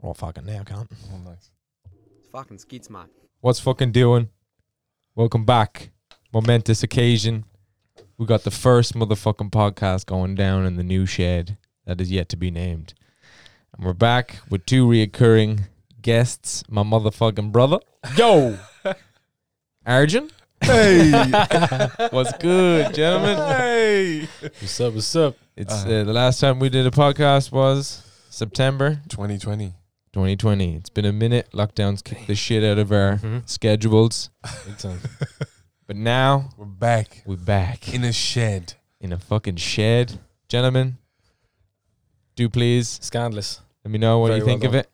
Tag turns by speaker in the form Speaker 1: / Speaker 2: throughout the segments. Speaker 1: Well, fucking now, can't.
Speaker 2: Oh, nice.
Speaker 3: Fucking skits, mate.
Speaker 1: What's fucking doing? Welcome back. Momentous occasion. We got the first motherfucking podcast going down in the new shed that is yet to be named. And we're back with two reoccurring guests. My motherfucking brother. Yo! Arjun. Hey! What's good, gentlemen? Hey!
Speaker 4: What's up? What's up?
Speaker 1: It's
Speaker 2: Uh-huh.
Speaker 1: uh, the last time we did a podcast was September
Speaker 2: 2020.
Speaker 1: 2020. It's been a minute. Lockdowns kicked the shit out of our
Speaker 4: Mm-hmm.
Speaker 1: schedules,
Speaker 4: Big time.
Speaker 1: but now
Speaker 2: We're back
Speaker 1: we're back in,
Speaker 2: in a shed.
Speaker 1: a fucking shed, gentlemen. Do please
Speaker 4: Scandalous.
Speaker 1: let me know what
Speaker 4: Very
Speaker 1: you
Speaker 4: well
Speaker 1: think of
Speaker 4: done.
Speaker 1: it.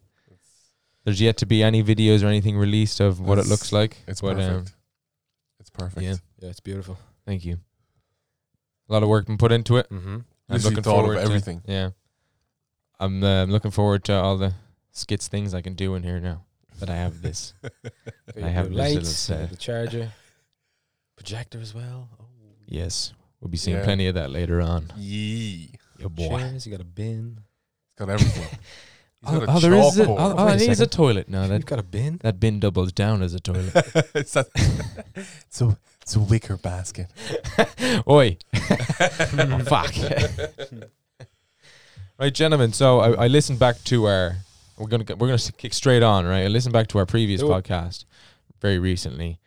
Speaker 1: There's yet to be any videos or anything released of what it
Speaker 2: It's-
Speaker 1: looks like.
Speaker 2: It's
Speaker 1: but,
Speaker 2: perfect.
Speaker 1: um,
Speaker 2: it's perfect.
Speaker 1: yeah.
Speaker 4: Yeah, it's beautiful.
Speaker 1: thank you. A lot of work been put into it.
Speaker 4: Mm-hmm.
Speaker 1: I'm
Speaker 2: Literally
Speaker 1: looking
Speaker 2: thought of
Speaker 1: forward to-
Speaker 2: everything.
Speaker 1: Yeah, I'm. Uh, I'm looking forward to all the skits things I can do in here now that I have this. I have this little
Speaker 4: lights,
Speaker 1: set.
Speaker 4: the charger, projector as well. Oh,
Speaker 1: Yes, we'll be seeing
Speaker 2: Yeah.
Speaker 1: plenty of that later on.
Speaker 2: Yee.
Speaker 1: Your
Speaker 4: chairs. You got a bin.
Speaker 2: It's got everything. He's
Speaker 1: Oh,
Speaker 2: got
Speaker 1: oh, there is. A,
Speaker 2: chalkboard.
Speaker 1: oh,
Speaker 4: Wait
Speaker 1: oh,
Speaker 4: a
Speaker 1: it is a
Speaker 4: second.
Speaker 1: toilet. No,
Speaker 4: You've
Speaker 1: that
Speaker 4: got a bin.
Speaker 1: that bin doubles down as a toilet.
Speaker 2: it's, that, it's, a, it's a wicker basket.
Speaker 1: Oi, Oh, fuck. right, gentlemen. So I, I listened back to our. We're gonna go- we're gonna s- kick straight on. Right, I listened back to our previous
Speaker 4: Do it.
Speaker 1: podcast very recently,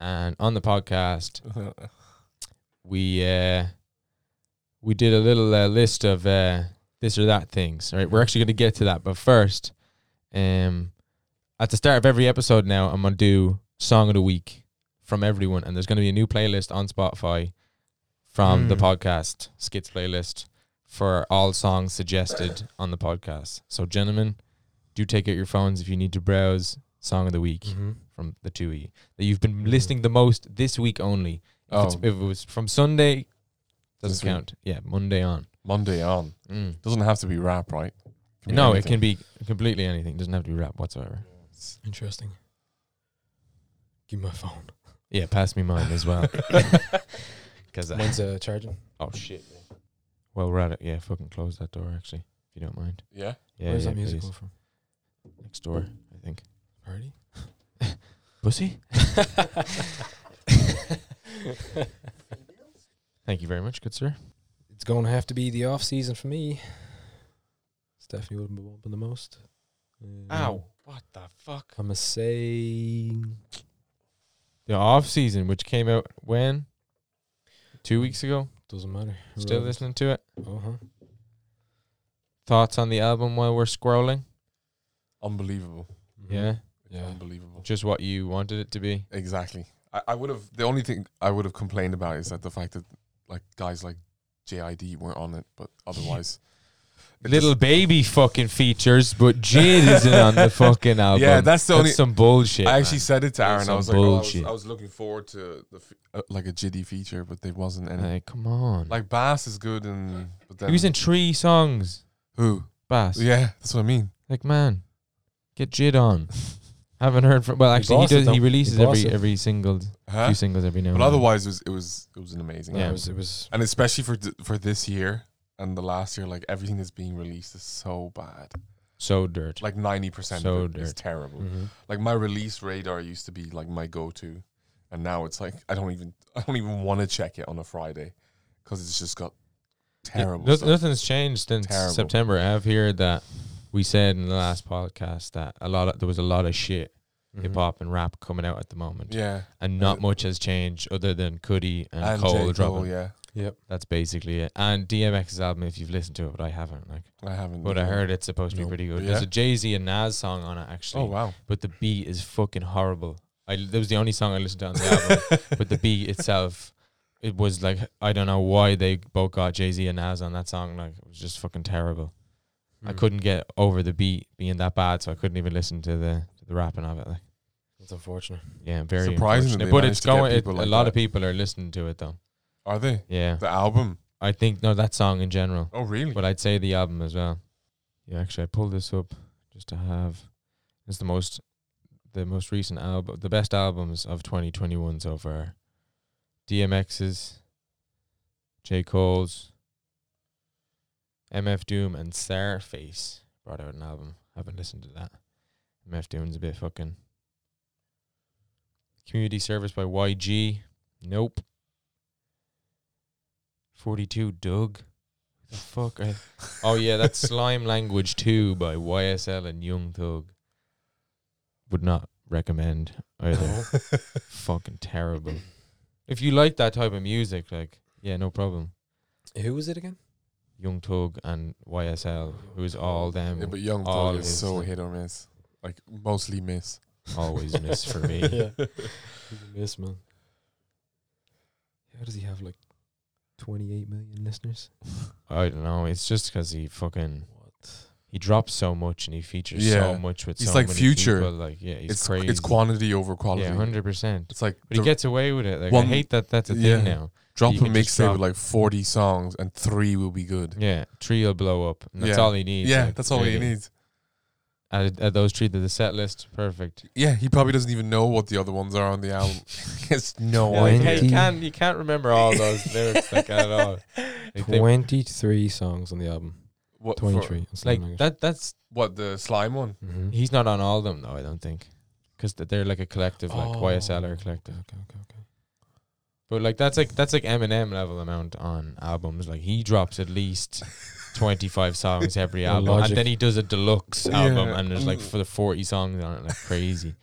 Speaker 1: and on the podcast we uh, we did a little uh, list of uh, this or that things. All right, we're actually going to get to that, but first, um, at the start of every episode now, I'm gonna do song of the week from everyone, and there's gonna be a new playlist on Spotify from the
Speaker 2: Hmm.
Speaker 1: podcast skits playlist for all songs suggested on the podcast. So, gentlemen, do take out your phones if you need to browse song of the week
Speaker 4: Mm-hmm.
Speaker 1: from the two E that you've been listening the most this week only. If, it's,
Speaker 2: Oh.
Speaker 1: if it was from Sunday, doesn't
Speaker 2: This week.
Speaker 1: count. Yeah, Monday on.
Speaker 2: Monday on.
Speaker 1: Mm.
Speaker 2: Doesn't have to be rap, right? be
Speaker 1: No, it
Speaker 2: anything.
Speaker 1: can be completely anything. doesn't have to be rap whatsoever.
Speaker 4: Interesting. Give me my phone.
Speaker 1: Yeah, pass me mine as well. Because
Speaker 4: Mine's uh, charging.
Speaker 1: oh shit. Well, we're at it. Yeah, fucking close that door actually, if you don't mind.
Speaker 2: Yeah.
Speaker 1: Yeah,
Speaker 4: Where's
Speaker 1: yeah,
Speaker 4: that music
Speaker 1: please.
Speaker 4: come from?
Speaker 1: next door? I think.
Speaker 4: Party?
Speaker 1: Pussy. Thank you very much, good sir.
Speaker 4: It's going to have to be the off season for me. Stephanie would have been bumping the most. Um,
Speaker 1: What the fuck?
Speaker 4: I'm going to say
Speaker 1: The off season, which came out when? Two weeks ago.
Speaker 4: Doesn't matter.
Speaker 1: Still listening to it.
Speaker 4: Uh huh.
Speaker 1: Thoughts on the album while we're scrolling?
Speaker 2: Unbelievable.
Speaker 1: Yeah,
Speaker 4: Yeah.
Speaker 2: Unbelievable.
Speaker 1: just what you wanted it to be.
Speaker 2: Exactly. I, I would have, the only thing I would have complained about is that the fact that like guys like JID weren't on it, but otherwise. it
Speaker 1: Little
Speaker 2: just-
Speaker 1: baby fucking features, but Jid isn't on the fucking album.
Speaker 2: Yeah, that's the only-
Speaker 1: um, some bullshit.
Speaker 2: I
Speaker 1: man.
Speaker 2: actually said it to
Speaker 1: That's
Speaker 2: Aaron. I
Speaker 1: some
Speaker 2: was like, oh, I, was,
Speaker 1: bullshit.
Speaker 2: I was looking forward to the fe- uh, like a jiddy feature, but there wasn't any.
Speaker 1: Like, come on.
Speaker 2: Like Bass is good, and but then
Speaker 1: he was in three songs.
Speaker 2: who?
Speaker 1: Bass.
Speaker 2: Yeah, that's what I mean.
Speaker 1: Like, man, get Jid on. Haven't heard from. Well,
Speaker 4: He
Speaker 1: actually, he
Speaker 4: bossed it,
Speaker 1: does. He
Speaker 4: though.
Speaker 1: releases
Speaker 4: He bossed
Speaker 1: every
Speaker 4: it.
Speaker 1: every single
Speaker 2: Huh?
Speaker 1: few singles every now.
Speaker 2: But
Speaker 1: and then.
Speaker 2: otherwise, it was it was it was an amazing,
Speaker 4: No,
Speaker 1: Yeah.
Speaker 4: It
Speaker 2: album.
Speaker 4: was. It was
Speaker 2: and especially for th- for this year and the last year, like everything that's being released is so bad.
Speaker 1: so dirt.
Speaker 2: Like ninety percent
Speaker 1: So
Speaker 2: of it is
Speaker 1: dirt.
Speaker 2: terrible.
Speaker 4: mhm.
Speaker 2: Like my release radar used to be like my go to, and now it's like I don't even I don't even want to check it on a Friday because it's just got terrible.
Speaker 1: Yeah, noth-
Speaker 2: stuff.
Speaker 1: nothing's changed since
Speaker 2: Terrible.
Speaker 1: September. I've heard that we said in the last podcast that a lot of, there was a lot of shit hip hop and rap coming out at the moment,
Speaker 2: Mm-hmm. Yeah,
Speaker 1: and not much has changed other than Cudi and,
Speaker 2: and
Speaker 1: Cole
Speaker 2: J.
Speaker 1: dropping.
Speaker 2: Cole, yeah,
Speaker 1: That's basically it. And DMX's album, if you've listened to it, but I haven't. Like,
Speaker 2: I haven't.
Speaker 1: but I heard it's supposed to be
Speaker 4: No.
Speaker 1: pretty good.
Speaker 2: Yeah.
Speaker 1: There's a Jay Z and Nas song on it actually,
Speaker 2: Oh wow.
Speaker 1: but the beat is fucking horrible. I that was the only song I listened to on the album, but the beat itself. It was like I don't know why they both got Jay Z and Nas on that song. Like it was just fucking terrible. I
Speaker 4: Mm.
Speaker 1: couldn't get over the beat being that bad, so I couldn't even listen to the to the rapping of it. Like,
Speaker 4: That's unfortunate.
Speaker 1: yeah, very
Speaker 2: Surprising
Speaker 1: unfortunate.
Speaker 2: that they
Speaker 1: But it's
Speaker 2: managed to get
Speaker 1: going. It,
Speaker 2: people
Speaker 1: a
Speaker 2: like
Speaker 1: lot
Speaker 2: that.
Speaker 1: of people are listening to it though.
Speaker 2: Are they
Speaker 1: Yeah,
Speaker 2: the album?
Speaker 1: I think no, that song in general,
Speaker 2: Oh really?
Speaker 1: but I'd say the album as well. Yeah, actually, I pulled this up just to have. It's the most, the most recent album, the best albums of 2021 so far. DMX's, J Cole's, MF Doom, and Starface brought out an album. Haven't listened to that. MF Doom's a bit fucking. Community service by YG. Nope. 42 Doug. The fuck? I- oh, yeah, that's Slime Language 2 by YSL and Young Thug. Would not recommend either. fucking terrible. If you like that type of music, like, yeah, no problem.
Speaker 4: Who was it again?
Speaker 1: Young Tug and YSL, who's all them
Speaker 2: Yeah, but Young
Speaker 1: all
Speaker 2: Thug
Speaker 1: his-
Speaker 2: is so hit or miss. Like mostly miss.
Speaker 1: always miss for me.
Speaker 4: yeah. He's a miss, man. How does he have like 28 million listeners?
Speaker 1: I don't know. It's just because he fucking
Speaker 4: What?
Speaker 1: he drops so much and he features
Speaker 2: Yeah.
Speaker 1: so much with
Speaker 2: He's
Speaker 1: so
Speaker 2: like
Speaker 1: many
Speaker 2: Future.
Speaker 1: people. Like yeah, he's
Speaker 2: it's
Speaker 1: crazy.
Speaker 2: it's quantity over quality.
Speaker 1: Yeah, hundred percent.
Speaker 2: It's like
Speaker 1: But he
Speaker 2: the-
Speaker 1: gets away with it. Like
Speaker 2: One-
Speaker 1: I hate that. That's a
Speaker 2: yeah.
Speaker 1: thing now.
Speaker 2: drop
Speaker 1: you
Speaker 2: a
Speaker 1: can just
Speaker 2: mixtape
Speaker 1: drop-
Speaker 2: with like forty songs and three will be good.
Speaker 1: Yeah, three will blow up. And that's
Speaker 2: Yeah.
Speaker 1: all he needs.
Speaker 2: yeah,
Speaker 1: like,
Speaker 2: that's all he
Speaker 1: really.
Speaker 2: needs.
Speaker 1: Add, add those three to the set list. Perfect.
Speaker 2: Yeah, he probably doesn't even know what the other ones are on the album. he has no
Speaker 1: Yeah, like, hey,
Speaker 2: idea.
Speaker 1: you can't you can't remember all those lyrics like at all. Like, they-
Speaker 4: 23 songs on the album.
Speaker 2: What, for-
Speaker 4: 23. on Slime
Speaker 1: like
Speaker 4: Language.
Speaker 1: that. That's
Speaker 2: what the slime one?
Speaker 4: Mhm.
Speaker 1: He's not on all of them though, I don't think, because they're like a collective, like
Speaker 2: Oh.
Speaker 1: YSL are a collective.
Speaker 4: Oh. Okay, okay, okay.
Speaker 1: But like that's like that's like Eminem level amount on albums. Like he drops at least twenty five songs every
Speaker 4: Yeah,
Speaker 1: album,
Speaker 4: Logic.
Speaker 1: and then he does a deluxe album,
Speaker 2: Yeah.
Speaker 1: and there's like for the forty songs on it, like crazy.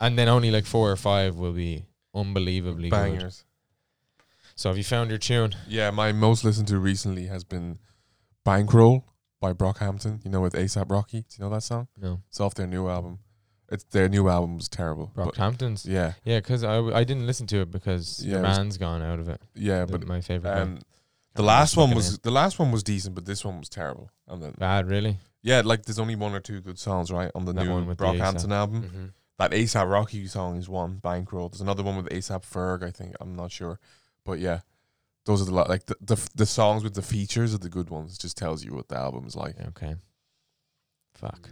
Speaker 1: and then only like four or five will be unbelievably good.
Speaker 2: Bangers.
Speaker 1: So have you found your tune?
Speaker 2: Yeah, my most listened to recently has been Bankroll by Brockhampton, you know, with ASAP Rocky. Do you know that song?
Speaker 1: No,
Speaker 2: It's off their new album. It's their new album was terrible. but-
Speaker 1: Brockhampton's. Yeah,
Speaker 2: yeah,
Speaker 1: yeah, because I, w- I didn't listen to it because
Speaker 2: Yeah,
Speaker 1: your
Speaker 2: it was-
Speaker 1: man's gone out of it.
Speaker 2: yeah,
Speaker 1: The-
Speaker 2: but
Speaker 1: my favorite. guy.
Speaker 2: um, the
Speaker 1: Can't
Speaker 2: last
Speaker 1: remember
Speaker 2: one
Speaker 1: his
Speaker 2: was the last one was decent, but this one was terrible. And then
Speaker 1: fucking name. bad, really.
Speaker 2: yeah, like there's only one or two good songs right on the
Speaker 1: That
Speaker 2: new
Speaker 1: one with the
Speaker 2: Brockhampton album.
Speaker 1: Mm-hmm.
Speaker 2: That ASAP Rocky song is one. Bankroll. There's another one with ASAP Ferg. I think I'm not sure, but yeah, those are the lot. Like the, the f- the songs with the features are the good ones. It just tells you what the album is like.
Speaker 1: Okay. Fuck.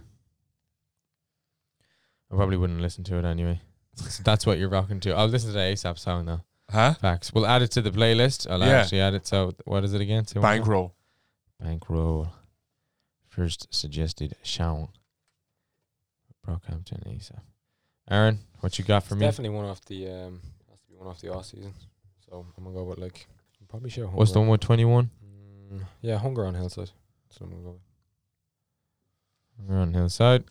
Speaker 1: I probably wouldn't listen to it anyway. So that's what you're rocking to. I'll listen to the ASAP song though.
Speaker 2: Huh?
Speaker 1: Facts. We'll add it to the playlist. I'll
Speaker 2: Yeah.
Speaker 1: actually add it. So what is it again? Two one one?
Speaker 2: Bankroll.
Speaker 1: Bankroll. First suggested Shaun. Brockhampton ASAP. Aaron, what you got for
Speaker 4: It's
Speaker 1: me?
Speaker 4: Definitely one off the um, has to be one off the off season. So I'm gonna go with like I'm probably sure.
Speaker 1: What's the
Speaker 4: Hunger
Speaker 1: one with twenty one?
Speaker 4: on- Mm, yeah, hunger on hillside. So I'm gonna go.
Speaker 1: We're on hillside.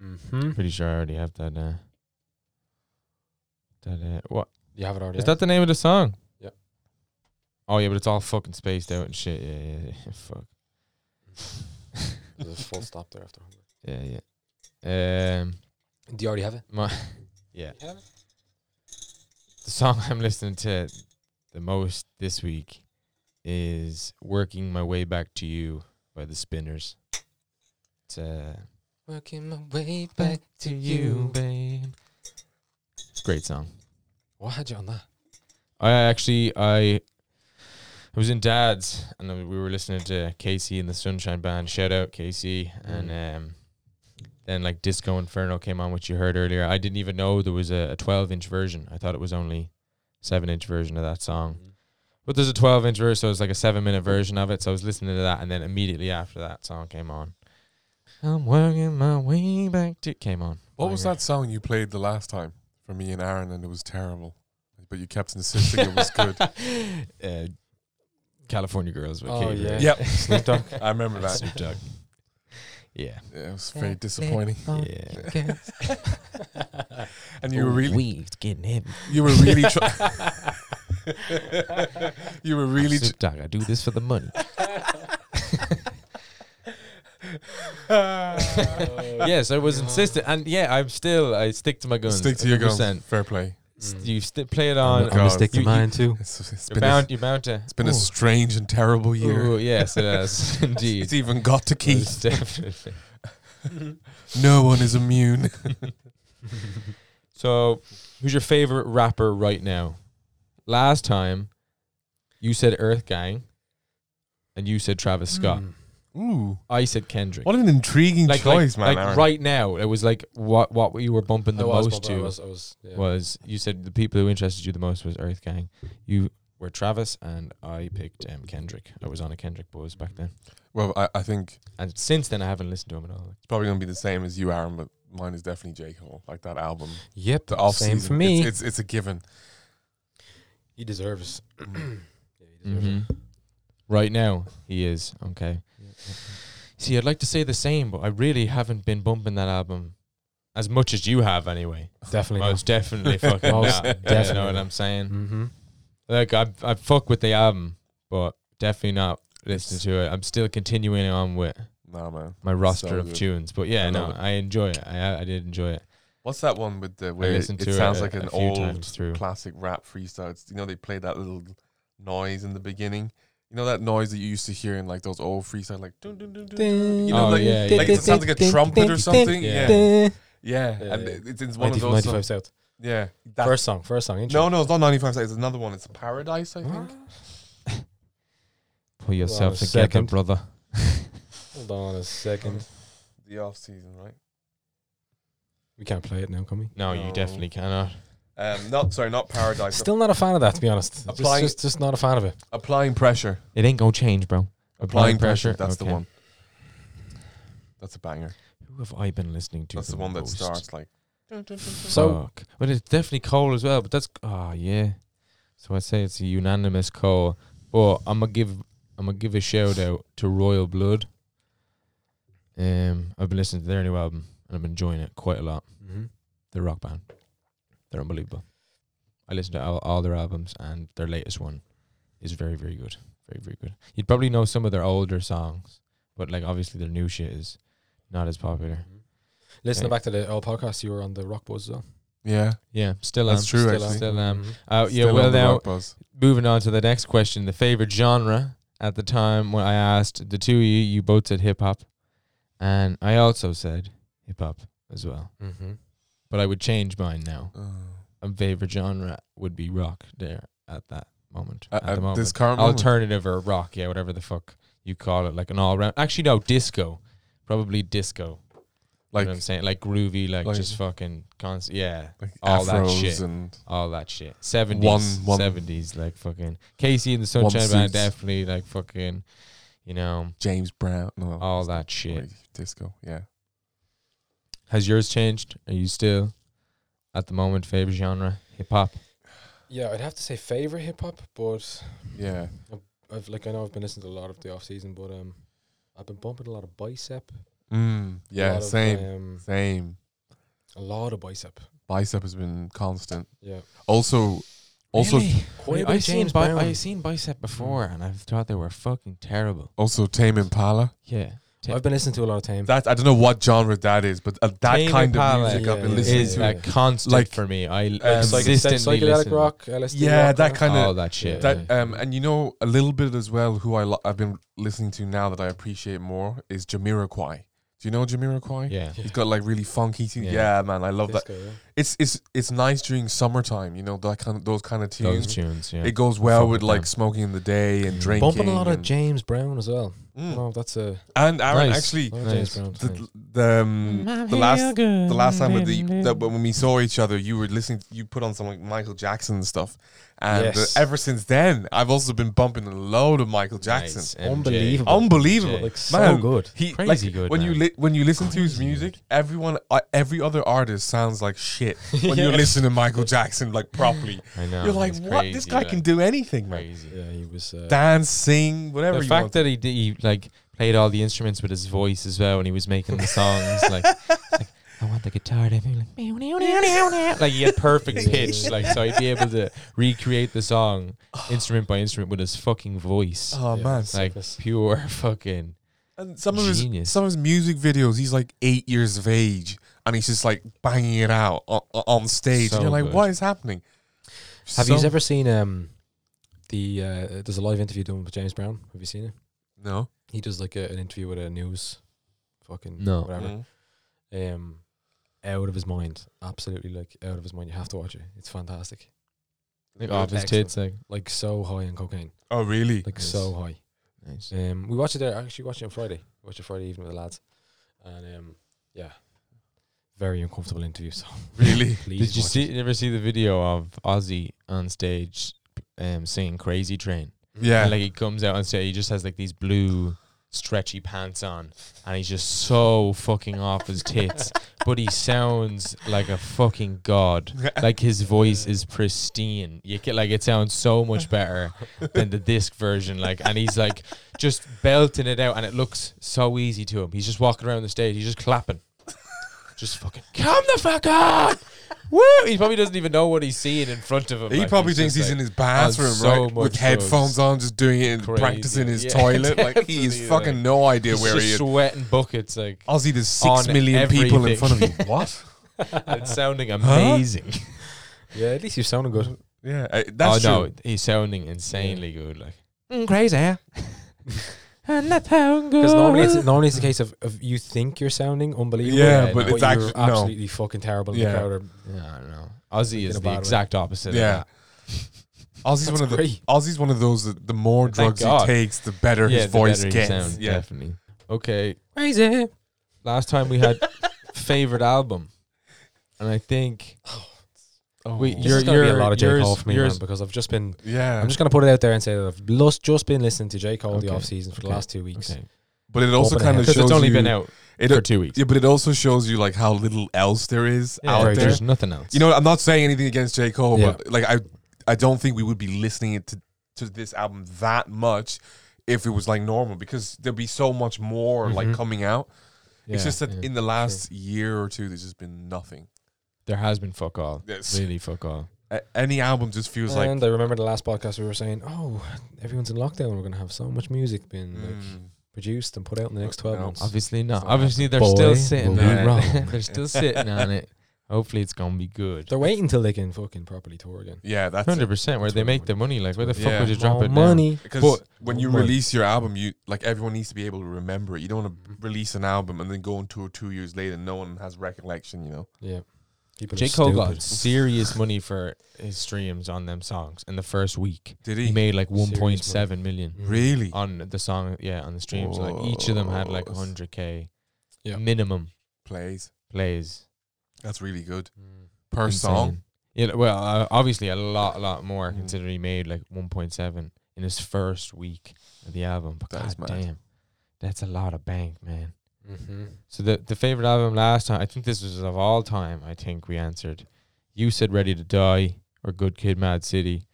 Speaker 4: With. Mm-hmm.
Speaker 1: Pretty sure I already have that. Uh, that uh, what
Speaker 4: You have it already.
Speaker 1: Is that the name of the song?
Speaker 4: Yep.
Speaker 1: Oh yeah, but it's all fucking spaced out and shit. Yeah, yeah, yeah. Fuck.
Speaker 4: There's a full stop there after hunger.
Speaker 1: Yeah, yeah. Um,
Speaker 4: Do you already have it?
Speaker 1: my yeah. The song I'm listening to the most this week is "Working My Way Back to You" by the Spinners. It's uh,
Speaker 4: Working my way back to you.
Speaker 1: babe. It's a great song.
Speaker 4: What had you on that?
Speaker 1: I actually I I was in Dad's and then we were listening to Casey and the Sunshine Band. Shout out Casey and um, then like Disco Inferno came on, which you heard earlier. I didn't even know there was a, a 12 inch version. I thought it was only seven inch version of that song, but there's a 12 inch version, so it's like a seven minute version of it. So I was listening to that, and then immediately after that song came on. I'm working my way back to came on.
Speaker 2: What was
Speaker 1: Banger.
Speaker 2: that song you played the last time for me and Aaron, and it was terrible, but you kept insisting it was good.
Speaker 1: uh, California Girls with
Speaker 4: Oh,
Speaker 1: Katy
Speaker 4: yeah.
Speaker 1: Perry.
Speaker 2: Yep.
Speaker 1: Snoop Dogg.
Speaker 2: I remember that.
Speaker 1: Snoop Dogg. Yeah.
Speaker 2: Yeah, it was very disappointing.
Speaker 1: Yeah.
Speaker 2: And you were really,
Speaker 1: Weed's getting heavy.
Speaker 2: you were really, try- you were really. Tr-
Speaker 1: Snoop Dogg, I do this for the money. yes, I was insistent, and yeah, I'm still. I stick to my guns.
Speaker 2: stick to your guns.
Speaker 1: 100%.
Speaker 2: Fair play.
Speaker 1: S- Mm. You sti play it on.
Speaker 2: I'm gonna stick
Speaker 1: to mine
Speaker 4: too.
Speaker 2: It's, it's
Speaker 1: You're
Speaker 2: been, a,
Speaker 1: bound. You're bound to.
Speaker 2: it's been a strange and terrible year.
Speaker 1: Ooh, yes, it has indeed.
Speaker 2: It's even got to Keith.
Speaker 1: It's definitely.
Speaker 2: No one is immune.
Speaker 1: So, who's your favorite rapper right now? Last time, you said Earth Gang, and you said Travis
Speaker 4: Hmm.
Speaker 1: Scott.
Speaker 2: Ooh,
Speaker 1: I said Kendrick.
Speaker 2: what an intriguing
Speaker 1: like,
Speaker 2: choice,
Speaker 1: like,
Speaker 2: man.
Speaker 1: like
Speaker 2: Aaron.
Speaker 1: right now, it was like what what you were bumping the
Speaker 4: I was,
Speaker 1: most
Speaker 4: but I
Speaker 1: to was,
Speaker 4: was- I was, yeah.
Speaker 1: you said the people who interested you the most was Earth Gang. You were Travis, and I picked um, Kendrick. I was on a Kendrick buzz back then.
Speaker 2: Well, I, I think
Speaker 1: And since then, I haven't listened to him at all.
Speaker 2: it's probably gonna be the same as you, Aaron, but mine is definitely J Cole. Like that album,
Speaker 1: Yep.
Speaker 2: the off
Speaker 4: Same
Speaker 2: season.
Speaker 4: for me.
Speaker 2: It's, it's it's a given.
Speaker 4: He deserves. yeah, he deserves
Speaker 1: hmm
Speaker 4: it.
Speaker 1: Right now, he is. Okay.
Speaker 4: Yeah.
Speaker 1: See, I'd like to say the same, but I really haven't been bumping that album as much as you have, anyway.
Speaker 4: Definitely.
Speaker 1: Most definitely fucking
Speaker 4: Most
Speaker 1: not. You know
Speaker 4: definitely
Speaker 1: what
Speaker 4: not.
Speaker 1: I'm saying?
Speaker 4: Mm-hmm.
Speaker 1: Like, I, I fuck with the album, but definitely not listening to it. I'm still continuing on with
Speaker 2: Nah, man.
Speaker 1: my roster
Speaker 2: So
Speaker 1: of
Speaker 2: good.
Speaker 1: tunes. But yeah,
Speaker 2: I
Speaker 1: no,
Speaker 2: love it.
Speaker 1: I enjoy it. I I did enjoy it.
Speaker 2: What's that one with the
Speaker 1: I
Speaker 2: where it
Speaker 1: listened to
Speaker 2: sounds
Speaker 1: it
Speaker 2: like
Speaker 1: a,
Speaker 2: an
Speaker 1: a few
Speaker 2: old
Speaker 1: times through.
Speaker 2: classic rap freestyle? It's, you know, they play that little noise in the beginning. You know that noise that you used to hear in like those old freestyle, like dun, dun, dun, dun, dun. you
Speaker 1: Oh,
Speaker 2: know, like,
Speaker 1: yeah,
Speaker 2: like
Speaker 1: yeah.
Speaker 2: it sounds like a trumpet or something.
Speaker 1: Yeah.
Speaker 2: Yeah,
Speaker 4: Yeah.
Speaker 2: yeah,
Speaker 4: Yeah,
Speaker 2: and
Speaker 4: yeah.
Speaker 2: it- it's, it's one of
Speaker 4: 95,
Speaker 2: those.
Speaker 4: 95
Speaker 2: songs-
Speaker 4: South.
Speaker 2: yeah, that-
Speaker 4: first song, first song. Intro.
Speaker 2: No, no, it's not 95 South. It's another one. It's Paradise, I think.
Speaker 1: Pull yourself
Speaker 4: a
Speaker 1: together,
Speaker 4: second.
Speaker 1: brother.
Speaker 4: Hold on a second.
Speaker 2: The off season, right?
Speaker 4: We can't play it now, can we?
Speaker 1: No,
Speaker 2: No.
Speaker 1: you definitely cannot.
Speaker 2: Um, not sorry, not Paradise.
Speaker 4: Still not a fan of that, to be honest. Just,
Speaker 2: Applying-
Speaker 4: just, just not a fan of it.
Speaker 2: applying pressure.
Speaker 1: It ain't gonna change, bro.
Speaker 2: Applying, pressure. That's the
Speaker 1: okay.
Speaker 2: one. That's a banger.
Speaker 1: Who have I been listening to?
Speaker 2: That's the one that
Speaker 1: most?
Speaker 2: starts like.
Speaker 4: So-
Speaker 1: Fuck. Well, it's definitely Cole as well, but that's ah yeah. So I'd say it's a unanimous Cole. But I'm gonna give I'm gonna give a shout out to Royal Blood. Um, I've been listening to their new album and I'm enjoying it quite a lot.
Speaker 4: Mm-hmm.
Speaker 1: They're a rock band. They're unbelievable. I listened to all, all their albums, and their latest one is very, very good. Very, very good. You'd probably know some of their older songs, but like obviously their new shit is not as popular.
Speaker 2: Mm-hmm.
Speaker 4: Listening
Speaker 1: Okay.
Speaker 4: back to the old podcast, you were on the Rock Buzz as well.
Speaker 2: Yeah,
Speaker 1: Yeah, still
Speaker 2: That's
Speaker 1: am,
Speaker 2: true,
Speaker 1: Still,
Speaker 2: actually.
Speaker 1: am, still am.
Speaker 2: Mm-hmm.
Speaker 4: Mhm.
Speaker 1: Uh, yeah.
Speaker 2: Still
Speaker 1: Well,
Speaker 2: on the
Speaker 1: now
Speaker 2: rock buzz.
Speaker 1: moving on to the next question. The favorite genre at the time when I asked the two of you, you both said hip hop, and I also said hip hop as well.
Speaker 2: Mm-hmm.
Speaker 4: Mhm.
Speaker 1: But I would change mine now.
Speaker 2: Oh.
Speaker 1: A favorite genre would be rock there at that moment.
Speaker 2: At,
Speaker 1: at the
Speaker 2: at
Speaker 1: moment.
Speaker 2: this current moment.
Speaker 1: alternative or rock, yeah, whatever the fuck you call it, like an all round. Actually, no, disco, probably disco. Like
Speaker 2: like
Speaker 1: I'm saying, like groovy, like,
Speaker 2: like-
Speaker 1: just fucking constant, yeah,
Speaker 2: like
Speaker 1: all that
Speaker 2: afros
Speaker 1: shit.
Speaker 2: and
Speaker 1: all that shit. Seventies,
Speaker 2: One- one-
Speaker 1: seventies, like fucking Casey and the Sunshine
Speaker 2: One
Speaker 1: Band,
Speaker 2: suits.
Speaker 1: definitely, like fucking, you know,
Speaker 2: James Brown. No,
Speaker 1: all that Oh, shit.
Speaker 2: wait, disco. Yeah,
Speaker 1: Has yours changed? Are you still at the moment favorite genre hip hop?
Speaker 4: Yeah, I'd have to say favorite hip hop, but
Speaker 2: yeah.
Speaker 4: I've like I know I've been listening to a lot of the off season, but um, I've been bumping a lot of bicep.
Speaker 2: Mm,
Speaker 4: a
Speaker 2: yeah,
Speaker 4: lot of,
Speaker 2: same,
Speaker 4: um,
Speaker 2: same.
Speaker 4: a lot of bicep.
Speaker 2: Bicep has been constant.
Speaker 4: Yeah.
Speaker 2: Also, also,
Speaker 4: Quite a bit
Speaker 1: I've
Speaker 4: of
Speaker 1: seen
Speaker 4: James
Speaker 1: bi-
Speaker 4: Brown.
Speaker 1: I've seen Bicep before, and I've thought they were fucking terrible.
Speaker 2: also Tame Impala.
Speaker 1: Yeah, Ta-
Speaker 4: I've been listening to a lot of Tame.
Speaker 2: That I don't know what genre that is, but uh, that
Speaker 1: Tame
Speaker 2: kind
Speaker 1: Impala
Speaker 2: of music I've been
Speaker 4: Yeah,
Speaker 2: listening
Speaker 1: is
Speaker 2: to.
Speaker 1: a constant
Speaker 2: Like,
Speaker 1: for me. I
Speaker 2: uh,
Speaker 4: Psych-
Speaker 1: consistently
Speaker 4: psychedelic
Speaker 1: listen to
Speaker 4: rock, LSD.
Speaker 2: yeah,
Speaker 4: rock,
Speaker 2: that
Speaker 4: uh,
Speaker 2: kind
Speaker 1: all
Speaker 2: of
Speaker 1: that shit.
Speaker 4: Yeah.
Speaker 2: that. Um, and you know a little bit as well. Who I lo- I've been listening to now that I appreciate more is Jamiroquai. Do you know Jamiroquai?
Speaker 1: yeah.
Speaker 2: He's got like really funky. Te-
Speaker 1: Yeah.
Speaker 2: yeah. man, I love that.
Speaker 4: disco, yeah.
Speaker 2: It's it's it's nice during summertime. You know that kind of those kind of tunes.
Speaker 1: those tunes. Yeah,
Speaker 2: It goes well
Speaker 1: Fuck with
Speaker 2: with like
Speaker 1: them.
Speaker 2: smoking in the day and drinking.
Speaker 4: Bumping a lot of
Speaker 2: and,
Speaker 4: James Brown as well.
Speaker 2: Mm.
Speaker 4: No, that's a
Speaker 2: and Aaron
Speaker 1: Nice.
Speaker 2: actually
Speaker 4: a lot of
Speaker 1: Nice.
Speaker 4: James Brown.
Speaker 2: the, the, um, the last the last time with the that when we saw each other, you were listening. You put on some like Michael Jackson stuff, and uh,
Speaker 4: Yes.
Speaker 2: ever since then, I've also been bumping a load of Michael Jackson.
Speaker 4: Unbelievable.
Speaker 2: Unbelievable,
Speaker 1: Like,
Speaker 4: so good.
Speaker 2: He
Speaker 1: Crazy
Speaker 2: like,
Speaker 1: good,
Speaker 2: when you
Speaker 1: man.
Speaker 2: li- when you listen to his
Speaker 1: Crazy
Speaker 2: music. Everyone, uh, every other artist sounds like shit when you
Speaker 4: Yeah.
Speaker 2: listen to Michael Jackson like properly.
Speaker 1: I know.
Speaker 2: You're like,
Speaker 1: it's
Speaker 2: what? this
Speaker 1: crazy,
Speaker 2: guy
Speaker 1: like,
Speaker 2: can do anything, man.
Speaker 1: crazy.
Speaker 4: Yeah, he was. Uh,
Speaker 2: Dance, sing, whatever.
Speaker 1: The
Speaker 2: you want.
Speaker 1: fact that he did, he like played all the instruments with his voice as well when he was making the songs, like, like, I want the guitar to be like, meow, meow, meow, meow, meow." like he had perfect
Speaker 4: Yeah.
Speaker 1: pitch, like so he'd be able to recreate the song instrument by instrument with his fucking voice,
Speaker 2: Oh
Speaker 4: Yeah.
Speaker 2: man!
Speaker 1: like
Speaker 4: sickness.
Speaker 1: pure fucking.
Speaker 2: And some of
Speaker 1: Genius.
Speaker 2: his some of his music videos, he's like eight years of age, and he's just like banging it out on, on stage,
Speaker 1: So
Speaker 2: and you're like,
Speaker 1: good.
Speaker 2: what is happening?
Speaker 4: have
Speaker 2: So-
Speaker 4: you ever seen um the uh, there's a live interview done with James Brown? Have you seen it?
Speaker 2: No.
Speaker 4: He does like a, an interview with a news, fucking
Speaker 1: No.
Speaker 4: whatever.
Speaker 2: Mm.
Speaker 4: Um, out of his mind, absolutely like out of his mind. You have to watch it. It's fantastic.
Speaker 1: Like off his
Speaker 4: Excellent.
Speaker 1: tits, like
Speaker 4: Like so high on cocaine,
Speaker 2: Oh really?
Speaker 4: like
Speaker 1: Nice.
Speaker 4: so high.
Speaker 1: nice.
Speaker 4: Um, we watched it there. I Actually, watched it on Friday. Watched it Friday evening with the lads, and um, yeah, very uncomfortable interview. So
Speaker 2: Really?
Speaker 4: please,
Speaker 1: Did you
Speaker 4: watch
Speaker 1: see?
Speaker 4: it.
Speaker 1: You ever see the video of Ozzy on stage, um, singing "Crazy Train"?
Speaker 2: yeah.
Speaker 1: And like he comes out on stage, he just has like these blue stretchy pants on, and he's just so fucking off his tits. but he sounds like a fucking god. Like his voice is pristine. You get like it sounds so much better than the disc version. Like, and he's like just belting it out, and it looks so easy to him. He's just walking around the stage. He's just clapping. Just fucking come the fuck on! Woo! He probably doesn't even know what he's seeing in front of him.
Speaker 2: He
Speaker 1: Like,
Speaker 2: probably
Speaker 1: just
Speaker 2: thinks he's
Speaker 1: like-
Speaker 2: in his bathroom,
Speaker 1: so
Speaker 2: right,
Speaker 1: much
Speaker 2: with headphones
Speaker 1: drugs.
Speaker 2: on, just doing it and
Speaker 1: Crazy.
Speaker 2: practicing his
Speaker 1: Yeah,
Speaker 2: toilet. Like he has
Speaker 1: definitely,
Speaker 2: fucking
Speaker 1: like,
Speaker 2: no idea
Speaker 1: He's
Speaker 2: where
Speaker 1: just
Speaker 2: he is.
Speaker 1: sweating buckets like
Speaker 2: Ozzy, there's six
Speaker 1: on
Speaker 2: million people in front of you.
Speaker 1: everything.
Speaker 2: What?
Speaker 1: and it's sounding amazing.
Speaker 4: Yeah, at least you're sounding good.
Speaker 2: Yeah, uh, that's
Speaker 1: oh no,
Speaker 2: true. Mm,
Speaker 1: he's sounding insanely good. Like crazy, yeah. and that sound good.
Speaker 4: Because normally it's normally it's a case of, of you think you're sounding unbelievable.
Speaker 2: Yeah,
Speaker 1: but it's
Speaker 4: you're
Speaker 2: actu- no.
Speaker 4: absolutely fucking terrible. in
Speaker 2: Yeah.
Speaker 4: The crowd are
Speaker 1: no, no. Ozzy
Speaker 4: In
Speaker 1: is
Speaker 4: a
Speaker 1: the
Speaker 4: bad way.
Speaker 1: exact opposite.
Speaker 2: Yeah.
Speaker 1: of
Speaker 2: Ozzy's
Speaker 4: That's
Speaker 2: one of the
Speaker 4: great.
Speaker 2: Ozzy's one of those that the more
Speaker 1: Thank
Speaker 2: drugs
Speaker 1: God.
Speaker 2: he takes, the better
Speaker 1: that. Yeah,
Speaker 2: his
Speaker 1: the
Speaker 2: voice
Speaker 1: better he
Speaker 2: gets.
Speaker 1: sounds,
Speaker 2: yeah.
Speaker 1: definitely. Okay,
Speaker 4: crazy.
Speaker 1: last time we had favorite album, and I think
Speaker 2: Oh,
Speaker 1: We-
Speaker 4: This
Speaker 1: Your-
Speaker 4: is gonna be a
Speaker 1: your-
Speaker 4: lot of J
Speaker 1: yours-
Speaker 4: Cole for me,
Speaker 1: yours-
Speaker 4: man, because I've just been.
Speaker 2: yeah.
Speaker 4: I'm just gonna put it out there and say that I've lost, just been listening to J Cole the
Speaker 1: Okay.
Speaker 4: off season for the
Speaker 1: Okay.
Speaker 4: last two weeks.
Speaker 1: okay.
Speaker 2: but it also
Speaker 4: Open
Speaker 2: kind of
Speaker 4: ahead.
Speaker 1: because
Speaker 2: shows
Speaker 1: it's only
Speaker 2: you,
Speaker 1: been out
Speaker 2: it,
Speaker 1: for two weeks.
Speaker 2: Yeah, but it also shows you like how little else there is
Speaker 1: Yeah,
Speaker 2: out
Speaker 4: very
Speaker 2: there.
Speaker 1: there's nothing else.
Speaker 2: You know, I'm not saying anything against J. Cole,
Speaker 4: Yeah.
Speaker 2: but like I I don't think we would be listening it to to this album that much if it was like normal because there'd be so much more like
Speaker 4: Mhm.
Speaker 2: coming out. it's
Speaker 1: Mm-hmm. Yeah,
Speaker 2: just that
Speaker 1: yeah.
Speaker 2: in the last year or two there's just been nothing.
Speaker 1: there has been fuck all.
Speaker 2: Yes.
Speaker 1: Really, fuck all.
Speaker 2: A- any album just feels
Speaker 4: and
Speaker 2: like
Speaker 4: I remember the last podcast we were saying, oh, everyone's in lockdown. We're gonna have so much music being like,
Speaker 2: mm,
Speaker 4: produced and put out in the next twelve
Speaker 2: No.
Speaker 4: months.
Speaker 1: Obviously not.
Speaker 4: It's not
Speaker 1: Obviously they're
Speaker 4: Boy,
Speaker 1: still sitting
Speaker 4: will
Speaker 1: on
Speaker 2: be
Speaker 1: it.
Speaker 4: wrong.
Speaker 1: they're still sitting on it. Hopefully it's gonna be good.
Speaker 4: They're waiting till they can fucking properly tour again.
Speaker 2: yeah, that's
Speaker 1: Hundred
Speaker 2: it.
Speaker 1: percent. Where
Speaker 4: That's
Speaker 1: they
Speaker 4: what
Speaker 1: make
Speaker 4: I'm-
Speaker 1: the money, like where the
Speaker 2: that's
Speaker 1: fuck
Speaker 2: what I'm-
Speaker 1: would you drop
Speaker 4: More
Speaker 1: it now?
Speaker 4: money.
Speaker 2: because
Speaker 1: But-
Speaker 2: when you
Speaker 1: Right.
Speaker 2: release your album, you like everyone needs to be able to remember it. You don't want to release an album and then go on tour two years later and no one has recollection. You know,
Speaker 4: Yeah, people. are
Speaker 1: J Cole got
Speaker 4: stupid.
Speaker 1: serious money for his streams on them songs in the first week.
Speaker 2: did
Speaker 1: He
Speaker 2: he?
Speaker 1: made like
Speaker 4: Serious
Speaker 1: one point seven million
Speaker 4: Mm.
Speaker 2: really?
Speaker 1: on the song. Yeah, on the streams. Like each of them had like
Speaker 2: Whoa.
Speaker 1: hundred k
Speaker 4: Yeah.
Speaker 1: minimum
Speaker 2: Plays.
Speaker 1: plays
Speaker 2: That's really good
Speaker 4: Mm.
Speaker 2: per
Speaker 1: Insane.
Speaker 2: song.
Speaker 1: Yeah, well, uh, obviously a lot, a lot more
Speaker 2: Mm.
Speaker 1: considering he made like 1.7 in his first week of the album. But
Speaker 2: That is
Speaker 1: god
Speaker 2: mad.
Speaker 1: damn, that's a lot of bank, man.
Speaker 4: Mhm.
Speaker 1: So the the favorite album last time, I think this was of all time. I think we answered. You said "Ready to Die" or "Good Kid, Mad City."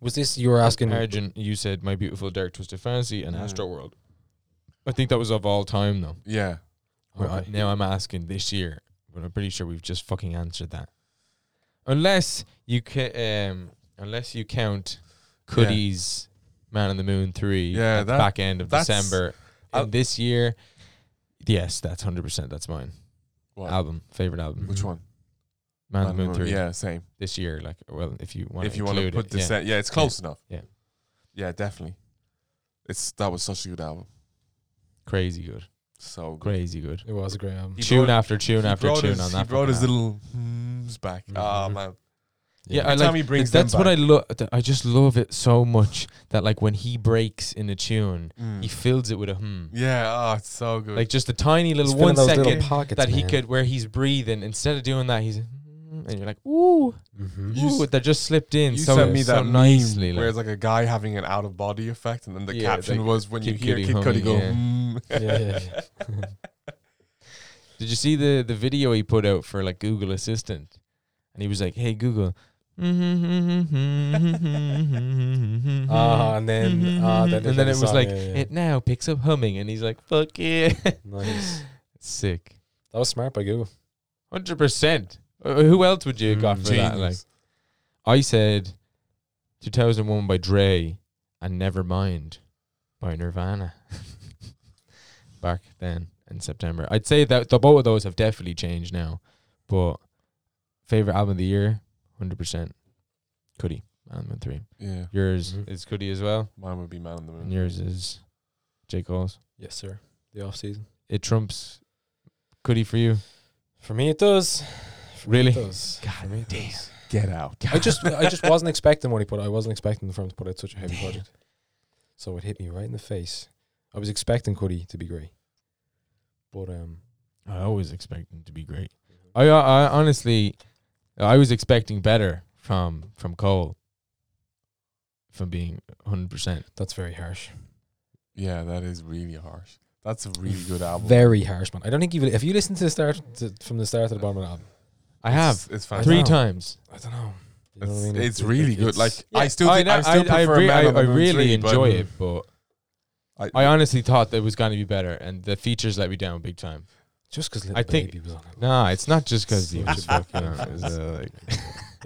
Speaker 4: Was this you were asking?
Speaker 1: Arjun, you said "My Beautiful Dark Twisted Fantasy" and
Speaker 2: Mm.
Speaker 1: "Astro World." I think that was of all time though.
Speaker 2: Yeah.
Speaker 1: Well, I-
Speaker 4: Okay.
Speaker 1: now I'm asking this year, but I'm pretty sure we've just fucking answered that. Unless you ca- um, unless you count Cody's Man on the Moon three, at
Speaker 2: Yeah,
Speaker 1: the
Speaker 2: that-
Speaker 1: back end of
Speaker 2: that's-
Speaker 1: December,
Speaker 2: I'll-
Speaker 1: and this year, yes, that's hundred percent. That's mine
Speaker 2: What?
Speaker 1: album, favorite album,
Speaker 2: Which one?
Speaker 1: Man on the Moon
Speaker 2: Moon.
Speaker 1: three.
Speaker 2: Yeah, same.
Speaker 1: this year, like, well, if you want,
Speaker 2: if you want to put
Speaker 1: it,
Speaker 2: this,
Speaker 1: yeah.
Speaker 2: yeah. yeah, it's close enough.
Speaker 1: Yeah.
Speaker 2: Yeah, definitely. It's that was such a good album.
Speaker 1: crazy good,
Speaker 2: So good.
Speaker 1: crazy good.
Speaker 4: It was a great album.
Speaker 2: He
Speaker 1: tune
Speaker 2: brought-
Speaker 1: after tune
Speaker 2: He
Speaker 1: after
Speaker 2: brought
Speaker 1: tune
Speaker 2: his,
Speaker 1: on that.
Speaker 2: he brought
Speaker 1: fucking
Speaker 2: his
Speaker 1: album. Mm-hmm.
Speaker 2: little hmms back. Ah
Speaker 4: Mhm.
Speaker 2: man,
Speaker 1: Yeah,
Speaker 2: Every
Speaker 1: I like,
Speaker 2: time he brings
Speaker 1: that's
Speaker 2: them
Speaker 1: what I
Speaker 2: back.
Speaker 1: love. I just love it so much that like when he breaks in a tune,
Speaker 2: Mm.
Speaker 1: he fills it with a hmm,
Speaker 2: yeah, oh, it's so good.
Speaker 1: like just a tiny little
Speaker 4: It's one
Speaker 1: one
Speaker 4: of those
Speaker 1: second
Speaker 4: little pockets,
Speaker 1: that he
Speaker 4: man.
Speaker 1: could where he's breathing. Instead of doing that, he's "Hmm," and you're like ooh,
Speaker 4: Mhm.
Speaker 2: You
Speaker 1: ooh,
Speaker 2: s-
Speaker 1: they're just slipped in.
Speaker 2: you
Speaker 1: so,
Speaker 2: sent me
Speaker 1: so
Speaker 2: that meme
Speaker 1: nicely.
Speaker 2: where
Speaker 1: Like,
Speaker 2: it's like a guy having an out of body effect, and then the
Speaker 1: Yeah,
Speaker 2: caption
Speaker 1: like,
Speaker 2: was when you
Speaker 1: Kid
Speaker 2: hear
Speaker 1: Cudi
Speaker 2: Kid Cudi
Speaker 1: humming,
Speaker 2: go.
Speaker 1: yeah.
Speaker 2: Mm.
Speaker 4: yeah, yeah, yeah.
Speaker 1: Did you see the the video he put out for like Google Assistant? And he was like, "Hey Google." ah,
Speaker 4: Ah,
Speaker 1: and
Speaker 4: and then ah, then,
Speaker 1: Mm-hmm. and then it was like
Speaker 4: yeah, yeah.
Speaker 1: it now picks up humming, and he's like, "Fuck yeah,
Speaker 4: nice.
Speaker 1: sick."
Speaker 4: That was smart by Google.
Speaker 1: Hundred percent. Uh, Who else would you have got
Speaker 4: Mm,
Speaker 1: for that? Like, I said, 2001 by Dre and Nevermind by Nirvana. Back then in September, I'd say that the both of those have definitely changed now. But favorite album of the year, hundred percent, Cudi, Album Three.
Speaker 2: yeah,
Speaker 1: Yours
Speaker 4: Mhm.
Speaker 1: is Cudi as well,
Speaker 2: mine would be Man on the
Speaker 1: and
Speaker 2: Moon.
Speaker 1: yours is J Cole's.
Speaker 4: Yes, sir. The off season
Speaker 1: It trumps Cudi for you.
Speaker 4: for me, it does. For
Speaker 1: Really?
Speaker 4: me it does.
Speaker 1: God
Speaker 4: for me, it
Speaker 1: damn.
Speaker 4: does.
Speaker 2: Get out.
Speaker 4: I just, I just wasn't expecting what he put. out. I wasn't expecting for him to put out such a heavy project. So it hit me right in the face. I was expecting Cody to be great, but um,
Speaker 1: I always expect them to be great. I, I I honestly, I was expecting better from from Cole. From being hundred percent,
Speaker 4: that's very harsh.
Speaker 2: Yeah, that is really harsh. That's a really good album.
Speaker 4: Very harsh, man. I don't think even if you listen to the start to, from the start to the bottom of the album,
Speaker 1: I have
Speaker 2: It's, it's
Speaker 4: I
Speaker 2: fantastic.
Speaker 1: three
Speaker 4: know.
Speaker 1: times.
Speaker 4: I don't know. You know
Speaker 2: It's,
Speaker 4: what I mean?
Speaker 2: it's really good. Like I
Speaker 4: it's-
Speaker 2: still, think, I, still
Speaker 1: I,
Speaker 2: prefer
Speaker 1: re-
Speaker 2: Man on the
Speaker 1: I
Speaker 2: Moon
Speaker 1: really
Speaker 2: 3, but
Speaker 1: enjoy it, but
Speaker 2: I,
Speaker 1: I honestly thought that it was going to be better, and the features let me down big time.
Speaker 4: just because
Speaker 1: I
Speaker 4: little
Speaker 1: think-
Speaker 4: baby was on it.
Speaker 1: Nah, it's not just because
Speaker 4: So
Speaker 1: he was
Speaker 4: much
Speaker 1: fucking.
Speaker 4: fucking
Speaker 1: it was, uh, like-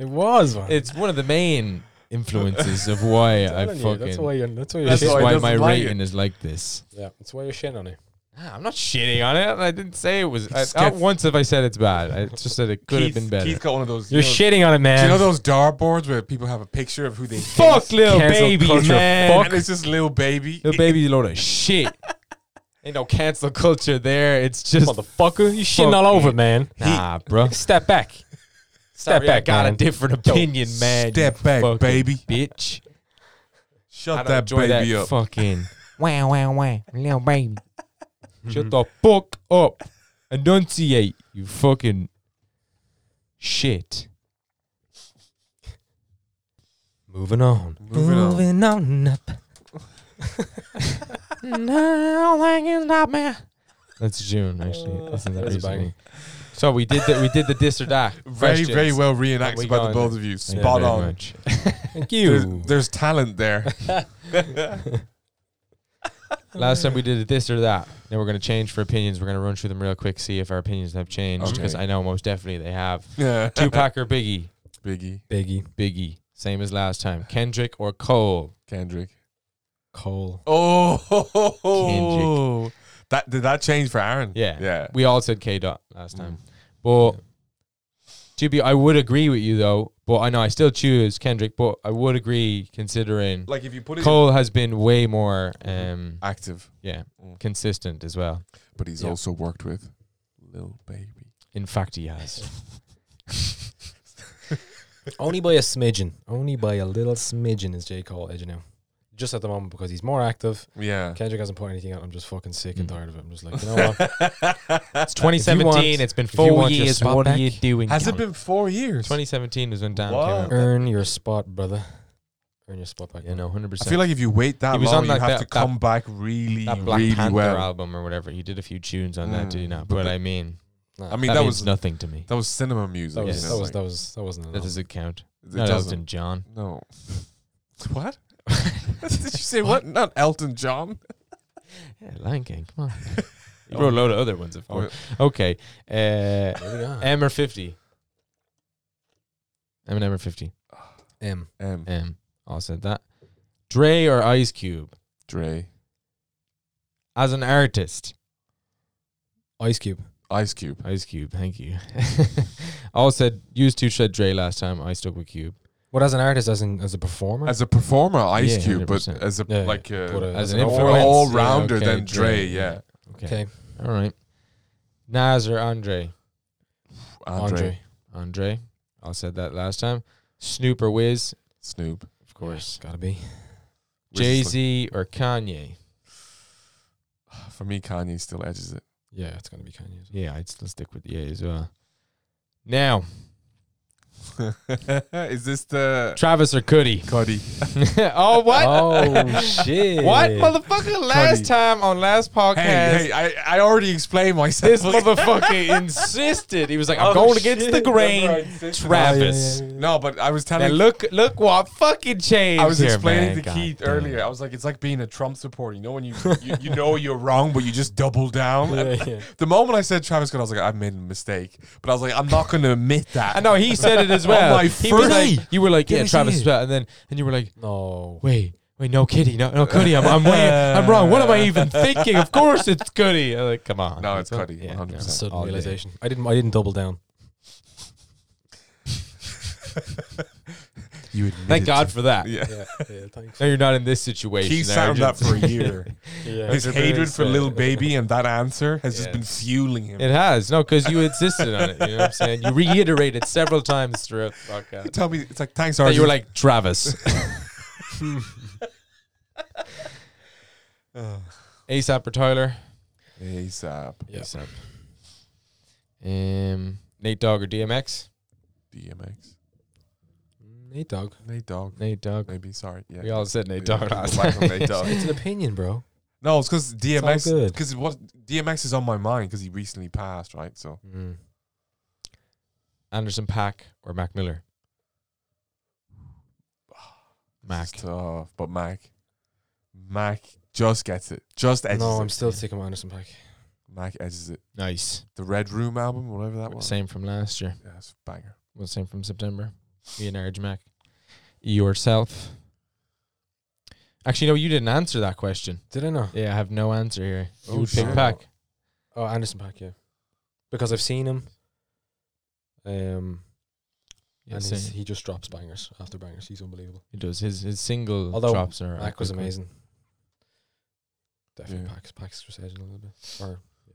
Speaker 4: It was, man.
Speaker 1: it's one of the main influences of why
Speaker 4: I'm
Speaker 1: I
Speaker 4: telling
Speaker 1: fucking.
Speaker 4: you, that's why you're that's why you're
Speaker 2: That's
Speaker 1: this is
Speaker 2: why
Speaker 4: shitting.
Speaker 2: he
Speaker 1: why
Speaker 2: doesn't
Speaker 1: my
Speaker 2: like it.
Speaker 1: rating is like this.
Speaker 4: yeah, that's why you're shitting on it.
Speaker 1: Nah, I'm not shitting on it. I didn't say it was. I,
Speaker 2: just
Speaker 1: not
Speaker 2: gets-
Speaker 1: once have I said it's bad. I just said it could have
Speaker 2: Keith-
Speaker 1: been better.
Speaker 2: Keith got one of those.
Speaker 4: You're
Speaker 2: you know,
Speaker 4: shitting on it, man.
Speaker 2: Do you know those dartboards where people have a picture of who they
Speaker 1: Fuck little
Speaker 4: Cancel
Speaker 1: baby,
Speaker 4: culture,
Speaker 1: man.
Speaker 2: and it's just little baby.
Speaker 1: Little baby's a load of shit. Ain't no cancel culture there. It's just
Speaker 4: motherfucker? You shitting all
Speaker 1: Fuck
Speaker 4: over,
Speaker 1: it.
Speaker 4: it, man.
Speaker 1: nah, bro.
Speaker 4: Step back. Step
Speaker 1: Sorry, I
Speaker 4: back,
Speaker 1: got
Speaker 4: man.
Speaker 1: a different opinion, man. you
Speaker 2: step back,
Speaker 1: fucking
Speaker 2: baby.
Speaker 1: bitch. I
Speaker 2: Shut
Speaker 1: don't
Speaker 2: that
Speaker 1: enjoy
Speaker 2: baby
Speaker 1: that
Speaker 2: up.
Speaker 1: Fucking wow, wow, wow, little baby. Shut the fuck up. Enunciate, you fucking shit.
Speaker 4: Moving on.
Speaker 2: Moving
Speaker 1: on
Speaker 2: on.
Speaker 1: up. Nothing can stop me. That's June,
Speaker 2: Uh,
Speaker 1: actually. That's in
Speaker 4: That
Speaker 1: the
Speaker 4: is a
Speaker 1: recently.
Speaker 4: banger.
Speaker 1: So we did that. We did the this or that.
Speaker 2: Very, very
Speaker 1: questions.
Speaker 2: well
Speaker 1: We
Speaker 2: reenacted by
Speaker 1: got
Speaker 2: the
Speaker 1: it.
Speaker 2: both of you.
Speaker 1: Thank you
Speaker 2: Spot
Speaker 1: very
Speaker 2: on.
Speaker 1: much.
Speaker 4: Thank
Speaker 2: There's,
Speaker 4: you.
Speaker 2: there's talent there.
Speaker 1: Last time we did a this or that. Now we're going to change for opinions. We're going to run through them real quick, see if our opinions have changed, because
Speaker 2: Okay.
Speaker 1: I know most definitely they have.
Speaker 2: Yeah.
Speaker 1: Tupac or Biggie?
Speaker 2: Biggie,
Speaker 4: Biggie,
Speaker 1: Biggie. Same as last time. Kendrick or Cole?
Speaker 2: Kendrick.
Speaker 4: Cole.
Speaker 2: Oh, that did that change for Aaron?
Speaker 1: Yeah.
Speaker 2: yeah.
Speaker 1: We all said K Dot last time.
Speaker 2: Mm.
Speaker 1: But to be, I would agree with you though. But I know I still choose Kendrick. But I would agree considering
Speaker 2: Like if you put it in
Speaker 1: Cole has been way more, um,
Speaker 2: active,
Speaker 1: yeah,
Speaker 2: Mm.
Speaker 1: consistent as well.
Speaker 2: but he's
Speaker 1: Yeah.
Speaker 2: also worked with Lil Baby.
Speaker 1: In fact, he has.
Speaker 4: Only by a smidgen. Only by a little smidgen is J. Cole edging out. Just at the moment because he's more active.
Speaker 2: Yeah.
Speaker 4: Kendrick hasn't put anything out. I'm just fucking sick and
Speaker 1: Mm.
Speaker 4: tired of it. I'm just like, you know what?
Speaker 1: It's 2017.
Speaker 4: want-
Speaker 1: it's been
Speaker 4: if you
Speaker 1: four
Speaker 4: want your
Speaker 1: years.
Speaker 4: spot
Speaker 1: What are
Speaker 4: back-
Speaker 1: you doing?
Speaker 2: Has it
Speaker 1: cunt?
Speaker 2: been four years?
Speaker 1: 2017 is when Damn
Speaker 2: Wow.
Speaker 1: came out.
Speaker 4: Earn your spot, brother. Earn your spot back.
Speaker 1: Yeah, no, 100.
Speaker 2: I
Speaker 1: percent
Speaker 2: feel like if you wait that
Speaker 1: He was
Speaker 2: long,
Speaker 1: on, like,
Speaker 2: you have
Speaker 1: that-
Speaker 2: to
Speaker 1: that-
Speaker 2: come back really,
Speaker 1: that Black
Speaker 2: really
Speaker 1: Panther
Speaker 2: well.
Speaker 1: album or whatever. He did a few tunes on that,
Speaker 2: Mm.
Speaker 1: did he not?
Speaker 2: But
Speaker 1: But
Speaker 2: the-
Speaker 1: I mean,
Speaker 2: I mean,
Speaker 1: that,
Speaker 2: that,
Speaker 1: means
Speaker 2: was
Speaker 1: nothing to me.
Speaker 2: that was cinema music.
Speaker 4: That was,
Speaker 2: you
Speaker 1: Yeah.
Speaker 4: that,
Speaker 2: know,
Speaker 4: was,
Speaker 2: like,
Speaker 4: that, was, that wasn't an
Speaker 1: That
Speaker 4: album.
Speaker 1: doesn't count.
Speaker 2: it
Speaker 1: Not
Speaker 2: doesn't-
Speaker 1: Elton John.
Speaker 2: No. What? Did you say what? Not Elton John?
Speaker 1: Yeah, Lion King. Come on. you wrote a load of other ones, of
Speaker 2: Oh,
Speaker 1: course. Okay. Uh,
Speaker 4: Moving on.
Speaker 1: M or 50? Eminem or 50?
Speaker 4: M.
Speaker 2: Um,
Speaker 1: M. All said that. Dre or Ice Cube?
Speaker 2: Dre,
Speaker 1: As an artist.
Speaker 4: Ice Cube.
Speaker 2: Ice Cube.
Speaker 1: Ice Cube, thank you. All said, used to said Dre last time. I stuck with Cube.
Speaker 4: What as an artist, as in as a performer?
Speaker 2: As a performer, Ice
Speaker 1: Yeah,
Speaker 2: Cube, but
Speaker 1: 100%.
Speaker 2: as a
Speaker 4: Yeah, yeah.
Speaker 2: like uh,
Speaker 4: But, uh,
Speaker 1: As
Speaker 4: as
Speaker 1: an
Speaker 4: an
Speaker 2: more
Speaker 1: influence.
Speaker 2: all
Speaker 1: Yeah,
Speaker 2: rounder
Speaker 1: okay,
Speaker 2: than
Speaker 1: Dre,
Speaker 2: Dre. Yeah,
Speaker 1: Okay.
Speaker 4: okay.
Speaker 1: All right. Nas or Andre?
Speaker 2: Andre,
Speaker 4: Andre.
Speaker 1: Andre. I said that last time. Snoop or Wiz?
Speaker 2: Snoop,
Speaker 1: Of course.
Speaker 4: Gotta be.
Speaker 2: Wiz is
Speaker 1: Jay Z or Kanye?
Speaker 2: like- for me, Kanye still edges it.
Speaker 4: Yeah, it's gonna be Kanye.
Speaker 1: Yeah, I'd still stick with Ye as well. Now,
Speaker 2: Is this the
Speaker 1: Travis or Cuddy?
Speaker 2: Cuddy?
Speaker 1: oh, what?
Speaker 4: Oh shit!
Speaker 1: What motherfucker? Last time on last podcast,
Speaker 2: Hey, hey, I, I already explained myself.
Speaker 1: this motherfucker insisted. He was like, "I'm
Speaker 2: Oh,
Speaker 1: going
Speaker 2: shit.
Speaker 1: against the
Speaker 2: Remember I
Speaker 1: grain."
Speaker 2: insisted on-
Speaker 1: Travis.
Speaker 2: No, but I was
Speaker 1: Now
Speaker 2: telling.
Speaker 1: look, look what fucking changed.
Speaker 2: I was
Speaker 1: here,
Speaker 2: explaining
Speaker 1: man.
Speaker 2: to
Speaker 1: God
Speaker 2: Keith
Speaker 1: damn.
Speaker 2: earlier. I was like, it's like being a Trump supporter. You know when you you, you know you're wrong, but you just double down. And
Speaker 4: Yeah, yeah.
Speaker 2: The moment I said Travis Scott, I was like, I made a mistake. But I was like, I'm not going to admit that.
Speaker 1: I know he said it as well.
Speaker 2: On my
Speaker 1: He was
Speaker 2: first-
Speaker 1: like- you were like,
Speaker 2: Did
Speaker 1: "Yeah,
Speaker 2: I say
Speaker 1: Travis,"
Speaker 2: it?
Speaker 1: as well, and then and you were like,
Speaker 4: No.
Speaker 1: "Wait, wait, no, Kitty, no, no, Cuddy, I'm, I'm, way, I'm wrong. What am I even thinking? Of course, it's Cuddy." I'm like, come on,
Speaker 2: No, it's Cuddy,
Speaker 1: Yeah,
Speaker 2: 100%.
Speaker 1: no.
Speaker 4: Sudden
Speaker 1: All day.
Speaker 4: realization. Oh, I didn't. I didn't double down.
Speaker 2: you admitted
Speaker 1: Thank God
Speaker 2: to-
Speaker 1: for that.
Speaker 2: Yeah.
Speaker 4: Yeah. yeah thanks.
Speaker 1: No, you're not in this situation.
Speaker 2: Keith
Speaker 1: They're
Speaker 2: sat on that
Speaker 1: just-
Speaker 2: for a year.
Speaker 4: Yeah.
Speaker 2: His
Speaker 1: That's very
Speaker 2: hatred for Lil
Speaker 1: sad.
Speaker 2: Baby and that answer has just
Speaker 1: Yeah.
Speaker 2: been fueling him.
Speaker 1: It has. No, because you insisted on it. You know what I'm saying? You reiterated several times throughout the
Speaker 2: You
Speaker 1: podcast.
Speaker 2: tell me, it's like, thanks,
Speaker 1: That
Speaker 2: Arjun.
Speaker 1: you were like, Travis. ASAP or Tyler?
Speaker 2: ASAP,
Speaker 4: Yeah.
Speaker 1: ASAP. Um, Nate Dogg or DMX?
Speaker 2: DMX.
Speaker 4: Nate Dogg.
Speaker 2: Nate Dogg.
Speaker 1: Nate Dogg.
Speaker 2: Maybe, sorry. Yeah.
Speaker 1: We all said Nate
Speaker 2: Yeah,
Speaker 1: Dogg
Speaker 2: go
Speaker 1: last
Speaker 2: back on
Speaker 1: time.
Speaker 2: Nate Dogg.
Speaker 4: It's an opinion, bro.
Speaker 2: No, it's because DMX.
Speaker 4: good.
Speaker 2: Because what DMX is on my mind because he recently passed, right? So
Speaker 4: Mm.
Speaker 1: Anderson Pack or Mac Miller? Mac.
Speaker 2: It's tough, but Mac, Mac just gets it. Just edges
Speaker 4: No,
Speaker 2: it.
Speaker 4: I'm still sticking with Anderson Pack.
Speaker 2: Mac edges it.
Speaker 1: Nice.
Speaker 2: The Red Room album, whatever that was.
Speaker 1: Same from last year.
Speaker 2: Yeah, it's a banger.
Speaker 1: Well, same from September. Me and Arj Mac. Yourself. Actually, no, you didn't answer that question.
Speaker 4: Did I know?
Speaker 1: Yeah, I have no answer here.
Speaker 2: Oh,
Speaker 1: you would pick
Speaker 2: shit.
Speaker 1: Pack.
Speaker 4: Oh, Anderson Pack, yeah. Because I've seen him. Um,
Speaker 1: Yeah,
Speaker 4: and he's,
Speaker 1: same.
Speaker 4: he just drops bangers after bangers. He's unbelievable.
Speaker 1: He does. His his single
Speaker 4: Although
Speaker 1: drops are
Speaker 4: Pack was
Speaker 1: epic.
Speaker 4: amazing. Definitely
Speaker 2: Yeah.
Speaker 4: Pack's Pack's just edging a little bit. Or yeah,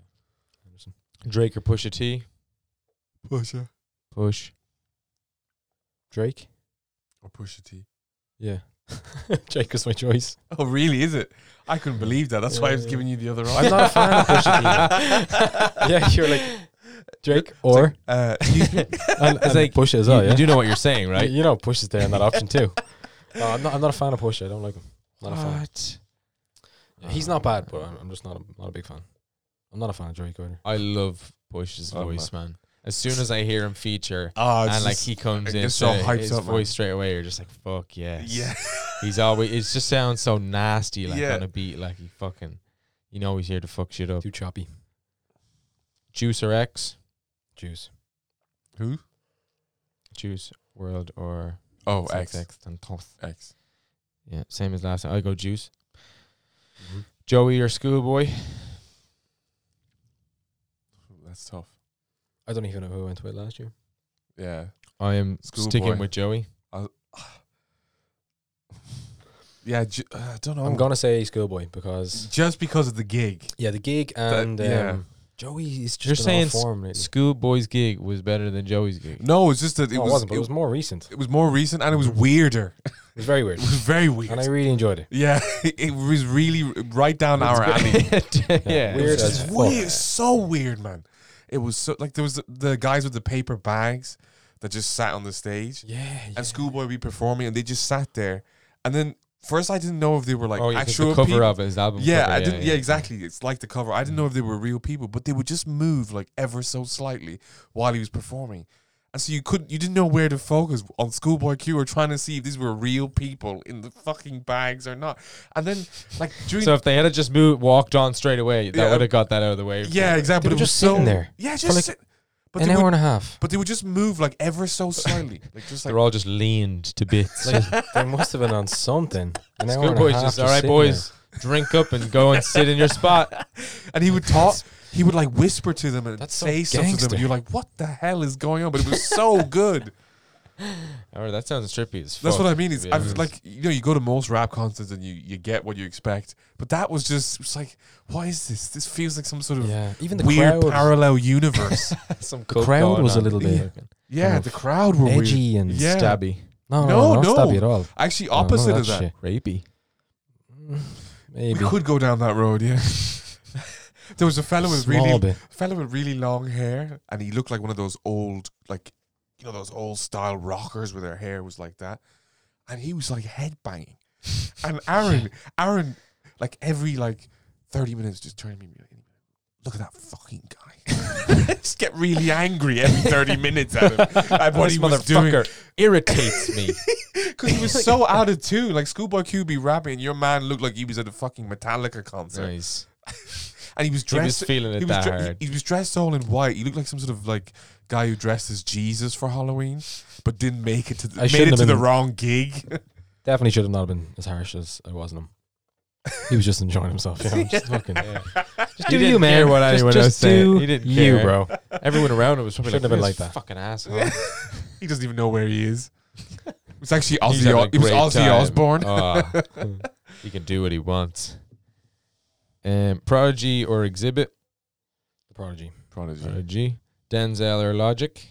Speaker 4: Anderson.
Speaker 1: Drake or Pusha T?
Speaker 2: Pusha
Speaker 1: Push.
Speaker 4: Drake.
Speaker 2: or Pusha T.
Speaker 4: Yeah, Drake was my choice.
Speaker 2: Oh, really? Is it? I couldn't believe that. That's why I was
Speaker 4: Yeah.
Speaker 2: giving you the other
Speaker 4: I'm
Speaker 2: option.
Speaker 4: not a fan of Pusha T. yeah, you're like Drake or
Speaker 2: Uh, excuse me.
Speaker 4: and,
Speaker 1: It's
Speaker 4: and
Speaker 1: like,
Speaker 4: Pusha as
Speaker 1: you,
Speaker 4: well.
Speaker 1: you
Speaker 4: yeah,
Speaker 1: do know what you're saying, right?
Speaker 4: You- you know Push is there in that option too. No, I'm not. I'm not a fan of Pusha. I don't like him. Not a fan.
Speaker 1: What?
Speaker 4: Yeah, he's not bad,
Speaker 1: Uh.
Speaker 4: but I'm, I'm just not a, not a big fan. I'm not a fan of Drake either.
Speaker 1: I love Push's
Speaker 2: Oh,
Speaker 1: voice, man. As soon as I hear him feature
Speaker 2: Ah, it's
Speaker 1: and like
Speaker 2: just-
Speaker 1: he comes
Speaker 2: it
Speaker 1: in,
Speaker 2: gets so
Speaker 1: straight-
Speaker 2: hyped
Speaker 1: his
Speaker 2: up, man.
Speaker 1: voice straight away, you're just like, fuck yes.
Speaker 2: yeah.
Speaker 1: He's always, it just sounds so nasty, like
Speaker 2: Yeah.
Speaker 1: on a beat, like he fucking, you know, he's here to fuck shit up.
Speaker 4: Too choppy.
Speaker 1: Juice or X?
Speaker 4: Jews.
Speaker 2: Who?
Speaker 1: Juice, World, or
Speaker 2: Oh,
Speaker 1: Sex,
Speaker 2: X. X.
Speaker 1: X, and Toth. Yeah, same as last time. I go Juice.
Speaker 2: Mhm.
Speaker 1: Joey or Schoolboy?
Speaker 2: That's tough.
Speaker 4: I don't even know who I went with last year.
Speaker 2: Yeah.
Speaker 1: I am sticking
Speaker 2: Schoolboy.
Speaker 1: with Joey.
Speaker 2: Yeah. Ju- uh, I don't know.
Speaker 1: Oh.
Speaker 4: I'm gonna say Schoolboy because
Speaker 2: just because of the gig.
Speaker 4: yeah, the gig
Speaker 2: That-
Speaker 4: and
Speaker 2: yeah.
Speaker 4: um, Joey is
Speaker 1: You're
Speaker 4: just
Speaker 1: saying
Speaker 4: in all
Speaker 1: s-
Speaker 4: form lately.
Speaker 1: Schoolboy's gig was better than Joey's gig.
Speaker 2: No, it's just that it,
Speaker 4: No, it
Speaker 2: was,
Speaker 4: wasn't, but
Speaker 2: it,
Speaker 4: it was more recent.
Speaker 2: it was more recent and it was weirder.
Speaker 4: It was very
Speaker 2: It
Speaker 4: weird,
Speaker 2: was very weird.
Speaker 4: and I really enjoyed it.
Speaker 2: yeah, it was really right down our alley.
Speaker 1: yeah.
Speaker 4: Weird
Speaker 2: It's
Speaker 4: as
Speaker 2: just
Speaker 4: fuck.
Speaker 2: weird, so weird, man. It was so like there was the, the guys with the paper bags that just sat on the stage,
Speaker 4: Yeah, yeah.
Speaker 2: and Schoolboy would be performing, and they just sat there. And then first, I didn't know if they were like
Speaker 1: oh, yeah, 'cause
Speaker 2: actual
Speaker 1: the cover
Speaker 2: people.
Speaker 1: of his album.
Speaker 2: Yeah,
Speaker 1: cover,
Speaker 2: I didn't. Yeah, exactly. It's like the cover. I didn't know if they were real people, but they would just move like ever so slightly while he was performing, and so you couldn't. You didn't know where to focus on Schoolboy Q or trying to see if these were real people in the fucking bags or not. And then, like during,
Speaker 1: So if they had just moved, walked on straight away, that
Speaker 2: Yeah.
Speaker 1: would have got that out of the way.
Speaker 2: yeah, exactly. but
Speaker 4: They were
Speaker 2: it was
Speaker 4: just sitting
Speaker 2: so-
Speaker 4: there
Speaker 2: Yeah,
Speaker 4: for,
Speaker 2: just
Speaker 4: like,
Speaker 2: sit. But
Speaker 4: an
Speaker 2: they
Speaker 4: hour
Speaker 2: would,
Speaker 4: and a half.
Speaker 2: but they would just move like ever so slightly, like just like
Speaker 1: They're all just leaned to bits.
Speaker 4: Like, they must have been on something. An hour and a
Speaker 1: Schoolboy's
Speaker 4: half
Speaker 1: just, all right,
Speaker 4: sitting
Speaker 1: boys, drink up and go and sit in your spot.
Speaker 2: and he would talk. He would like whisper to them and
Speaker 4: That's so
Speaker 2: say stuff to them,
Speaker 4: gangster.
Speaker 2: and you're like, "What the hell is going on?" But it was so good.
Speaker 1: All right, that sounds trippy as fuck.
Speaker 2: That's what I mean. Is
Speaker 1: to be
Speaker 2: I've
Speaker 1: honest.
Speaker 2: like you know you go to most rap concerts and you you get what you expect, but that was just it's like why is this? This feels like some sort
Speaker 4: there.
Speaker 2: of
Speaker 4: Yeah, even the
Speaker 2: weird
Speaker 4: crowd,
Speaker 2: parallel universe.
Speaker 1: Some
Speaker 4: the
Speaker 1: coke
Speaker 4: crowd
Speaker 1: going
Speaker 4: was a
Speaker 1: on.
Speaker 4: little bit
Speaker 2: yeah,
Speaker 4: Kind
Speaker 2: the crowd were weird.
Speaker 4: edgy and
Speaker 2: Yeah.
Speaker 1: stabby,
Speaker 2: No,
Speaker 4: no, no, no, not
Speaker 2: no.
Speaker 4: stabby at all.
Speaker 2: Actually,
Speaker 4: No, none of
Speaker 2: opposite of that.
Speaker 4: shit.
Speaker 1: rapey.
Speaker 4: Maybe
Speaker 2: We could go down that road. Yeah, there was a fellow with
Speaker 4: Small
Speaker 2: really
Speaker 4: bit.
Speaker 2: fellow with really long hair, and he looked like one of those old, like, you know, those old style rockers where their hair was like that, and he was like head banging, and Aaron, Aaron, like every like thirty minutes, just turned to me, and be like, look at that fucking guy, just get really angry every thirty minutes at him at what
Speaker 1: this
Speaker 2: he was doing
Speaker 1: motherfucker irritates me.
Speaker 2: because he was so out of tune. Like Schoolboy Q be rapping, and your man looked like he was at a fucking Metallica concert
Speaker 1: nice.
Speaker 2: and he was
Speaker 1: He was
Speaker 2: dressed.
Speaker 1: feeling it
Speaker 2: he was
Speaker 1: that
Speaker 2: dre-
Speaker 1: hard.
Speaker 2: He, he was dressed all in white. He looked like some sort of like guy who dressed as Jesus for Halloween, but didn't make it to the,
Speaker 4: I
Speaker 2: made
Speaker 4: shouldn't
Speaker 2: it
Speaker 4: have
Speaker 2: to the
Speaker 4: been-
Speaker 2: wrong gig.
Speaker 4: definitely should have not been as harsh as I was on him. He was just enjoying himself. Yeah, just fucking, just
Speaker 1: He
Speaker 4: do you,
Speaker 1: didn't
Speaker 4: man.
Speaker 1: care what
Speaker 4: just,
Speaker 1: anyone
Speaker 4: just
Speaker 1: else said.
Speaker 4: do
Speaker 1: He didn't
Speaker 4: you,
Speaker 1: care.
Speaker 4: bro.
Speaker 1: Everyone around him was probably
Speaker 4: Shouldn't
Speaker 1: like,
Speaker 4: have been
Speaker 1: "Look
Speaker 4: like
Speaker 1: at this
Speaker 4: that."
Speaker 1: fucking asshole.
Speaker 2: he doesn't even know where he is. It's actually
Speaker 1: He's
Speaker 2: Ozzy.
Speaker 1: having a
Speaker 2: O- it was
Speaker 1: great
Speaker 2: Ozzy
Speaker 1: time.
Speaker 2: Osbourne.
Speaker 1: Ah, he can do what he wants. Um, Prodigy or Exhibit?
Speaker 4: The prodigy,
Speaker 2: Prodigy,
Speaker 1: Prodigy. Denzel or Logic?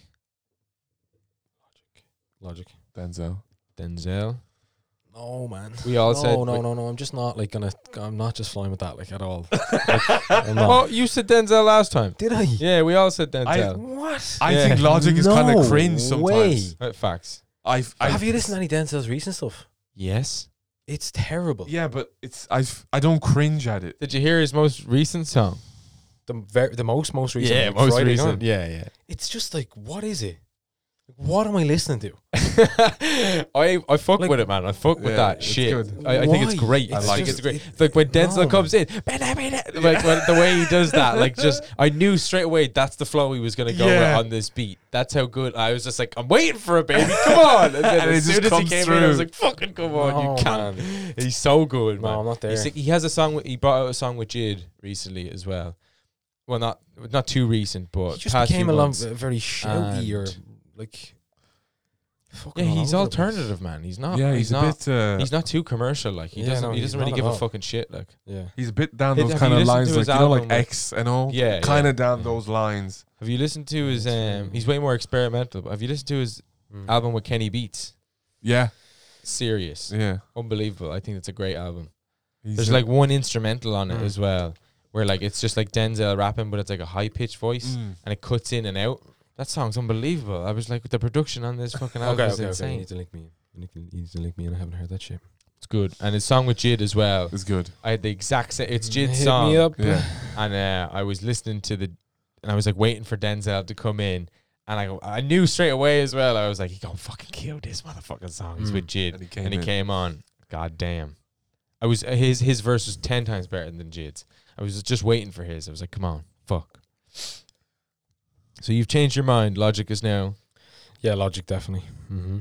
Speaker 4: logic.
Speaker 2: Denzel.
Speaker 1: Denzel.
Speaker 4: No, man.
Speaker 1: We all
Speaker 4: no,
Speaker 1: said.
Speaker 4: no,
Speaker 1: we-
Speaker 4: no, no. I'm just not like gonna. I'm not just flying with that like at all. Like, I'm not.
Speaker 1: Oh, you said Denzel last time.
Speaker 4: Did I?
Speaker 1: Yeah, we all said Denzel.
Speaker 4: What?
Speaker 2: I
Speaker 1: Yeah.
Speaker 2: think Logic is kind
Speaker 4: No
Speaker 2: of cringe
Speaker 4: way.
Speaker 2: sometimes.
Speaker 1: Uh, facts.
Speaker 2: I've, I've
Speaker 4: Have you listened to any Denzel's recent stuff?
Speaker 1: Yes.
Speaker 4: It's terrible.
Speaker 2: Yeah, but it's I I don't cringe at it.
Speaker 1: Did you hear his most recent song?
Speaker 4: The ver- the most most recent. like, Friday Night.
Speaker 1: Yeah, yeah.
Speaker 4: It's just like what is it? What am I listening to?
Speaker 1: I I fuck
Speaker 4: Like-
Speaker 1: with it, man. I fuck with
Speaker 2: Yeah,
Speaker 1: that
Speaker 2: it's
Speaker 1: shit.
Speaker 2: good.
Speaker 1: I, I think it's
Speaker 4: Why?
Speaker 1: great.
Speaker 4: It's
Speaker 1: I like it.
Speaker 4: just-
Speaker 1: it's great.
Speaker 4: it-
Speaker 1: like when
Speaker 4: no.
Speaker 1: Denzel comes in, like when, the way he does that, like just I knew straight away that's the flow he was gonna go
Speaker 2: Yeah.
Speaker 1: with on this beat. That's how good. I was just like, I'm waiting for it, baby. Come on. And then
Speaker 2: And it
Speaker 1: as soon as
Speaker 2: just
Speaker 1: he
Speaker 2: comes
Speaker 1: came in, I was
Speaker 2: through.
Speaker 1: like, fucking come on,
Speaker 4: No,
Speaker 1: Oh, you can't. He's so good, man.
Speaker 4: Oh, No, I'm not there.
Speaker 1: He's like- he has a song. With, he brought out a song with Jid recently as well. Well, not not too recent, but
Speaker 4: He just
Speaker 1: past
Speaker 4: became a
Speaker 1: few
Speaker 4: lot
Speaker 1: months.
Speaker 4: uh, very shouty or like.
Speaker 1: Yeah,
Speaker 4: fucking all
Speaker 1: he's
Speaker 4: over the place.
Speaker 1: alternative, man. He's not.
Speaker 2: yeah, he's, a
Speaker 1: not,
Speaker 2: bit. Uh,
Speaker 1: He's not too commercial. Like he
Speaker 4: Yeah,
Speaker 1: doesn't.
Speaker 4: no,
Speaker 1: he doesn't
Speaker 4: he's
Speaker 1: really
Speaker 4: not
Speaker 1: give
Speaker 4: at
Speaker 1: a
Speaker 4: all.
Speaker 1: fucking shit. Like
Speaker 4: Yeah.
Speaker 2: he's a bit down
Speaker 1: Hey,
Speaker 2: those
Speaker 1: have you
Speaker 2: kind of
Speaker 1: listened
Speaker 2: lines,
Speaker 1: to
Speaker 2: like
Speaker 1: his
Speaker 2: you know, like
Speaker 1: album with-
Speaker 2: X and all.
Speaker 1: Yeah,
Speaker 2: kind
Speaker 1: yeah.
Speaker 2: of down
Speaker 4: Yeah.
Speaker 2: those lines.
Speaker 1: have you listened to his?
Speaker 4: That's
Speaker 1: Um,
Speaker 4: true.
Speaker 1: he's way more experimental. But have you listened to his
Speaker 4: Mm.
Speaker 1: album with Kenny Beats?
Speaker 2: Yeah,
Speaker 1: Serious,
Speaker 2: yeah.
Speaker 1: unbelievable. I think it's a great album.
Speaker 2: He's
Speaker 1: There's
Speaker 2: a-
Speaker 1: like one instrumental on it
Speaker 4: Mm.
Speaker 1: as well, where like it's just like Denzel rapping, but it's like a high pitched voice,
Speaker 2: Mm.
Speaker 1: and it cuts in and out. That song's unbelievable. I was like, the production on this fucking album
Speaker 4: Okay,
Speaker 1: is
Speaker 4: okay, okay.
Speaker 1: insane.
Speaker 4: You need to link me. You need to, you need to link me, and I haven't heard that shit.
Speaker 1: It's good, and his song with Jid as well.
Speaker 2: It's good.
Speaker 1: I had the exact same. It's Jid's
Speaker 4: Mm, Hit
Speaker 1: song.
Speaker 4: me up.
Speaker 2: Yeah.
Speaker 1: and uh, I was listening to the, and I was like waiting for Denzel to come in, and I go, I knew straight away as well. I was like, he gonna fucking kill this motherfucking song. He's
Speaker 4: Mm.
Speaker 1: with Jid,
Speaker 2: And
Speaker 1: and
Speaker 2: he
Speaker 1: he
Speaker 2: came
Speaker 1: came,
Speaker 2: in.
Speaker 1: on. God damn, I was uh, his his verse was ten times better than Jid's. I was just waiting for his. I was like, come on, fuck. So you've changed your mind. Logic is now.
Speaker 4: Yeah, Logic definitely. Mm-hmm.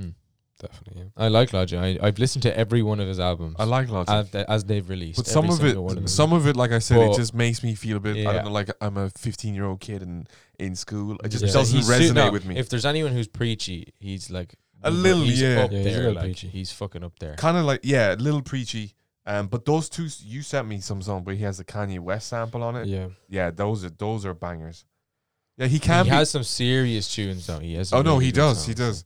Speaker 1: Mm.
Speaker 4: Definitely. Yeah.
Speaker 1: I like Logic. I, I've listened to every one of his albums
Speaker 2: I like Logic.
Speaker 1: as, they- as they've released.
Speaker 2: but
Speaker 1: every
Speaker 2: some of it,
Speaker 1: single one them.
Speaker 2: some of it, like I said, it
Speaker 1: But-
Speaker 2: just makes me feel a bit. I
Speaker 1: Yeah.
Speaker 2: don't know, like I'm a 15 year old kid and in school. It just
Speaker 4: Yeah.
Speaker 2: doesn't
Speaker 1: He's
Speaker 2: resonate
Speaker 1: su- no,
Speaker 2: with me.
Speaker 1: If there's anyone who's preachy, he's like
Speaker 2: A little,
Speaker 1: he's
Speaker 2: yeah.
Speaker 1: up
Speaker 4: Yeah, he's a
Speaker 1: there,
Speaker 4: little
Speaker 1: like,
Speaker 4: preachy.
Speaker 1: He's fucking up there.
Speaker 2: kind of like yeah, a little preachy. Um, but those two, s- you sent me some song, but he has the Kanye West sample on it. Yeah,
Speaker 4: Yeah.
Speaker 2: those are those are bangers. Yeah, he can.
Speaker 1: he
Speaker 2: be,
Speaker 1: has some serious tunes though. He has. some
Speaker 2: oh no,
Speaker 1: really
Speaker 2: he
Speaker 1: good
Speaker 2: does. He
Speaker 1: songs.
Speaker 2: does.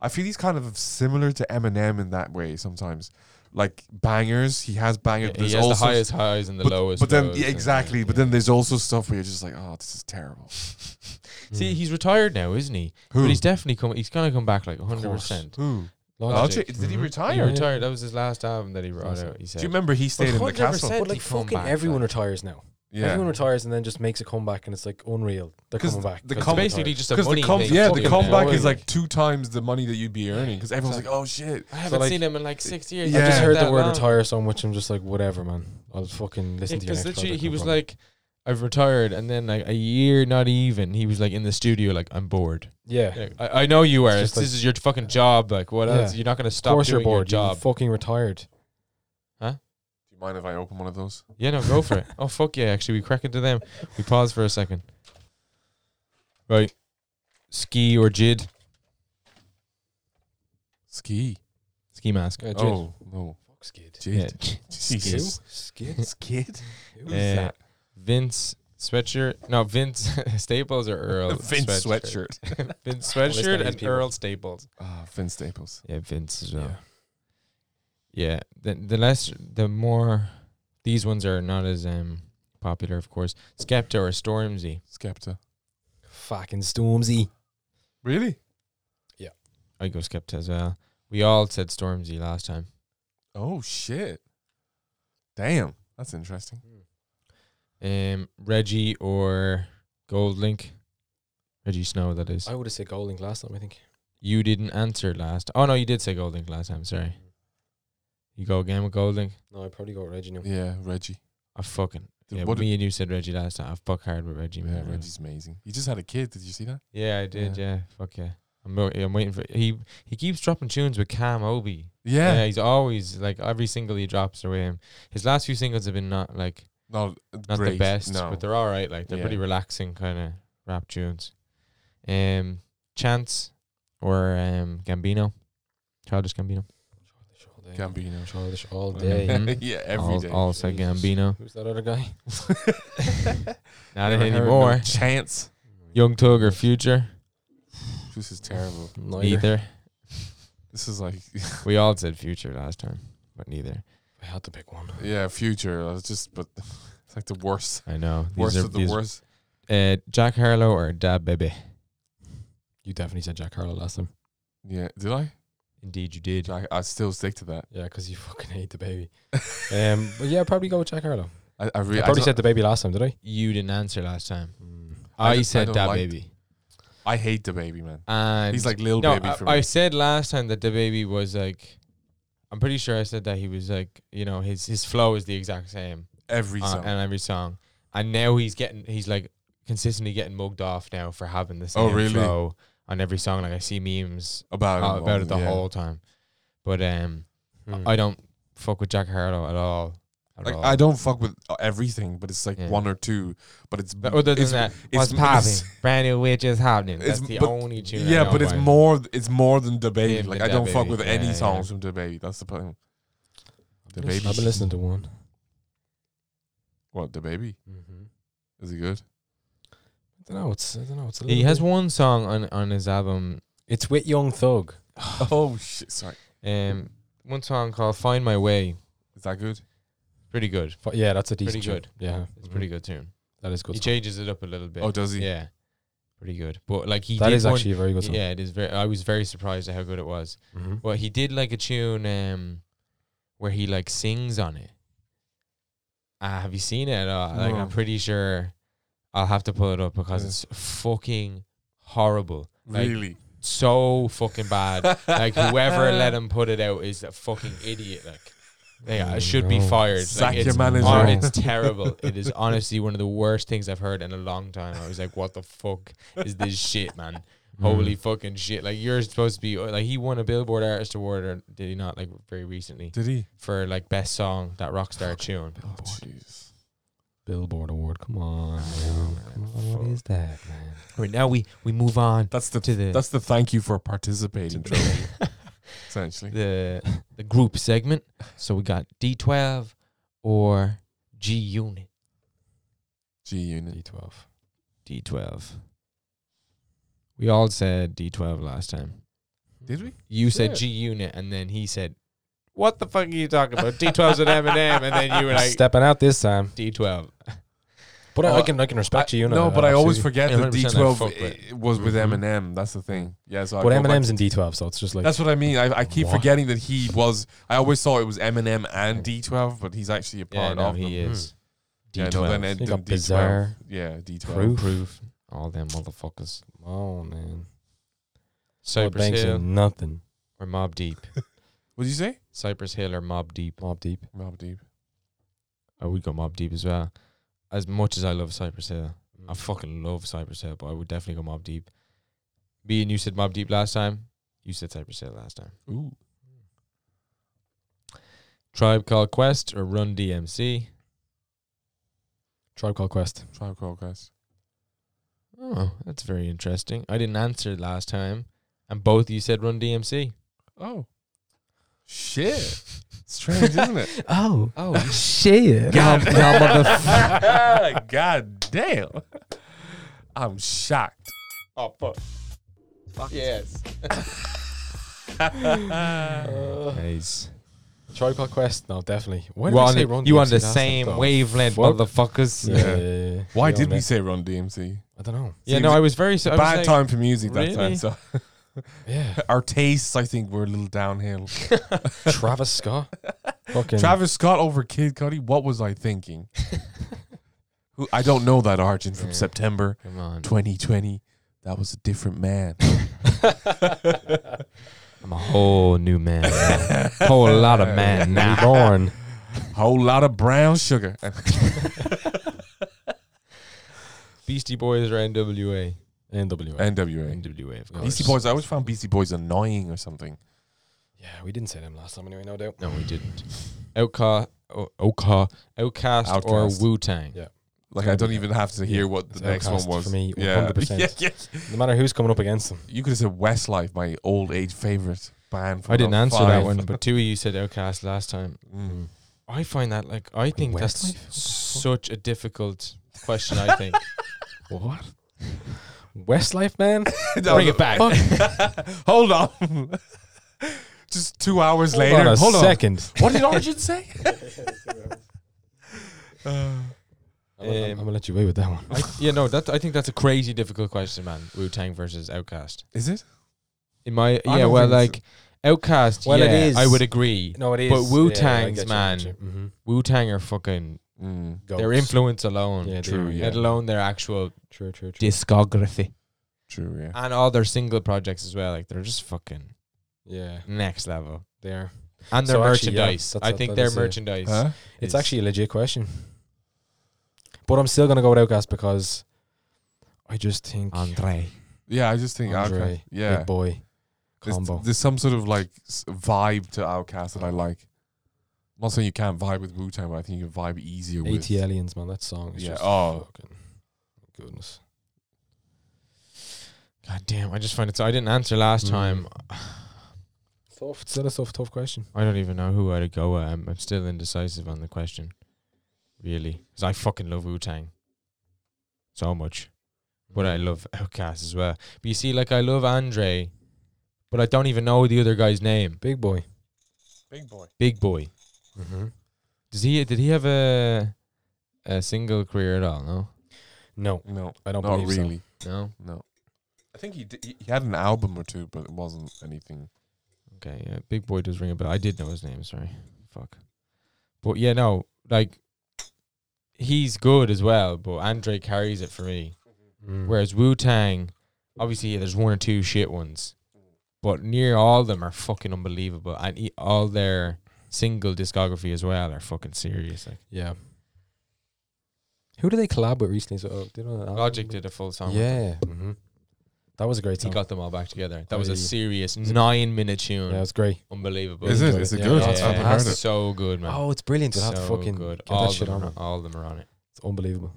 Speaker 2: I feel he's kind of similar to Eminem in that way sometimes. Like bangers, he has bangers.
Speaker 1: Yeah,
Speaker 2: but
Speaker 1: he
Speaker 2: there's
Speaker 1: has the
Speaker 2: also
Speaker 1: highest highs and the
Speaker 2: but,
Speaker 1: lowest.
Speaker 2: But then
Speaker 1: lows
Speaker 2: yeah,
Speaker 1: and-
Speaker 2: exactly. But
Speaker 1: yeah.
Speaker 2: then there's also stuff where you're just like, oh, this is terrible.
Speaker 1: see,
Speaker 4: Hmm.
Speaker 1: he's retired now, isn't he?
Speaker 2: Who? Oh,
Speaker 1: But he's definitely come. He's gonna come back like 100. percent
Speaker 2: Who? Mm-hmm.
Speaker 1: Logic.
Speaker 2: Logic? Did he
Speaker 4: Mhm.
Speaker 2: retire?
Speaker 1: He
Speaker 4: Yeah.
Speaker 1: retired. That was his last album that he brought
Speaker 4: Awesome.
Speaker 1: out. He said.
Speaker 2: Do you remember he stayed in the
Speaker 1: 100%
Speaker 2: castle?
Speaker 1: But,
Speaker 4: But
Speaker 1: like,
Speaker 4: like
Speaker 1: come
Speaker 4: fucking
Speaker 1: back,
Speaker 4: everyone
Speaker 1: like-
Speaker 4: retires now.
Speaker 2: Yeah.
Speaker 4: Everyone retires and then just makes a comeback, and it's like unreal. They're
Speaker 2: 'Cause
Speaker 4: coming back.
Speaker 2: the
Speaker 1: It's
Speaker 2: com-
Speaker 1: basically just a
Speaker 2: Because the
Speaker 1: money
Speaker 2: com-
Speaker 1: thing.
Speaker 2: yeah, the
Speaker 1: Fucking
Speaker 2: comeback
Speaker 1: annoying.
Speaker 2: is like two times the money that you'd be earning because everyone's like, oh shit.
Speaker 1: I haven't
Speaker 4: like,
Speaker 1: seen him in like six years.
Speaker 2: Yeah.
Speaker 4: I just
Speaker 2: Yeah,
Speaker 4: heard the word
Speaker 1: long.
Speaker 4: retire so much. I'm just like, whatever, man. I'll fucking listen to your
Speaker 1: because
Speaker 4: next
Speaker 1: literally
Speaker 4: project,
Speaker 1: he
Speaker 4: no
Speaker 1: was
Speaker 4: problem.
Speaker 1: like, I've retired, and then like a year, not even, he was like in the studio, like I'm bored.
Speaker 4: yeah.
Speaker 1: Like, I, I know you are.
Speaker 4: just
Speaker 1: This
Speaker 4: like-
Speaker 1: is your fucking job. Like what
Speaker 4: Yeah.
Speaker 1: else? You're not gonna
Speaker 4: Of
Speaker 1: stop
Speaker 4: course
Speaker 1: doing
Speaker 4: you're bored.
Speaker 1: your
Speaker 4: You're
Speaker 1: job.
Speaker 4: fucking retired.
Speaker 2: Do you mind if I open one of those?
Speaker 1: yeah, no, go for it. Oh fuck yeah! Actually, we crack into them. We pause for a second. Right, ski or jid?
Speaker 2: Ski.
Speaker 1: Ski mask.
Speaker 4: Yeah, Jid.
Speaker 2: Oh no.
Speaker 4: Fuck skid.
Speaker 2: Jid.
Speaker 1: Yeah.
Speaker 4: Who?
Speaker 2: Jesus.
Speaker 4: Skid.
Speaker 2: Skid. Who's
Speaker 1: Eh,
Speaker 2: that?
Speaker 1: Vince sweatshirt. No, Vince Staples or Earl
Speaker 2: Vince
Speaker 1: sweatshirt.
Speaker 2: Oh, Sweatshirt.
Speaker 1: Vince
Speaker 4: All these
Speaker 1: sweatshirt and
Speaker 4: people.
Speaker 1: Earl Staples.
Speaker 2: Ah, Vince Staples.
Speaker 1: Yeah, Vince as well. Yeah, the the less the more these ones are not as um popular, of course. Skepta or Stormzy.
Speaker 2: Skepta.
Speaker 4: Fucking Stormzy.
Speaker 2: Really?
Speaker 1: I go Skepta as well. We all said Stormzy last time.
Speaker 2: Oh shit. Damn. That's interesting.
Speaker 1: Um, Reggie or Gold Link. Reggie Snow, that is.
Speaker 4: I would have said Golding last time. I think.
Speaker 1: You didn't answer last. Oh no, you did say Gold Link last time. Sorry. You go again with Gold Link.
Speaker 4: No, I'd probably go with Reggie. now.
Speaker 2: Yeah, Reggie.
Speaker 1: I fucking
Speaker 2: Dude,
Speaker 1: yeah.
Speaker 2: what
Speaker 1: me and you said Reggie last time. I fuck hard with Reggie.
Speaker 2: Yeah,
Speaker 1: Man. I was-
Speaker 2: Reggie's amazing. He just had a kid. Did you see that?
Speaker 1: Yeah, I did. Yeah, fuck yeah. I'm, wa- I'm waiting for he. He keeps dropping tunes with Cam Obi. Yeah.
Speaker 2: Yeah.
Speaker 1: he's always like every single he drops away. Him. His last few singles have been not like
Speaker 2: No,
Speaker 1: not
Speaker 2: great.
Speaker 1: the best,
Speaker 2: No.
Speaker 1: but they're all right. Like they're
Speaker 2: Yeah.
Speaker 1: pretty relaxing kind of rap tunes. Um, Chance or um Gambino, Childish Gambino.
Speaker 4: Childish all day.
Speaker 2: Gambino.
Speaker 4: Childish all
Speaker 1: Yeah.
Speaker 4: day.
Speaker 1: Mhm.
Speaker 2: yeah, every
Speaker 1: all,
Speaker 2: day.
Speaker 1: all said
Speaker 4: Jesus.
Speaker 1: Gambino.
Speaker 4: Who's that other guy?
Speaker 1: Not
Speaker 2: Never heard no
Speaker 1: anymore.
Speaker 2: Chance.
Speaker 1: Young Tug or Future?
Speaker 2: This is terrible.
Speaker 4: Neither.
Speaker 1: Neither.
Speaker 2: This is like,
Speaker 1: We all said Future last time, but neither.
Speaker 4: I had to pick one.
Speaker 2: yeah, future. I was just, but it's like the worst,
Speaker 1: I know. These
Speaker 2: worst
Speaker 1: are-
Speaker 2: of the
Speaker 1: these-
Speaker 2: worst.
Speaker 1: Uh, Jack Harlow or Da Baby?
Speaker 4: You definitely said Jack Harlow last time.
Speaker 2: Yeah, did I?
Speaker 1: Indeed, you did.
Speaker 2: I, I still stick to that.
Speaker 4: Yeah, because you fucking hate the baby. Um, but yeah, I'd probably go with Jack Harlow.
Speaker 2: I, I,
Speaker 4: I
Speaker 2: really, I,
Speaker 4: probably
Speaker 2: don't-
Speaker 4: said the baby last time, did I?
Speaker 1: You didn't answer last time.
Speaker 2: I
Speaker 1: I,
Speaker 2: don't- I
Speaker 1: said
Speaker 2: don't
Speaker 1: that
Speaker 2: like-
Speaker 1: baby,
Speaker 2: I hate the baby man.
Speaker 1: and
Speaker 2: He's like little
Speaker 1: no,
Speaker 2: baby
Speaker 1: I,
Speaker 2: for me.
Speaker 1: I said last time that the baby was like. I'm pretty sure I said that he was like, you know, his his flow is the exact same
Speaker 2: Every
Speaker 1: on,
Speaker 2: song.
Speaker 1: on every song, and now he's getting he's like consistently getting mugged off now for having the same
Speaker 2: Oh, really?
Speaker 1: flow on every song. Like I see memes
Speaker 2: about
Speaker 1: uh,
Speaker 2: him,
Speaker 1: about it the
Speaker 2: yeah.
Speaker 1: whole time, but um,
Speaker 4: Hmm.
Speaker 1: I don't fuck with Jack Harlow at all. At
Speaker 2: Like
Speaker 1: all.
Speaker 2: I don't fuck with uh, everything, but it's like
Speaker 1: Yeah.
Speaker 2: one or two. But it's
Speaker 1: But other than
Speaker 2: it's,
Speaker 1: that,
Speaker 2: it's-
Speaker 1: what's popping? Brand new witch is happening. That's
Speaker 2: It's-
Speaker 1: the
Speaker 2: but-
Speaker 1: only tune. I
Speaker 2: yeah,
Speaker 1: know
Speaker 2: but it's
Speaker 1: by him.
Speaker 2: more. It's more than the baby.
Speaker 1: Him
Speaker 2: Like
Speaker 1: and
Speaker 2: I
Speaker 1: Da
Speaker 2: don't fuck
Speaker 1: Baby.
Speaker 2: with
Speaker 1: Yeah,
Speaker 2: any
Speaker 1: yeah.
Speaker 2: songs from the baby. That's the problem. The
Speaker 4: I've
Speaker 2: baby.
Speaker 4: been listening to one.
Speaker 2: What the baby?
Speaker 4: Mm-hmm.
Speaker 2: Is he good?
Speaker 4: I don't know. It's I don't know. It's a
Speaker 1: He
Speaker 4: little
Speaker 1: has
Speaker 4: bit-
Speaker 1: one song on on his album.
Speaker 4: It's with Young Thug.
Speaker 2: Oh shit! Sorry.
Speaker 1: Um, one song called "Find My Way."
Speaker 2: Is that good?
Speaker 1: Pretty good.
Speaker 4: F- Yeah, that's a
Speaker 1: Pretty
Speaker 4: decent. tune.
Speaker 1: good.
Speaker 4: Yeah, Mm-hmm.
Speaker 1: It's a pretty good tune.
Speaker 4: That is good.
Speaker 1: He
Speaker 4: song.
Speaker 1: changes it up a little bit.
Speaker 2: Oh, does he?
Speaker 1: Yeah, pretty good. But like he
Speaker 4: That
Speaker 1: did
Speaker 4: is
Speaker 1: one-
Speaker 4: actually a very good song.
Speaker 1: Yeah, it is very. I was very surprised at how good it was.
Speaker 2: Mm-hmm.
Speaker 4: Mhm.
Speaker 1: But he did like a tune um, where he like sings on it. Uh, have you seen it at all? Like
Speaker 2: No.
Speaker 1: I'm pretty sure I'll have to pull it up because
Speaker 2: Yeah.
Speaker 1: it's fucking horrible. Like,
Speaker 2: Really?
Speaker 1: So fucking bad. like whoever let him put it out is a fucking idiot. Like they I should be
Speaker 4: No.
Speaker 1: fired.
Speaker 2: Sack
Speaker 1: like,
Speaker 2: your
Speaker 1: it's,
Speaker 2: manager.
Speaker 1: hor- it's terrible. It is honestly one of the worst things I've heard in a long time. I was like, what the fuck is this shit, man?
Speaker 4: Mm-hmm.
Speaker 1: Holy
Speaker 2: Mm.
Speaker 1: fucking shit! Like you're supposed to be like he won a Billboard Artist Award, or did he not? Like very recently
Speaker 2: Did he?
Speaker 1: for like best song that rockstar tune.
Speaker 2: Oh jeez.
Speaker 4: Billboard Award. Come
Speaker 1: Oh,
Speaker 4: on, man. Come
Speaker 1: man,
Speaker 4: on, what
Speaker 1: fuck.
Speaker 4: is that, man?
Speaker 1: Right now we we move on
Speaker 2: That's the
Speaker 1: to the
Speaker 2: that's the thank you for participating trophy. essentially.
Speaker 1: the the group segment. So we got D twelve or G Unit.
Speaker 2: G Unit.
Speaker 4: D twelve.
Speaker 1: D twelve. We all said D twelve last time.
Speaker 2: Did we?
Speaker 1: You said
Speaker 4: Yeah.
Speaker 1: G Unit, and then he said, "What the fuck are you talking about? D 12s and Eminem." And then you were like,
Speaker 4: Stepping out this time.
Speaker 1: "D twelve.
Speaker 4: But I,
Speaker 2: Oh,
Speaker 4: I can I can respect you. you. know
Speaker 2: no,
Speaker 4: that,
Speaker 2: but I always
Speaker 4: absolutely.
Speaker 2: forget
Speaker 1: Yeah,
Speaker 2: that
Speaker 1: 100% I
Speaker 2: D12
Speaker 1: fuck with. Mm-hmm.
Speaker 2: i- was with
Speaker 4: Mhm.
Speaker 2: Eminem. That's the thing. Yeah, so I
Speaker 4: But
Speaker 2: go back-
Speaker 4: Eminem's in D twelve, so it's just like
Speaker 2: That's what I mean. I, I keep
Speaker 4: What?
Speaker 2: forgetting that he was. I always thought it was Eminem and D12, but he's actually a
Speaker 1: Yeah,
Speaker 2: part
Speaker 1: no,
Speaker 2: of them.
Speaker 1: he is.
Speaker 2: Yeah, no, then, it-
Speaker 4: You
Speaker 2: then
Speaker 4: got
Speaker 2: D12.
Speaker 4: Bizarre,
Speaker 2: Yeah, D12.
Speaker 4: proof.
Speaker 1: Proof. All them motherfuckers.
Speaker 4: Oh man,
Speaker 1: Cypress
Speaker 4: Banks
Speaker 1: Hill
Speaker 4: and nothing.
Speaker 1: or Mob Deep.
Speaker 2: What did you say?
Speaker 1: Cypress Hill or Mob Deep.
Speaker 4: Mob Deep.
Speaker 2: Mob Deep.
Speaker 1: I would go Mob Deep as well. As much as I love Cypress Hill, I fucking love Cypress Hill, but I would definitely go Mob Deep. Me and you said Mob Deep last time. You said Cypress Hill last time.
Speaker 2: Ooh.
Speaker 1: Tribe Called Quest or Run DMC.
Speaker 4: Tribe Called Quest.
Speaker 2: Tribe Called Quest.
Speaker 1: Oh, that's very interesting. I didn't answer last time, and both of you said Run DMC.
Speaker 2: Oh. Shit. Strange, isn't it?
Speaker 4: Oh,
Speaker 1: Oh,
Speaker 4: shit!
Speaker 2: God,
Speaker 4: motherfucker.
Speaker 2: God damn. I'm shocked.
Speaker 1: oh fuck.
Speaker 3: Fuck
Speaker 1: Yes. Nice.
Speaker 4: Tribe Called Uh, Quest. No, definitely. Why did
Speaker 1: You
Speaker 4: I
Speaker 1: on
Speaker 4: say
Speaker 1: the-
Speaker 4: Run
Speaker 1: you on
Speaker 4: DMC
Speaker 1: the
Speaker 4: last time?
Speaker 1: same
Speaker 4: Though.
Speaker 1: wavelength,
Speaker 4: fuck?
Speaker 1: motherfuckers.
Speaker 4: Yeah,
Speaker 1: Yeah,
Speaker 4: yeah, yeah, yeah.
Speaker 2: Why
Speaker 4: You
Speaker 2: did
Speaker 4: on
Speaker 2: we
Speaker 4: that?
Speaker 2: say Run DMC?
Speaker 4: uh, I don't know.
Speaker 2: See,
Speaker 1: no,
Speaker 2: it
Speaker 1: I was very. su- I was
Speaker 2: Bad
Speaker 1: like-
Speaker 2: time for music that
Speaker 1: really?
Speaker 2: time. So
Speaker 4: Yeah,
Speaker 2: our tastes, I think, were a little downhill.
Speaker 4: Travis Scott. Fucking
Speaker 2: Travis Scott over Kid Cudi. What was I thinking? Who I don't know that Arjun from
Speaker 1: Yeah.
Speaker 2: September
Speaker 1: Come on.
Speaker 2: 2020. That was a different man.
Speaker 1: I'm a whole new man. Now. whole lot of man now.
Speaker 4: reborn.
Speaker 2: Whole lot of brown sugar.
Speaker 1: Beastie Boys or NWA?
Speaker 4: NWA.
Speaker 2: NWA.
Speaker 1: NWA, of
Speaker 2: Beastie Boys. I always found Beastie Boys annoying or something.
Speaker 4: Yeah, we didn't say them last time anyway. No doubt.
Speaker 1: No, we didn't. Outcast, Outcast, Outcast, or
Speaker 2: Outkast.
Speaker 1: Wu Tang?
Speaker 4: Yeah.
Speaker 2: Like I don't even have to hear what the next
Speaker 4: It's
Speaker 2: one
Speaker 4: Outkast
Speaker 2: was.
Speaker 4: for me,
Speaker 2: yeah.
Speaker 4: 100%.
Speaker 2: yeah, yeah.
Speaker 4: No matter who's coming up against them.
Speaker 2: You could have said Westlife, my old age favorite band. From
Speaker 1: I didn't
Speaker 2: about
Speaker 1: answer
Speaker 2: five.
Speaker 1: that one, but two of you said Outcast last time.
Speaker 2: Mm.
Speaker 1: I find that like I think
Speaker 4: Westlife?
Speaker 1: that's
Speaker 4: What the fuck?
Speaker 1: such a difficult question. I think
Speaker 4: What? Westlife, man.
Speaker 1: bring it back.
Speaker 2: Hold on. Just two hours
Speaker 4: Hold
Speaker 2: later.
Speaker 4: on a
Speaker 2: hold on.
Speaker 4: second.
Speaker 2: What did Arjun say?
Speaker 4: I'm, gonna- I'm
Speaker 1: Um,
Speaker 4: gonna let you away with that one.
Speaker 1: I, yeah, no, that I think that's a crazy difficult question, man. Wu Tang versus Outcast.
Speaker 2: Is it?
Speaker 1: In my yeah,
Speaker 2: don't
Speaker 1: well,
Speaker 2: think
Speaker 1: like
Speaker 2: it's-
Speaker 1: Outcast,
Speaker 4: Well,
Speaker 1: yeah,
Speaker 4: it is.
Speaker 1: I would agree.
Speaker 4: No, it is.
Speaker 1: But
Speaker 4: Yeah,
Speaker 1: Wu-Tang's,
Speaker 4: I get you, I
Speaker 1: man.
Speaker 4: get you. Mhm.
Speaker 1: Wu Tang are fucking
Speaker 2: Mm.
Speaker 1: their
Speaker 4: Goats.
Speaker 1: influence alone,
Speaker 4: Yeah, they
Speaker 2: True,
Speaker 4: are,
Speaker 2: yeah.
Speaker 1: let alone their actual
Speaker 4: True, true, true.
Speaker 1: discography
Speaker 2: True, yeah.
Speaker 1: and all their single projects as well. Like they're just fucking
Speaker 4: yeah,
Speaker 1: next level.
Speaker 4: they are.
Speaker 1: And their
Speaker 4: So actually, yeah,
Speaker 1: merchandise,
Speaker 4: that's
Speaker 1: I
Speaker 4: a-
Speaker 1: think
Speaker 4: that
Speaker 1: their
Speaker 4: is a-
Speaker 1: merchandise.
Speaker 2: Huh?
Speaker 4: It's
Speaker 1: is-
Speaker 4: actually a legit question. But I'm still going to go with Outcast because I just think
Speaker 1: Andre.
Speaker 2: Yeah, I just think
Speaker 4: Andre,
Speaker 2: Outcast. Yeah,
Speaker 4: Big Boy
Speaker 2: there's,
Speaker 4: combo.
Speaker 2: there's some sort of like s- vibe to Outcast that I like. I'm not saying you can't vibe with Wu Tang, but I think you can vibe easier with.
Speaker 4: AT Aliens, man. That song is
Speaker 2: Yeah.
Speaker 4: just
Speaker 2: Oh.
Speaker 4: fucking goodness.
Speaker 1: God damn, I just find it so I didn't answer last
Speaker 4: Mm.
Speaker 1: time.
Speaker 4: Tough. Still a tough, tough question.
Speaker 1: I don't even know who I'd go at. I'm, I'm still indecisive on the question. Really. Because I fucking love Wu Tang so much. But
Speaker 4: Mm.
Speaker 1: I love Outkast as well. But you see, like, I love Andre, but I don't even know the other guy's name.
Speaker 4: Big Boy.
Speaker 2: Big boy.
Speaker 1: Big Boy.
Speaker 4: Mm-hmm.
Speaker 1: Does he? Did he have a a single career at all? No,
Speaker 4: No,
Speaker 2: No,
Speaker 4: I don't
Speaker 2: not
Speaker 4: believe so.
Speaker 2: really.
Speaker 1: no.
Speaker 2: No, I think he did, he had an album or two, but it wasn't anything.
Speaker 1: Okay, yeah. Big Boy does ring a bell. I did know his name. Sorry, fuck. But yeah, no. Like he's good as well, but Andre carries it for me.
Speaker 4: Mm.
Speaker 1: Whereas Wu Tang, obviously, yeah, there's one or two shit ones, but near all of them are fucking unbelievable, and e- all their single discography as well are fucking serious. Like
Speaker 4: Yeah. Who did they collab with recently? So, oh, did they know
Speaker 1: Logic did a full song. with them.
Speaker 4: Yeah. hmm That was a great
Speaker 1: He
Speaker 4: song.
Speaker 1: got them all back together. That was
Speaker 4: I-
Speaker 1: a serious nine-minute
Speaker 4: yeah,
Speaker 1: tune.
Speaker 4: it was great.
Speaker 1: Unbelievable.
Speaker 2: Is it?
Speaker 4: enjoyed
Speaker 2: Is
Speaker 4: it.
Speaker 2: it
Speaker 4: Yeah,
Speaker 2: good?
Speaker 4: yeah,
Speaker 2: I haven't
Speaker 4: yeah.
Speaker 2: heard
Speaker 1: it's
Speaker 2: it.
Speaker 1: so good, man.
Speaker 4: Oh, it's brilliant. We'll
Speaker 1: so
Speaker 4: have to fucking
Speaker 1: good. Oh,
Speaker 4: get
Speaker 1: All
Speaker 4: that
Speaker 1: of,
Speaker 4: shit
Speaker 1: them
Speaker 4: on.
Speaker 1: are,
Speaker 4: man.
Speaker 1: all of them are on it.
Speaker 4: It's unbelievable.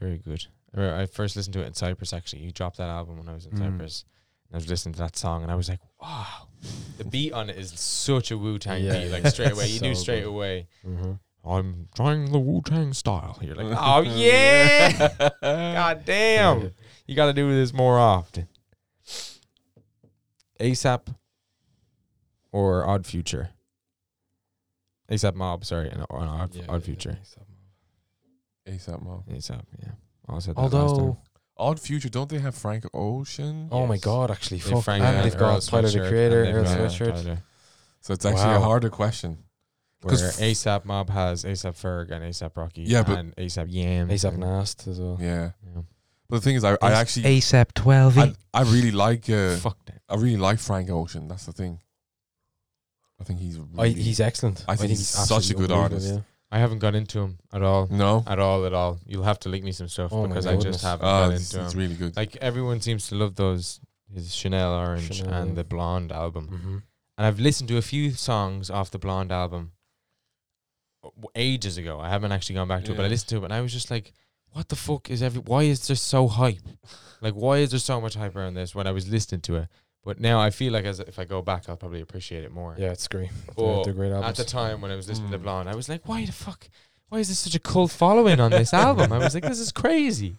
Speaker 1: Very good. I, remember I first listened to it in Cyprus. Actually, he dropped that album when I was in
Speaker 4: Mm.
Speaker 1: Cyprus. And I was listening to that song, and I was like, "Wow, the beat on it is such a Wu Tang
Speaker 4: Yeah,
Speaker 1: beat!
Speaker 4: yeah.
Speaker 1: Like straight away, you knew
Speaker 4: So
Speaker 1: straight
Speaker 4: good.
Speaker 1: away."
Speaker 4: Mm-hmm.
Speaker 1: I'm trying the Wu Tang style. You're like, "Oh yeah, god damn, you got to do this more often." ASAP or Odd Future. ASAP Mob, sorry, and or an Odd, Odd Future.
Speaker 2: ASAP Mob.
Speaker 1: ASAP, yeah. I said that last time.
Speaker 4: Although,
Speaker 2: Odd Future. Don't they have Frank Ocean?
Speaker 4: oh my
Speaker 1: Yes.
Speaker 4: god, actually,
Speaker 1: They've
Speaker 4: fuck,
Speaker 1: Frank
Speaker 4: and
Speaker 1: and
Speaker 4: they've
Speaker 1: Earl
Speaker 4: got Tyler
Speaker 1: Sweatshirt
Speaker 4: the Creator,
Speaker 1: and
Speaker 4: Earl
Speaker 1: they've got
Speaker 4: Sweatshirt.
Speaker 1: Tyler.
Speaker 2: So it's actually
Speaker 4: Wow.
Speaker 2: a harder question.
Speaker 1: Where
Speaker 2: 'Cause f-
Speaker 1: ASAP Mob has ASAP Ferg and ASAP Rocky
Speaker 2: Yeah, but-
Speaker 1: and ASAP Yam.
Speaker 4: ASAP
Speaker 1: and-
Speaker 4: Nast as well.
Speaker 2: Yeah.
Speaker 1: Yeah.
Speaker 2: But the thing is, I, I actually
Speaker 1: ASAP 12.
Speaker 2: I, I really like uh,
Speaker 1: Fuck that.
Speaker 2: I really like Frank Ocean. That's the thing. I think
Speaker 1: Oh,
Speaker 2: he's
Speaker 4: I,
Speaker 2: really,
Speaker 4: Oh, he's excellent.
Speaker 2: I think he's such a
Speaker 4: absolutely
Speaker 2: good
Speaker 4: unbelievable,
Speaker 2: artist.
Speaker 1: I haven't got into him at all.
Speaker 2: no.
Speaker 1: At all, at all. You'll have to link me some stuff
Speaker 4: Oh my
Speaker 1: because I just
Speaker 4: goodness.
Speaker 1: haven't
Speaker 2: Ah,
Speaker 1: got
Speaker 2: he's,
Speaker 1: into him.
Speaker 2: he's really good.
Speaker 1: um, like, everyone seems to love those, his Chanel Orange
Speaker 4: Chanel,
Speaker 1: and
Speaker 4: yeah.
Speaker 1: the Blonde album.
Speaker 4: Yeah. Mm-hmm.
Speaker 1: and I've listened to a few songs off the Blonde album w- ages ago. I haven't actually gone back to it, but I
Speaker 2: Yeah.
Speaker 1: listened to it and I was just like, "What the fuck is every? Why is there so hype? Like, why is there so much hype around this?" When I was listening to it, but now I feel like as if I go back, I'll probably appreciate it more.
Speaker 4: Yeah, it's great.
Speaker 1: But
Speaker 4: they're, they're great
Speaker 1: at
Speaker 4: albums. Hmm.
Speaker 1: the time when I was listening to
Speaker 2: Mm.
Speaker 1: Blonde, I was like, "Why the fuck? Why is there such a cult following on this album?" I was like, "This is crazy."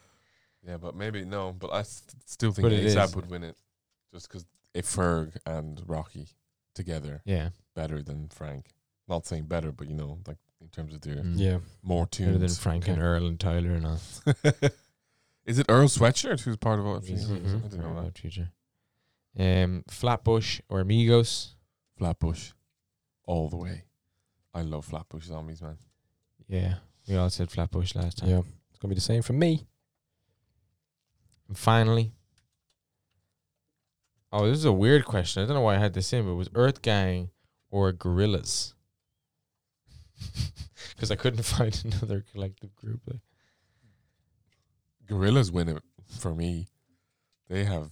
Speaker 2: yeah, but maybe no. But I s- still think
Speaker 1: But it
Speaker 2: ASAP
Speaker 1: is.
Speaker 2: would win it, just because if Ferg and Rocky together
Speaker 1: Yeah,
Speaker 2: better than Frank. Not saying better, but you know, like in terms of their
Speaker 1: Mm.
Speaker 4: Yeah,
Speaker 2: more
Speaker 1: better
Speaker 2: tunes.
Speaker 1: than Frank and
Speaker 4: Okay.
Speaker 1: Earl and Tyler and all.
Speaker 2: is it Earl Sweatshirt who's part of Odd Future?
Speaker 1: Mhm.
Speaker 2: I didn't know that.
Speaker 1: Odd Future. Um, Flatbush or Amigos.
Speaker 2: Flatbush, all the way. I love Flatbush Zombies, man.
Speaker 1: Yeah, we all said Flatbush last time.
Speaker 4: yeah. It's gonna be the same for me.
Speaker 1: And finally, oh, this is a weird question. I don't know why I had this in, but it was Earth Gang or Gorillas? Because I couldn't find another collective group. Like,
Speaker 2: Gorillas win it for me. They have.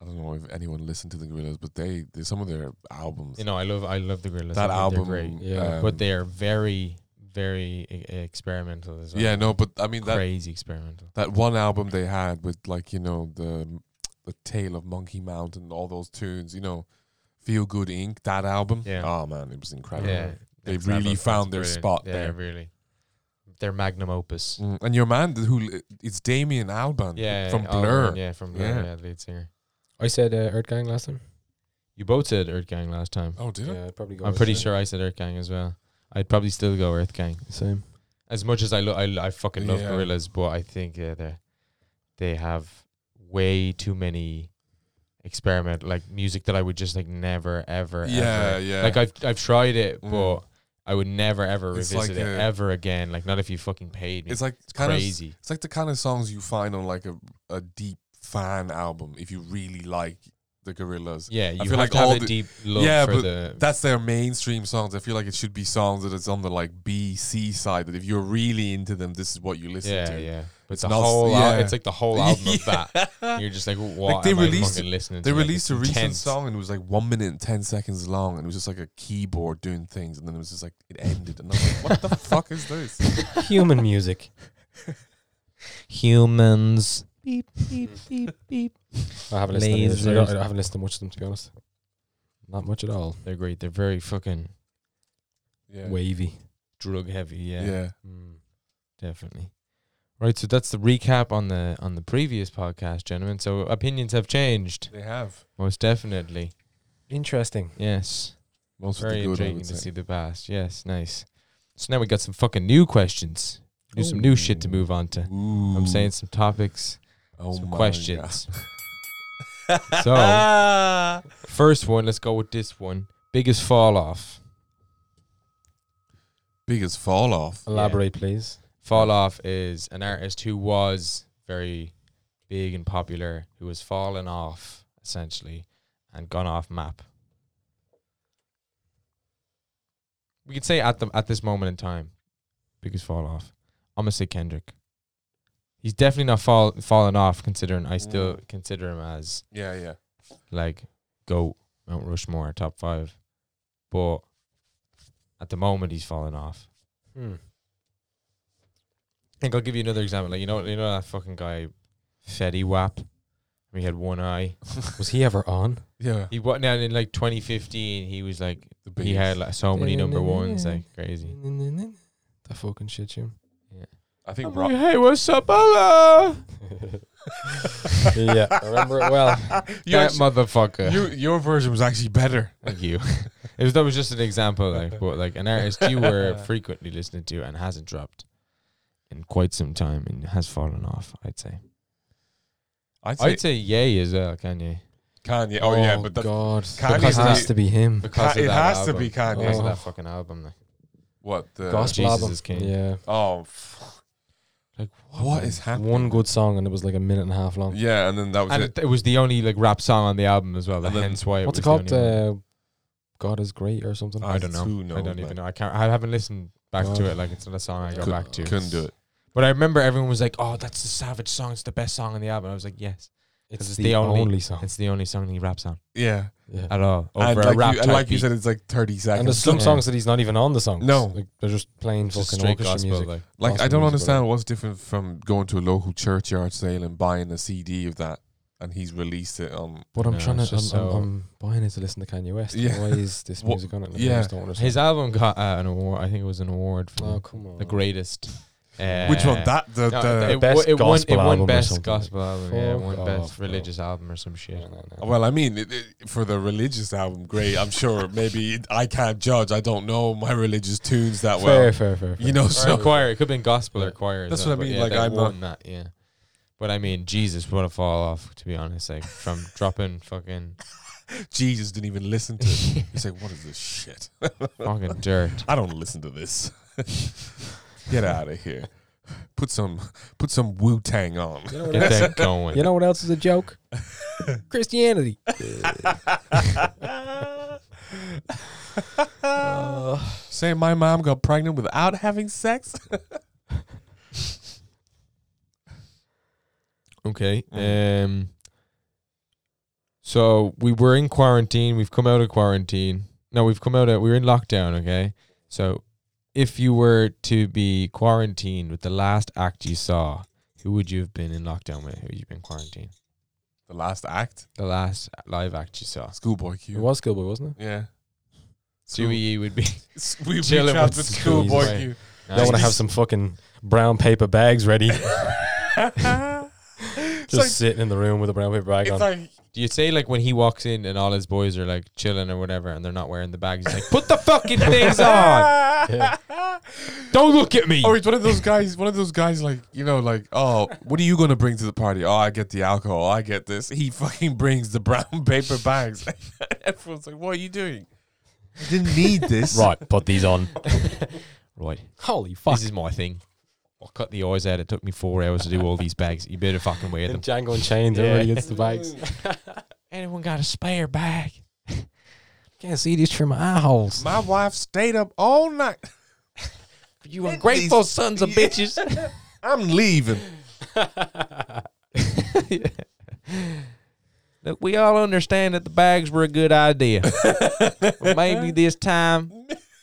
Speaker 2: I don't know if anyone listened to the Gorillas, but they, they some of their albums.
Speaker 1: you know, I love I love the Gorillas.
Speaker 2: that
Speaker 1: I think
Speaker 2: album,
Speaker 1: they're great,
Speaker 4: Yeah.
Speaker 2: um,
Speaker 1: but they are very very e- experimental as well.
Speaker 2: yeah, no, but I mean that
Speaker 1: crazy experimental.
Speaker 2: that one album they had with like you know the the Tale of Monkey Mountain, all those tunes, you know, Feel Good Inc. That album,
Speaker 1: Yeah.
Speaker 2: oh man, it was incredible.
Speaker 1: Yeah,
Speaker 2: They
Speaker 1: next
Speaker 2: really
Speaker 1: level.
Speaker 2: found
Speaker 1: That's brilliant.
Speaker 2: their spot
Speaker 1: yeah,
Speaker 2: there.
Speaker 1: Really, their magnum opus.
Speaker 2: Mm, And your man th- who li- it's Damien Alban
Speaker 1: Yeah,
Speaker 2: from
Speaker 1: Albarn,
Speaker 2: Blur.
Speaker 1: Yeah, from Blur.
Speaker 2: Yeah.
Speaker 1: Yeah, lead singer.
Speaker 4: I said uh, Earth Gang last time.
Speaker 1: You both said Earth Gang last time.
Speaker 2: Oh, did it?
Speaker 4: Yeah, I'd probably go.
Speaker 1: I'm
Speaker 4: with
Speaker 1: pretty
Speaker 4: the
Speaker 1: sure I said Earth Gang as well. I'd probably still go Earth Gang.
Speaker 4: Same.
Speaker 1: As much as I lo- I, lo- I fucking love
Speaker 2: Yeah.
Speaker 1: Gorillas, but I think yeah, they they have way too many experiment, like music that I would just like never ever.
Speaker 2: Yeah,
Speaker 1: ever.
Speaker 2: yeah.
Speaker 1: Like I've I've tried it,
Speaker 2: Mm.
Speaker 1: but I would never ever
Speaker 2: It's
Speaker 1: revisit it
Speaker 2: like a-
Speaker 1: ever again. Like not if you fucking paid me.
Speaker 2: It's like kind
Speaker 1: crazy.
Speaker 2: of it's like the kind of songs you find on like a, a deep fan album if you really like the Gorillas.
Speaker 1: yeah, you
Speaker 2: feel
Speaker 1: have
Speaker 2: like
Speaker 1: to have
Speaker 2: all
Speaker 1: a
Speaker 2: the-
Speaker 1: deep love
Speaker 2: Yeah,
Speaker 1: for
Speaker 2: but
Speaker 1: the.
Speaker 2: That's their mainstream songs. I feel like it should be songs that it's on the like B C side. That if you're really into them, this is what you listen
Speaker 1: yeah,
Speaker 2: to.
Speaker 1: yeah. But
Speaker 2: It's
Speaker 1: the
Speaker 2: not-
Speaker 1: whole, al-
Speaker 2: yeah.
Speaker 1: it's like the whole album of that.
Speaker 2: Yeah.
Speaker 1: You're just like, what?
Speaker 2: they
Speaker 1: am
Speaker 2: released-
Speaker 1: I fucking listening
Speaker 2: They
Speaker 1: to? Like,
Speaker 2: released
Speaker 1: it's
Speaker 2: a recent
Speaker 1: intense.
Speaker 2: song and it was like one minute and ten seconds long, and it was just like a keyboard doing things, and then it was just like it ended, and I was like, "What the fuck is this?"
Speaker 4: Human music.
Speaker 1: Humans. Beep beep beep beep.
Speaker 4: I haven't listened. To any of this. I, don't,
Speaker 1: Lasers.
Speaker 4: I haven't listened to much of them to be honest. Not much at all.
Speaker 1: They're great. They're very fucking
Speaker 2: Yeah,
Speaker 4: Wavy.
Speaker 1: drug heavy.
Speaker 2: yeah.
Speaker 1: Yeah, definitely. Right. So that's the recap on the on the previous podcast, gentlemen. So opinions have changed,
Speaker 2: they have
Speaker 1: most definitely.
Speaker 4: Interesting.
Speaker 1: Yes.
Speaker 2: most of
Speaker 1: very
Speaker 2: the good. I
Speaker 1: intriguing
Speaker 2: would
Speaker 1: to
Speaker 2: say.
Speaker 1: see the past. Yes. Nice. So now we got some fucking new questions. Do some new shit to
Speaker 2: Ooh.
Speaker 1: move on to.
Speaker 2: Ooh.
Speaker 1: I'm saying some topics,
Speaker 2: oh
Speaker 1: some
Speaker 2: my God.
Speaker 1: questions. so first one, let's go with this one. Biggest fall off.
Speaker 2: Biggest fall off.
Speaker 4: Elaborate, please.
Speaker 1: Fall off is an artist who was very big and popular, who has fallen off essentially and gone off map. We could say at the at this moment in time, biggest fall off. I'm gonna say Kendrick. He's definitely not fall fallen off, considering I still consider him as
Speaker 2: Yeah, yeah.
Speaker 1: like go Mount Rushmore top five, but at the moment he's fallen off.
Speaker 4: Hmm.
Speaker 1: think I'll give you another example. Like you know, you know that fucking guy, Fetty Wap. We had one eye.
Speaker 4: Was he ever on?
Speaker 2: Yeah.
Speaker 1: He what now in like 2015? He was like
Speaker 2: The biggest.
Speaker 1: he had like so many number ones, like crazy.
Speaker 4: That fucking shit tune.
Speaker 2: I think
Speaker 1: Like, hey, what's up, Allah?
Speaker 4: yeah, I remember it well.
Speaker 2: You
Speaker 1: that
Speaker 2: actu-
Speaker 1: motherfucker.
Speaker 2: your your version was actually better.
Speaker 1: Thank you. it was that was just an example, like but like an artist you were frequently listening to and hasn't dropped in quite some time and has fallen off. I'd say.
Speaker 2: I'd say,
Speaker 1: I'd say yay as well, can you?
Speaker 2: Kanye. Oh, yeah, but that,
Speaker 4: God,
Speaker 2: Kanye's
Speaker 4: because it
Speaker 1: the-
Speaker 4: has to be him.
Speaker 1: Because
Speaker 2: it
Speaker 1: of that
Speaker 2: has to
Speaker 1: album.
Speaker 2: be Kanye.
Speaker 1: Because of
Speaker 4: Oh.
Speaker 1: that fucking album. Like,
Speaker 2: what the
Speaker 4: Gospel
Speaker 1: Jesus
Speaker 4: album.
Speaker 1: is King.
Speaker 4: Yeah,
Speaker 2: Oh, f-
Speaker 1: like
Speaker 2: what is happening?
Speaker 4: one good song and it was like a minute and a half long.
Speaker 2: Yeah, and then that was
Speaker 1: and
Speaker 2: it.
Speaker 1: it, it was the only like rap song on the album as well.
Speaker 2: And then-
Speaker 1: hence why it
Speaker 4: What's it
Speaker 1: was
Speaker 4: called?
Speaker 1: The only one.
Speaker 4: Uh, God is great or something.
Speaker 1: I don't know.
Speaker 2: Who knows,
Speaker 1: I don't
Speaker 2: man?
Speaker 1: even know. I can't. I haven't listened back
Speaker 4: God.
Speaker 1: to it. Like it's not a song I go
Speaker 2: Oh. Could-
Speaker 1: back to.
Speaker 2: Couldn't do it.
Speaker 1: But I remember everyone was like, "Oh, that's the Savage song. It's the best song on the album." I was like, "Yes,
Speaker 4: It's,
Speaker 1: it's
Speaker 4: the,
Speaker 1: the
Speaker 4: only,
Speaker 1: only-
Speaker 4: song.
Speaker 1: it's the only song he raps on
Speaker 2: Yeah,
Speaker 4: Yeah.
Speaker 1: at all over
Speaker 2: and
Speaker 1: a
Speaker 2: like,
Speaker 1: rap
Speaker 2: you,
Speaker 1: type
Speaker 2: and like you
Speaker 1: beat.
Speaker 2: said, it's like thirty
Speaker 4: And there's
Speaker 2: seconds.
Speaker 4: some
Speaker 1: Yeah.
Speaker 4: songs that he's not even on the songs.
Speaker 2: No.
Speaker 4: like, they're just plain
Speaker 1: It's just
Speaker 4: fucking
Speaker 1: straight gospel,
Speaker 4: orchestra music.
Speaker 1: like.
Speaker 2: Like I
Speaker 4: Gospel
Speaker 2: don't
Speaker 4: music,
Speaker 2: understand
Speaker 4: whatever.
Speaker 2: what's different from going to a local churchyard sale and buying a CD of that, and he's released it on.
Speaker 4: But I'm
Speaker 1: No,
Speaker 4: trying to. I'm,
Speaker 1: it's just so-
Speaker 4: I'm, I'm buying it to listen to Kanye West.
Speaker 2: Yeah.
Speaker 4: Why is this
Speaker 2: Wha-
Speaker 4: music on it? Like, I
Speaker 2: yeah.
Speaker 4: just don't understand.
Speaker 1: His album got uh, an award. I think it was an award for
Speaker 4: oh come on.
Speaker 1: the greatest. Uh,
Speaker 2: Which one? That the,
Speaker 1: no,
Speaker 2: the
Speaker 1: it,
Speaker 4: Best
Speaker 1: best it won.
Speaker 4: gospel
Speaker 1: It
Speaker 4: album
Speaker 1: won
Speaker 4: or
Speaker 1: best
Speaker 4: something.
Speaker 1: gospel album. yeah, it
Speaker 4: Fuck
Speaker 1: won
Speaker 4: off,
Speaker 1: best
Speaker 4: bro.
Speaker 1: religious album or some shit.
Speaker 4: No, no, no.
Speaker 2: Well, I mean, it, it, for the religious album, great. I'm sure. Maybe I can't judge. I don't know my religious tunes that well.
Speaker 4: fair, fair, fair, fair.
Speaker 2: You know,
Speaker 1: Or in
Speaker 2: so
Speaker 1: choir. It could have been gospel
Speaker 4: Yeah.
Speaker 1: or choir. as
Speaker 2: That's
Speaker 1: well,
Speaker 2: what I
Speaker 1: but
Speaker 2: mean,
Speaker 1: Yeah,
Speaker 2: like,
Speaker 1: they
Speaker 2: I'm not-
Speaker 1: won that. Yeah. But I mean, Jesus would have fall off to be honest. Like from dropping fucking
Speaker 2: Jesus didn't even listen to it. He's like, "What is this shit?
Speaker 1: fucking dirt.
Speaker 2: I don't listen to this. Get out of here. Put some put some Wu Tang on."
Speaker 4: You know what
Speaker 1: Get
Speaker 4: else-
Speaker 1: that going.
Speaker 4: You know what else is a joke? Christianity.
Speaker 2: Say my mom got pregnant without having sex.
Speaker 1: Okay. Um. So we were in quarantine. We've come out of quarantine. No, we've come out of. We were in lockdown. Okay. So, if you were to be quarantined with the last act you saw, who would you have been in lockdown with? Who would you been quarantined?
Speaker 2: The last act,
Speaker 1: The last live act you saw.
Speaker 2: Schoolboy Q.
Speaker 4: It was Schoolboy, wasn't
Speaker 2: Yeah.
Speaker 1: Dewey would be.
Speaker 2: S- We we
Speaker 1: Chilling
Speaker 2: trapped
Speaker 1: with
Speaker 2: with
Speaker 1: Squeeze,
Speaker 2: Schoolboy
Speaker 1: right.
Speaker 2: Q.
Speaker 4: it? I want to have some fucking brown paper bags ready. Just
Speaker 2: like-
Speaker 4: sitting in the room with a brown paper bag
Speaker 2: It's
Speaker 4: on.
Speaker 2: like
Speaker 1: Do you say like when he walks in and all his boys are like chilling or whatever and they're not wearing the bags? He's like, put the fucking things on. Don't look at me.
Speaker 2: Or Oh, he's one of those guys. One of those guys, like you know, like oh, what are you gonna bring to the party? Oh, I get the alcohol. I get this. He fucking brings the brown paper bags. Everyone's like, "What are you doing? I didn't need this."
Speaker 4: right, put these on.
Speaker 1: Right.
Speaker 4: Holy fuck.
Speaker 1: This is my thing. I cut the eyes out. It took me four hours to do all these bags. You better fucking wear them.
Speaker 4: And Django and chains,
Speaker 1: Yeah.
Speaker 4: everybody gets the bags.
Speaker 1: Anyone got a spare bag?
Speaker 4: Can't see these through my eye holes.
Speaker 2: My wife stayed up all night.
Speaker 1: You
Speaker 2: At
Speaker 1: ungrateful
Speaker 2: least-
Speaker 1: sons of
Speaker 2: Yeah.
Speaker 1: bitches.
Speaker 2: I'm leaving.
Speaker 1: Look, we all understand that the bags were a good idea. but maybe this time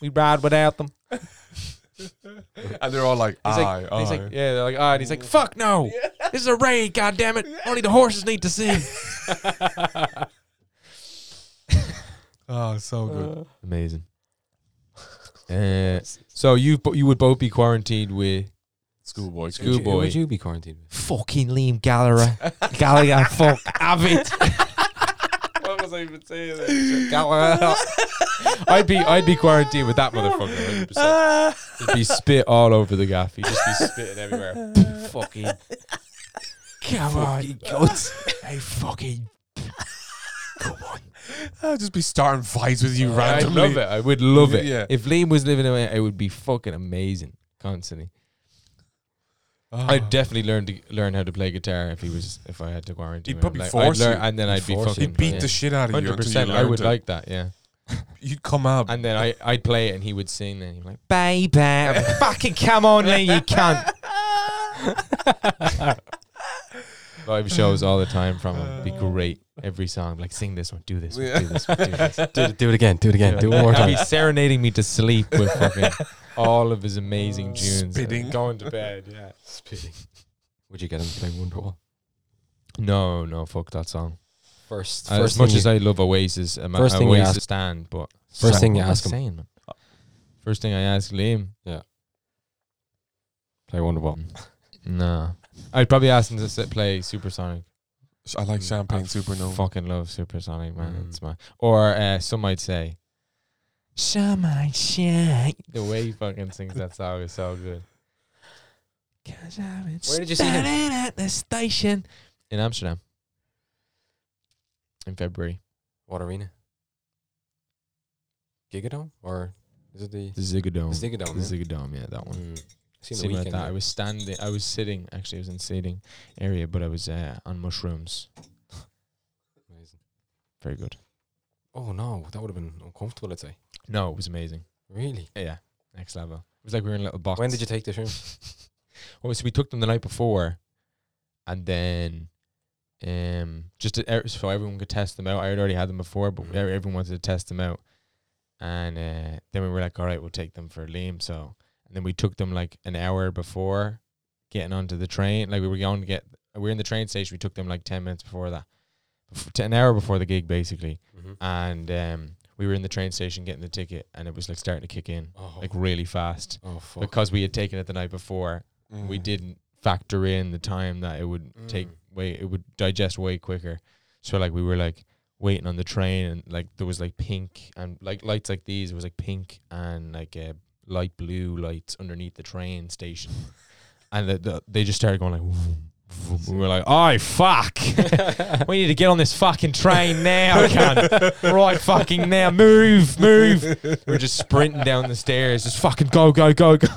Speaker 1: we ride without them.
Speaker 2: And they're all like,
Speaker 1: He's
Speaker 2: "Aye,
Speaker 1: like,
Speaker 2: aye."
Speaker 1: he's like, Oh, yeah, they're like, all right. He's like, fuck no. This is a raid, God damn it. Only the horses need to see.
Speaker 2: oh, so good.
Speaker 1: Amazing. Uh, so you bo- you would both be quarantined with
Speaker 2: Schoolboy.
Speaker 1: School- Who boy?
Speaker 4: Would you be quarantined? with?
Speaker 1: fucking Liam Gallagher. Gallagher, fuck, have it.
Speaker 2: What was I even saying? There?
Speaker 1: Gallagher. I'd be I'd be quarantined with that motherfucker. 100%. He'd be spit all over the gaff. He'd just be spitting everywhere. fucking. Come on, you goats. Hey, fucking. Come on.
Speaker 2: I'll just be starting fights with you
Speaker 1: I'd
Speaker 2: randomly.
Speaker 1: love it. Uh, I would love it.
Speaker 2: Yeah.
Speaker 1: If Liam was living away, it would be fucking amazing constantly.
Speaker 2: Oh.
Speaker 1: I'd definitely learn to learn how to play guitar if he was if I had to quarantine.
Speaker 2: He'd
Speaker 1: him.
Speaker 2: probably
Speaker 1: Like, I'd
Speaker 2: force
Speaker 1: learn-
Speaker 2: you.
Speaker 1: and then
Speaker 4: He'd
Speaker 1: I'd be
Speaker 4: force you.
Speaker 1: fucking.
Speaker 2: He'd beat
Speaker 1: yeah.
Speaker 2: the shit out of you
Speaker 1: Hundred
Speaker 2: until
Speaker 1: percent.
Speaker 2: you
Speaker 1: I
Speaker 2: learned
Speaker 1: would
Speaker 2: to-
Speaker 1: like that. Yeah.
Speaker 2: You'd come out.
Speaker 1: And then I I'd play it and he would sing and he'd be like, "Baby, fucking come on, Lee, you cunt." Live shows all the time from him. It'd be great. Every song, like sing this one, do this one, do this one, do this. One.
Speaker 4: Do, it- do it again. Do it again. Do it one more time.
Speaker 1: He's serenading me to sleep with fucking all of his
Speaker 4: Oh,
Speaker 1: amazing tunes.
Speaker 2: spitting.
Speaker 1: going to bed. Yeah, spitting.
Speaker 4: Would you get him to play Wonderwall?
Speaker 1: No, no, fuck that song.
Speaker 4: First,
Speaker 1: Uh, as much as I love Oasis, I'm
Speaker 4: First
Speaker 1: a
Speaker 4: thing you
Speaker 1: Oasis
Speaker 4: ask-
Speaker 1: stand, but
Speaker 4: first
Speaker 1: Sorry,
Speaker 4: thing you
Speaker 1: what am I
Speaker 4: ask him.
Speaker 1: saying, man? First thing I ask Liam,
Speaker 4: play Wonderwall.
Speaker 1: No. I'd probably ask him to sit, play Supersonic.
Speaker 2: I like
Speaker 1: Mm.
Speaker 2: champagne
Speaker 1: I
Speaker 2: supernova.
Speaker 1: Fucking love Supersonic, man.
Speaker 4: Mm.
Speaker 1: It's my or uh, some might say. Some might say the way he fucking sings that song is so good. Cause I've been
Speaker 4: Where did you see him?
Speaker 1: standing at the station in Amsterdam in February.
Speaker 4: What arena? Gigadome or is it the?
Speaker 1: The Ziggo Dome.
Speaker 4: Ziggo
Speaker 1: The
Speaker 4: Dome,
Speaker 1: Ziggo Dome, yeah, that one.
Speaker 4: Mm. Seen the
Speaker 1: Similar to
Speaker 4: weekend.
Speaker 1: that. I was standing. I was sitting. Actually, I was in seating area, but I was uh, on mushrooms.
Speaker 4: Amazing.
Speaker 1: Very good.
Speaker 4: Oh no, that would have been uncomfortable. I'd say.
Speaker 1: No, it was amazing.
Speaker 4: Really?
Speaker 1: Yeah, next level. It was like we were in a little box.
Speaker 4: When did you take the room?
Speaker 1: Oh, so we took them the night before, and then, um, just to, er- so everyone could test them out. I had already had them before, but
Speaker 4: Mhm.
Speaker 1: every- everyone wanted to test them out, and uh, then we were like, all right, we'll take them for Liam. So, and then we took them like an hour before getting onto the train. Like we were going to get, we were in the train station. We took them like ten minutes before that, bef- to an hour before the gig, basically, and um. We were in the train station getting the ticket, and it was like starting to kick in,
Speaker 4: Oh,
Speaker 1: like really fast
Speaker 4: oh fuck.
Speaker 1: because we had taken it the night before, we
Speaker 2: Mm.
Speaker 1: didn't factor in the time that it would take
Speaker 4: Mm.
Speaker 1: way it would digest way quicker. So like we were like waiting on the train and like there was like pink and like lights like these, it was like pink and like uh, light blue lights underneath the train station. and the, the, they just started going like vroom, vroom. we were like, "Oh fuck. we need to get on this fucking train now, cunt. Right fucking now. Move, move." We're just sprinting down the stairs. Just fucking go, go, go, go.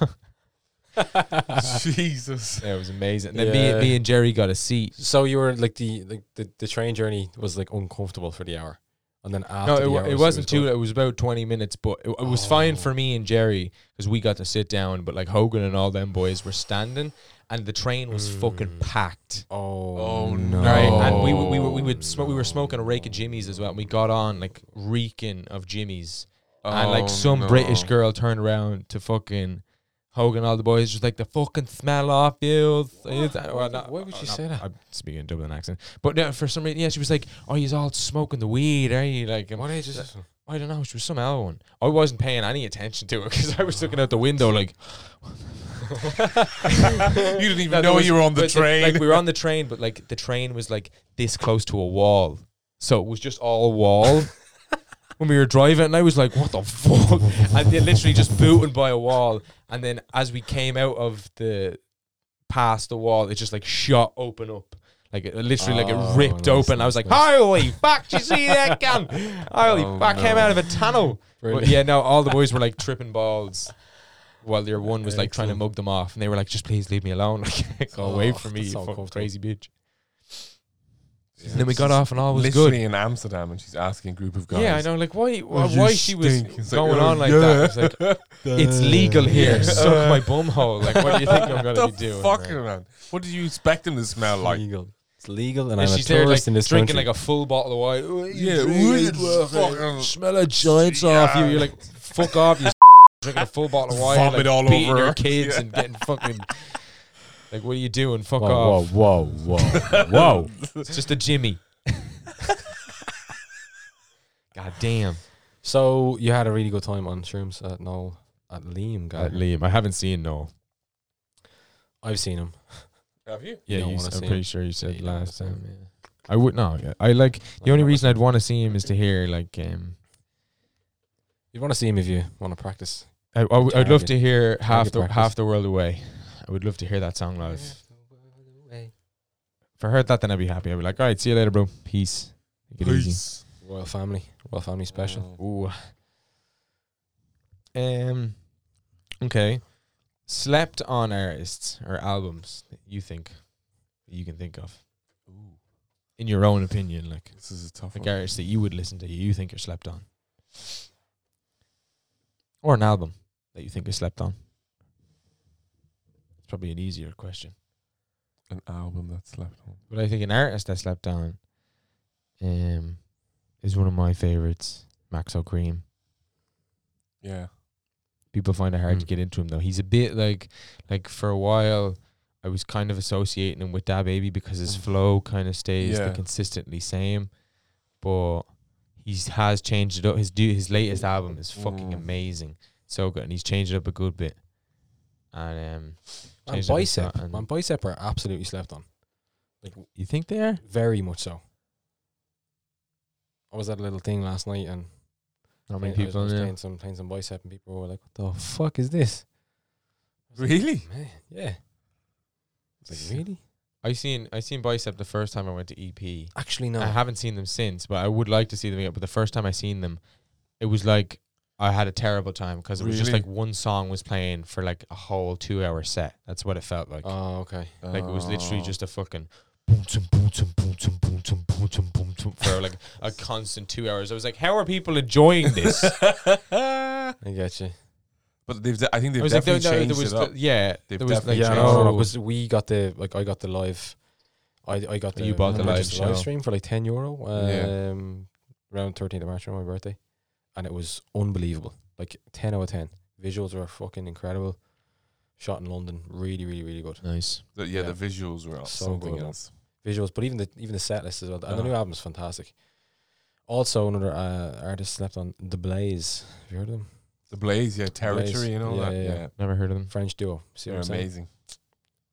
Speaker 2: Jesus.
Speaker 1: Yeah, it was amazing. And then me
Speaker 4: Yeah.
Speaker 1: me, me and Jerry got a seat.
Speaker 4: So you were like the like the, the train journey was like uncomfortable for the hour, and then after
Speaker 1: No,
Speaker 4: the
Speaker 1: it, wa-
Speaker 4: hour
Speaker 1: it
Speaker 4: was-
Speaker 1: wasn't
Speaker 4: was
Speaker 1: too.
Speaker 4: good.
Speaker 1: It was about twenty minutes, but it, it was fine for me and Jerry because we got to sit down. But like Hogan and all them boys were standing, and the train was fucking packed.
Speaker 4: Oh,
Speaker 2: Oh,
Speaker 4: no!
Speaker 1: Right,
Speaker 2: no.
Speaker 1: and we were, we were we would sm- we were smoking a rake of Jimmys as well, and we got on like reeking of Jimmys, and
Speaker 2: Oh,
Speaker 1: like some
Speaker 2: no.
Speaker 1: British girl turned around to fucking Hogan and all the boys, just like the fucking smell off you. Is that- well,
Speaker 4: Why-
Speaker 1: not- uh,
Speaker 4: why would she
Speaker 1: not-
Speaker 4: say that?
Speaker 1: I'm speaking in Dublin accent, but no, for some reason, yeah, she was like, "Oh, you're all smoking the weed, are you?" Like, and
Speaker 4: What age is this?
Speaker 1: I don't know. She was some other one. I wasn't paying any attention to it because I was looking out the window like,
Speaker 2: You didn't
Speaker 1: No,
Speaker 2: even
Speaker 1: there
Speaker 2: know
Speaker 1: was-
Speaker 2: you were on the
Speaker 1: but, like- Like,
Speaker 2: train.
Speaker 1: we were on the train, but like the train was like this close to a wall, so it was just all wall. when we were driving, and I was like, "What the fuck?" and they literally just booted by a wall. And then as we came out of the past the wall, it just like shot open up. Like it, literally, like
Speaker 4: Oh,
Speaker 1: it ripped
Speaker 4: nice,
Speaker 1: open. I
Speaker 4: nice,
Speaker 1: was like,
Speaker 4: nice.
Speaker 1: "Holy fuck! Did you see that gun? Holy
Speaker 2: Oh,
Speaker 1: fuck! Came
Speaker 2: no.
Speaker 1: out of a tunnel." But
Speaker 4: Brilliant.
Speaker 1: yeah, no, all the boys were like tripping balls. While their one was like trying to
Speaker 4: Excellent.
Speaker 1: mug them off, and they were like, "Just please leave me alone, like go away
Speaker 4: Oh,
Speaker 1: from me,
Speaker 4: that's
Speaker 1: you
Speaker 4: so
Speaker 1: fucking
Speaker 4: uncomfortable.
Speaker 1: crazy bitch."
Speaker 2: Yeah,
Speaker 1: and then we
Speaker 2: she's
Speaker 1: got off, and all was
Speaker 2: literally
Speaker 1: good.
Speaker 2: in Amsterdam, and she's asking a group of guys.
Speaker 1: Yeah, I know. Like, why, why,
Speaker 2: "Oh, you
Speaker 1: why she was
Speaker 2: stink." It's like,
Speaker 1: going
Speaker 2: "Oh,
Speaker 1: on like
Speaker 2: yeah."
Speaker 1: that? It's like it's legal here.
Speaker 2: Yeah.
Speaker 1: Suck my bum hole. Like, what do you think I'm gonna
Speaker 2: the
Speaker 1: be doing?
Speaker 2: fuck,
Speaker 1: right?
Speaker 2: man? What did you expect them to smell
Speaker 4: It's
Speaker 2: like?
Speaker 4: legal. It's legal, and
Speaker 1: And
Speaker 4: I'm
Speaker 1: she's
Speaker 4: a
Speaker 1: there, like
Speaker 4: tourist in this
Speaker 1: drinking
Speaker 4: country.
Speaker 1: like a full bottle of wine. "Oh, you
Speaker 2: Yeah,
Speaker 1: drink
Speaker 2: "Oh, you
Speaker 1: it, well,
Speaker 2: fucking-
Speaker 1: smell of joints off you. You're like, fuck off, you. s-" drinking a full bottle of wine, like,
Speaker 2: Vomit all
Speaker 1: beating
Speaker 2: over
Speaker 1: your
Speaker 2: her.
Speaker 1: kids
Speaker 2: Yeah.
Speaker 1: and getting fucking. Like, what are you doing? Fuck off.
Speaker 4: whoa, whoa, whoa, whoa, whoa.
Speaker 1: It's just a Jimmy. God damn.
Speaker 4: So you had a really good time on shrooms at Noel at Liam, guy.
Speaker 1: Uh, Liam, I haven't seen Noel.
Speaker 4: I've seen him.
Speaker 2: Have you?
Speaker 1: Yeah,
Speaker 4: You don't
Speaker 1: you
Speaker 4: wanna
Speaker 1: s-
Speaker 4: see
Speaker 1: I'm
Speaker 4: him.
Speaker 1: pretty sure you said
Speaker 4: you don't
Speaker 1: last
Speaker 4: wanna
Speaker 1: time. Yeah. I would not. I like the only reason I'd want to see him is to hear like um.
Speaker 4: you'd want to see him if you want to practice.
Speaker 1: I, I would I'd love
Speaker 4: Target.
Speaker 1: to hear half
Speaker 4: Target
Speaker 1: the
Speaker 4: practice.
Speaker 1: half the world away. I would love to hear that song live. If I heard that, then I'd be happy. I'd be like, all right, see you later, bro. Peace. Take it easy.
Speaker 2: Peace.
Speaker 4: Royal family, royal family special.
Speaker 1: Ooh. Um. Okay. Slept on artists or albums that you think that you can think of
Speaker 2: Ooh,
Speaker 1: in your own opinion, like
Speaker 2: this is a tough
Speaker 1: like
Speaker 2: one.
Speaker 1: artists that you would listen to you think are slept on, or an album that you think is slept on. It's probably an easier question,
Speaker 2: An album that's left on.
Speaker 1: but I think an artist that slept on, um, is one of my favorites, Max O'Cream.
Speaker 2: Yeah.
Speaker 1: people find it hard to
Speaker 4: Mm.
Speaker 1: get into him though. He's a bit like like for a while I was kind of associating him with Da Baby because his
Speaker 4: Mm.
Speaker 1: flow kind of stays the
Speaker 2: Yeah.
Speaker 1: consistently same, but he's has changed it up. His do his latest album is fucking
Speaker 4: Hmm.
Speaker 2: Mm.
Speaker 1: amazing, so good, and he's changed it up a good bit. And um,
Speaker 4: Man,
Speaker 1: changed it up a
Speaker 4: bicep,
Speaker 1: lot, and-
Speaker 4: man, bicep are absolutely slept on.
Speaker 1: you think they are?
Speaker 4: Very much so. I was at a little thing last night and
Speaker 1: How many
Speaker 4: I was-
Speaker 1: people
Speaker 4: I
Speaker 1: on
Speaker 4: was
Speaker 1: there?
Speaker 4: playing some playing some bicep and people were like, What the fuck is this? I was like,
Speaker 2: Really?
Speaker 4: Man, yeah. I was like, Really?
Speaker 1: I seen I seen Bicep the first time I went to EP.
Speaker 4: Actually no.
Speaker 1: I haven't seen them since, but I would like to see them again. But the first time I seen them, it was like I had a terrible time because it was just
Speaker 2: Really?
Speaker 1: like one song was playing for like a whole two hour set. That's what it felt like.
Speaker 4: Oh, okay.
Speaker 1: like it was literally
Speaker 2: Oh.
Speaker 1: just a fucking boom tum boom tum boom tum boom tum boom tum boom tum for like a constant two hours. I was like, how are people enjoying this?
Speaker 4: I get you.
Speaker 2: But they've, de- I
Speaker 1: I
Speaker 2: think they've
Speaker 1: was like,
Speaker 2: definitely
Speaker 1: there, there- there
Speaker 2: changed
Speaker 1: was
Speaker 2: it up.
Speaker 1: the- yeah, there
Speaker 2: They've
Speaker 1: was like
Speaker 2: definitely
Speaker 4: yeah,
Speaker 2: changed
Speaker 1: no-
Speaker 4: no, no, because we got the like I got the live, I I got the
Speaker 1: You bought
Speaker 2: the
Speaker 4: remember
Speaker 2: live
Speaker 4: just
Speaker 1: show.
Speaker 4: stream for like ten euro,
Speaker 2: Yeah.
Speaker 4: um, around thirteenth of March on my birthday, and it was unbelievable. Like ten out of ten, visuals were fucking incredible. Shot in London, really, really, really good
Speaker 1: nice.
Speaker 2: The- yeah,
Speaker 4: yeah.
Speaker 2: the visuals were
Speaker 4: So
Speaker 2: something
Speaker 4: good, man.
Speaker 2: else.
Speaker 4: visuals, but even the even the set list as well. And
Speaker 2: Uh-huh.
Speaker 4: the new album's fantastic. Also, another uh, artist slept on The Blaze. Have you heard of them?
Speaker 2: The Blaze, yeah, territory
Speaker 4: Blaze,
Speaker 2: and all
Speaker 4: yeah,
Speaker 2: that.
Speaker 4: yeah,
Speaker 2: Yeah,
Speaker 4: yeah.
Speaker 1: Never heard of them.
Speaker 4: French duo. See
Speaker 2: they're
Speaker 4: what I'm saying?
Speaker 2: amazing.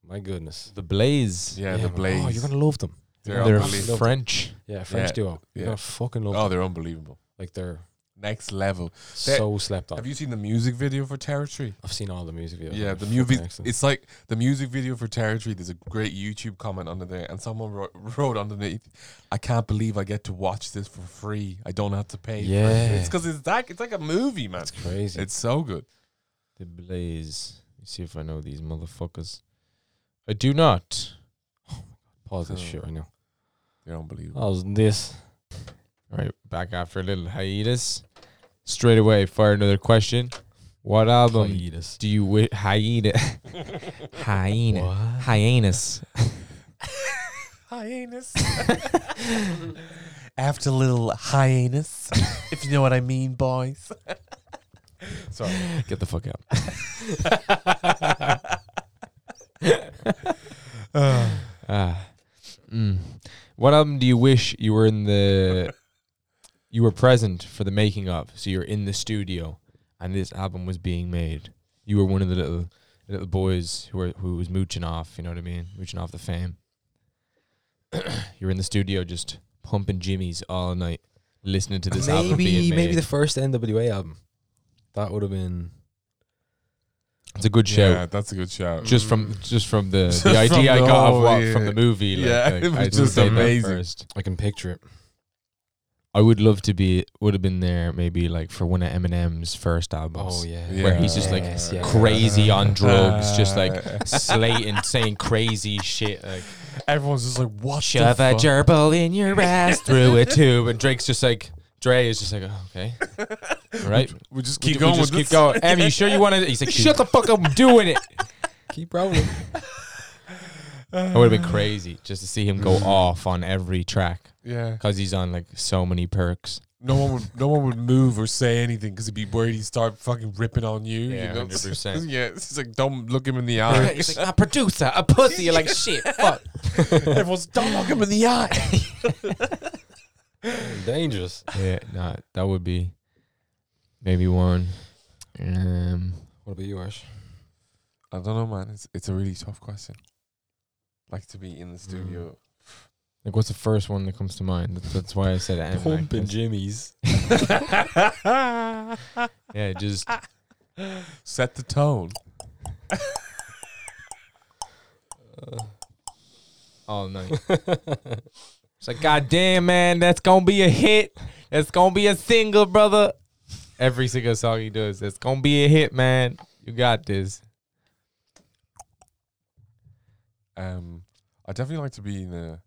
Speaker 4: My goodness.
Speaker 1: The Blaze.
Speaker 2: Yeah,
Speaker 4: man.
Speaker 2: the Blaze.
Speaker 4: Oh, you're gonna love them.
Speaker 2: they're,
Speaker 1: They're
Speaker 2: unbelievable.
Speaker 1: French.
Speaker 4: Yeah, French
Speaker 2: Yeah,
Speaker 4: duo. You're
Speaker 2: yeah.
Speaker 4: gonna fucking love. them.
Speaker 2: Oh, they're unbelievable.
Speaker 4: Like they're
Speaker 2: Next level.
Speaker 4: so slept on.
Speaker 2: Have you seen the music video for Territory?
Speaker 4: I've seen all the music videos.
Speaker 2: Yeah,
Speaker 4: They're
Speaker 2: the movie.
Speaker 4: fucking excellent.
Speaker 2: It's like the music video for Territory. There's a great YouTube comment under there, and someone wrote, wrote underneath, "I can't believe I get to watch this for free. I don't have to pay." for it."
Speaker 4: Yeah.
Speaker 2: it's because it's like it's like a movie, man.
Speaker 4: It's crazy.
Speaker 2: It's so good.
Speaker 1: The Blaze. Let me see if I know these motherfuckers. I do not.
Speaker 4: Pause this
Speaker 2: Oh.
Speaker 4: shit right now.
Speaker 2: They're unbelievable.
Speaker 4: Oh, this.
Speaker 1: All right, back after a little hiatus. Straight away, fire another question. What album do you wish hyena hyena hyenas?
Speaker 2: Hyenas. After little hyenas, if you know what I mean, boys. Sorry.
Speaker 1: Get the fuck out. Ah. Mm. What album do you wish you were in the you were present for the making of? So you're in the studio and this album was being made. You were one of the little the little boys who were who was mooching off. You know what I mean? Mooching off the fame. You're in the studio just pumping jimmies all night, listening to this album
Speaker 4: maybe
Speaker 1: being
Speaker 4: maybe
Speaker 1: made.
Speaker 4: the first NWA album. That would have been
Speaker 1: it's a good shout.
Speaker 2: Yeah, that's a good shout.
Speaker 1: Just from just from the,
Speaker 2: Just
Speaker 1: the idea
Speaker 2: from
Speaker 1: I
Speaker 2: the
Speaker 1: got of
Speaker 2: whole,
Speaker 1: what
Speaker 2: yeah.
Speaker 1: from the movie. Like,
Speaker 2: Yeah,
Speaker 1: like,
Speaker 2: it was
Speaker 1: I just
Speaker 2: just
Speaker 1: said that
Speaker 2: amazing.
Speaker 1: first.
Speaker 4: I can picture it.
Speaker 1: I would love to be would have been there maybe like for one of Eminem's first albums.
Speaker 4: Oh yeah.
Speaker 1: Where he's just, like,
Speaker 4: Yes, yeah.
Speaker 1: crazy on drugs, just like slating, saying crazy shit like
Speaker 2: everyone's just like, what?
Speaker 1: shove
Speaker 2: the
Speaker 1: a
Speaker 2: fuck?
Speaker 1: gerbil in your ass through a tube, and Drake's just like Dre is just like "Oh, okay, all right,
Speaker 2: We just
Speaker 1: We
Speaker 2: keep
Speaker 1: ju- we
Speaker 2: going.
Speaker 1: just
Speaker 2: with
Speaker 1: keep
Speaker 2: this.
Speaker 1: going. Em, you sure you want to? He's like, shut the fuck up, I'm doing it.
Speaker 4: Keep rolling.
Speaker 1: It would have been crazy just to see him go off on every track
Speaker 2: Yeah.
Speaker 1: because he's on like so many perks.
Speaker 2: No one would. No one would move or say anything because he'd be worried he'd start fucking ripping on you.
Speaker 1: Yeah,
Speaker 2: you know?
Speaker 1: 100%.
Speaker 2: yeah. It's just like don't look him in the eye.
Speaker 1: He's like, a producer, a pussy. You're like, shit, fuck.
Speaker 2: Everyone's don't look him in the eye.
Speaker 4: Dangerous.
Speaker 1: Yeah, no, that would be maybe one. Um,
Speaker 4: What about you, Ash?
Speaker 2: I don't know, man. It's it's a really tough question. Like to be in the studio.
Speaker 1: like, what's the first one that comes to mind? That's, that's why I said Eminem.
Speaker 4: Pumping jimmies.
Speaker 1: Yeah, just
Speaker 2: Set the tone.
Speaker 1: all night. it's like, goddamn, man, that's gonna be a hit. That's gonna be a single, brother. Every single song he does, that's gonna be a hit, man. You got this.
Speaker 2: Um, I definitely like to be in the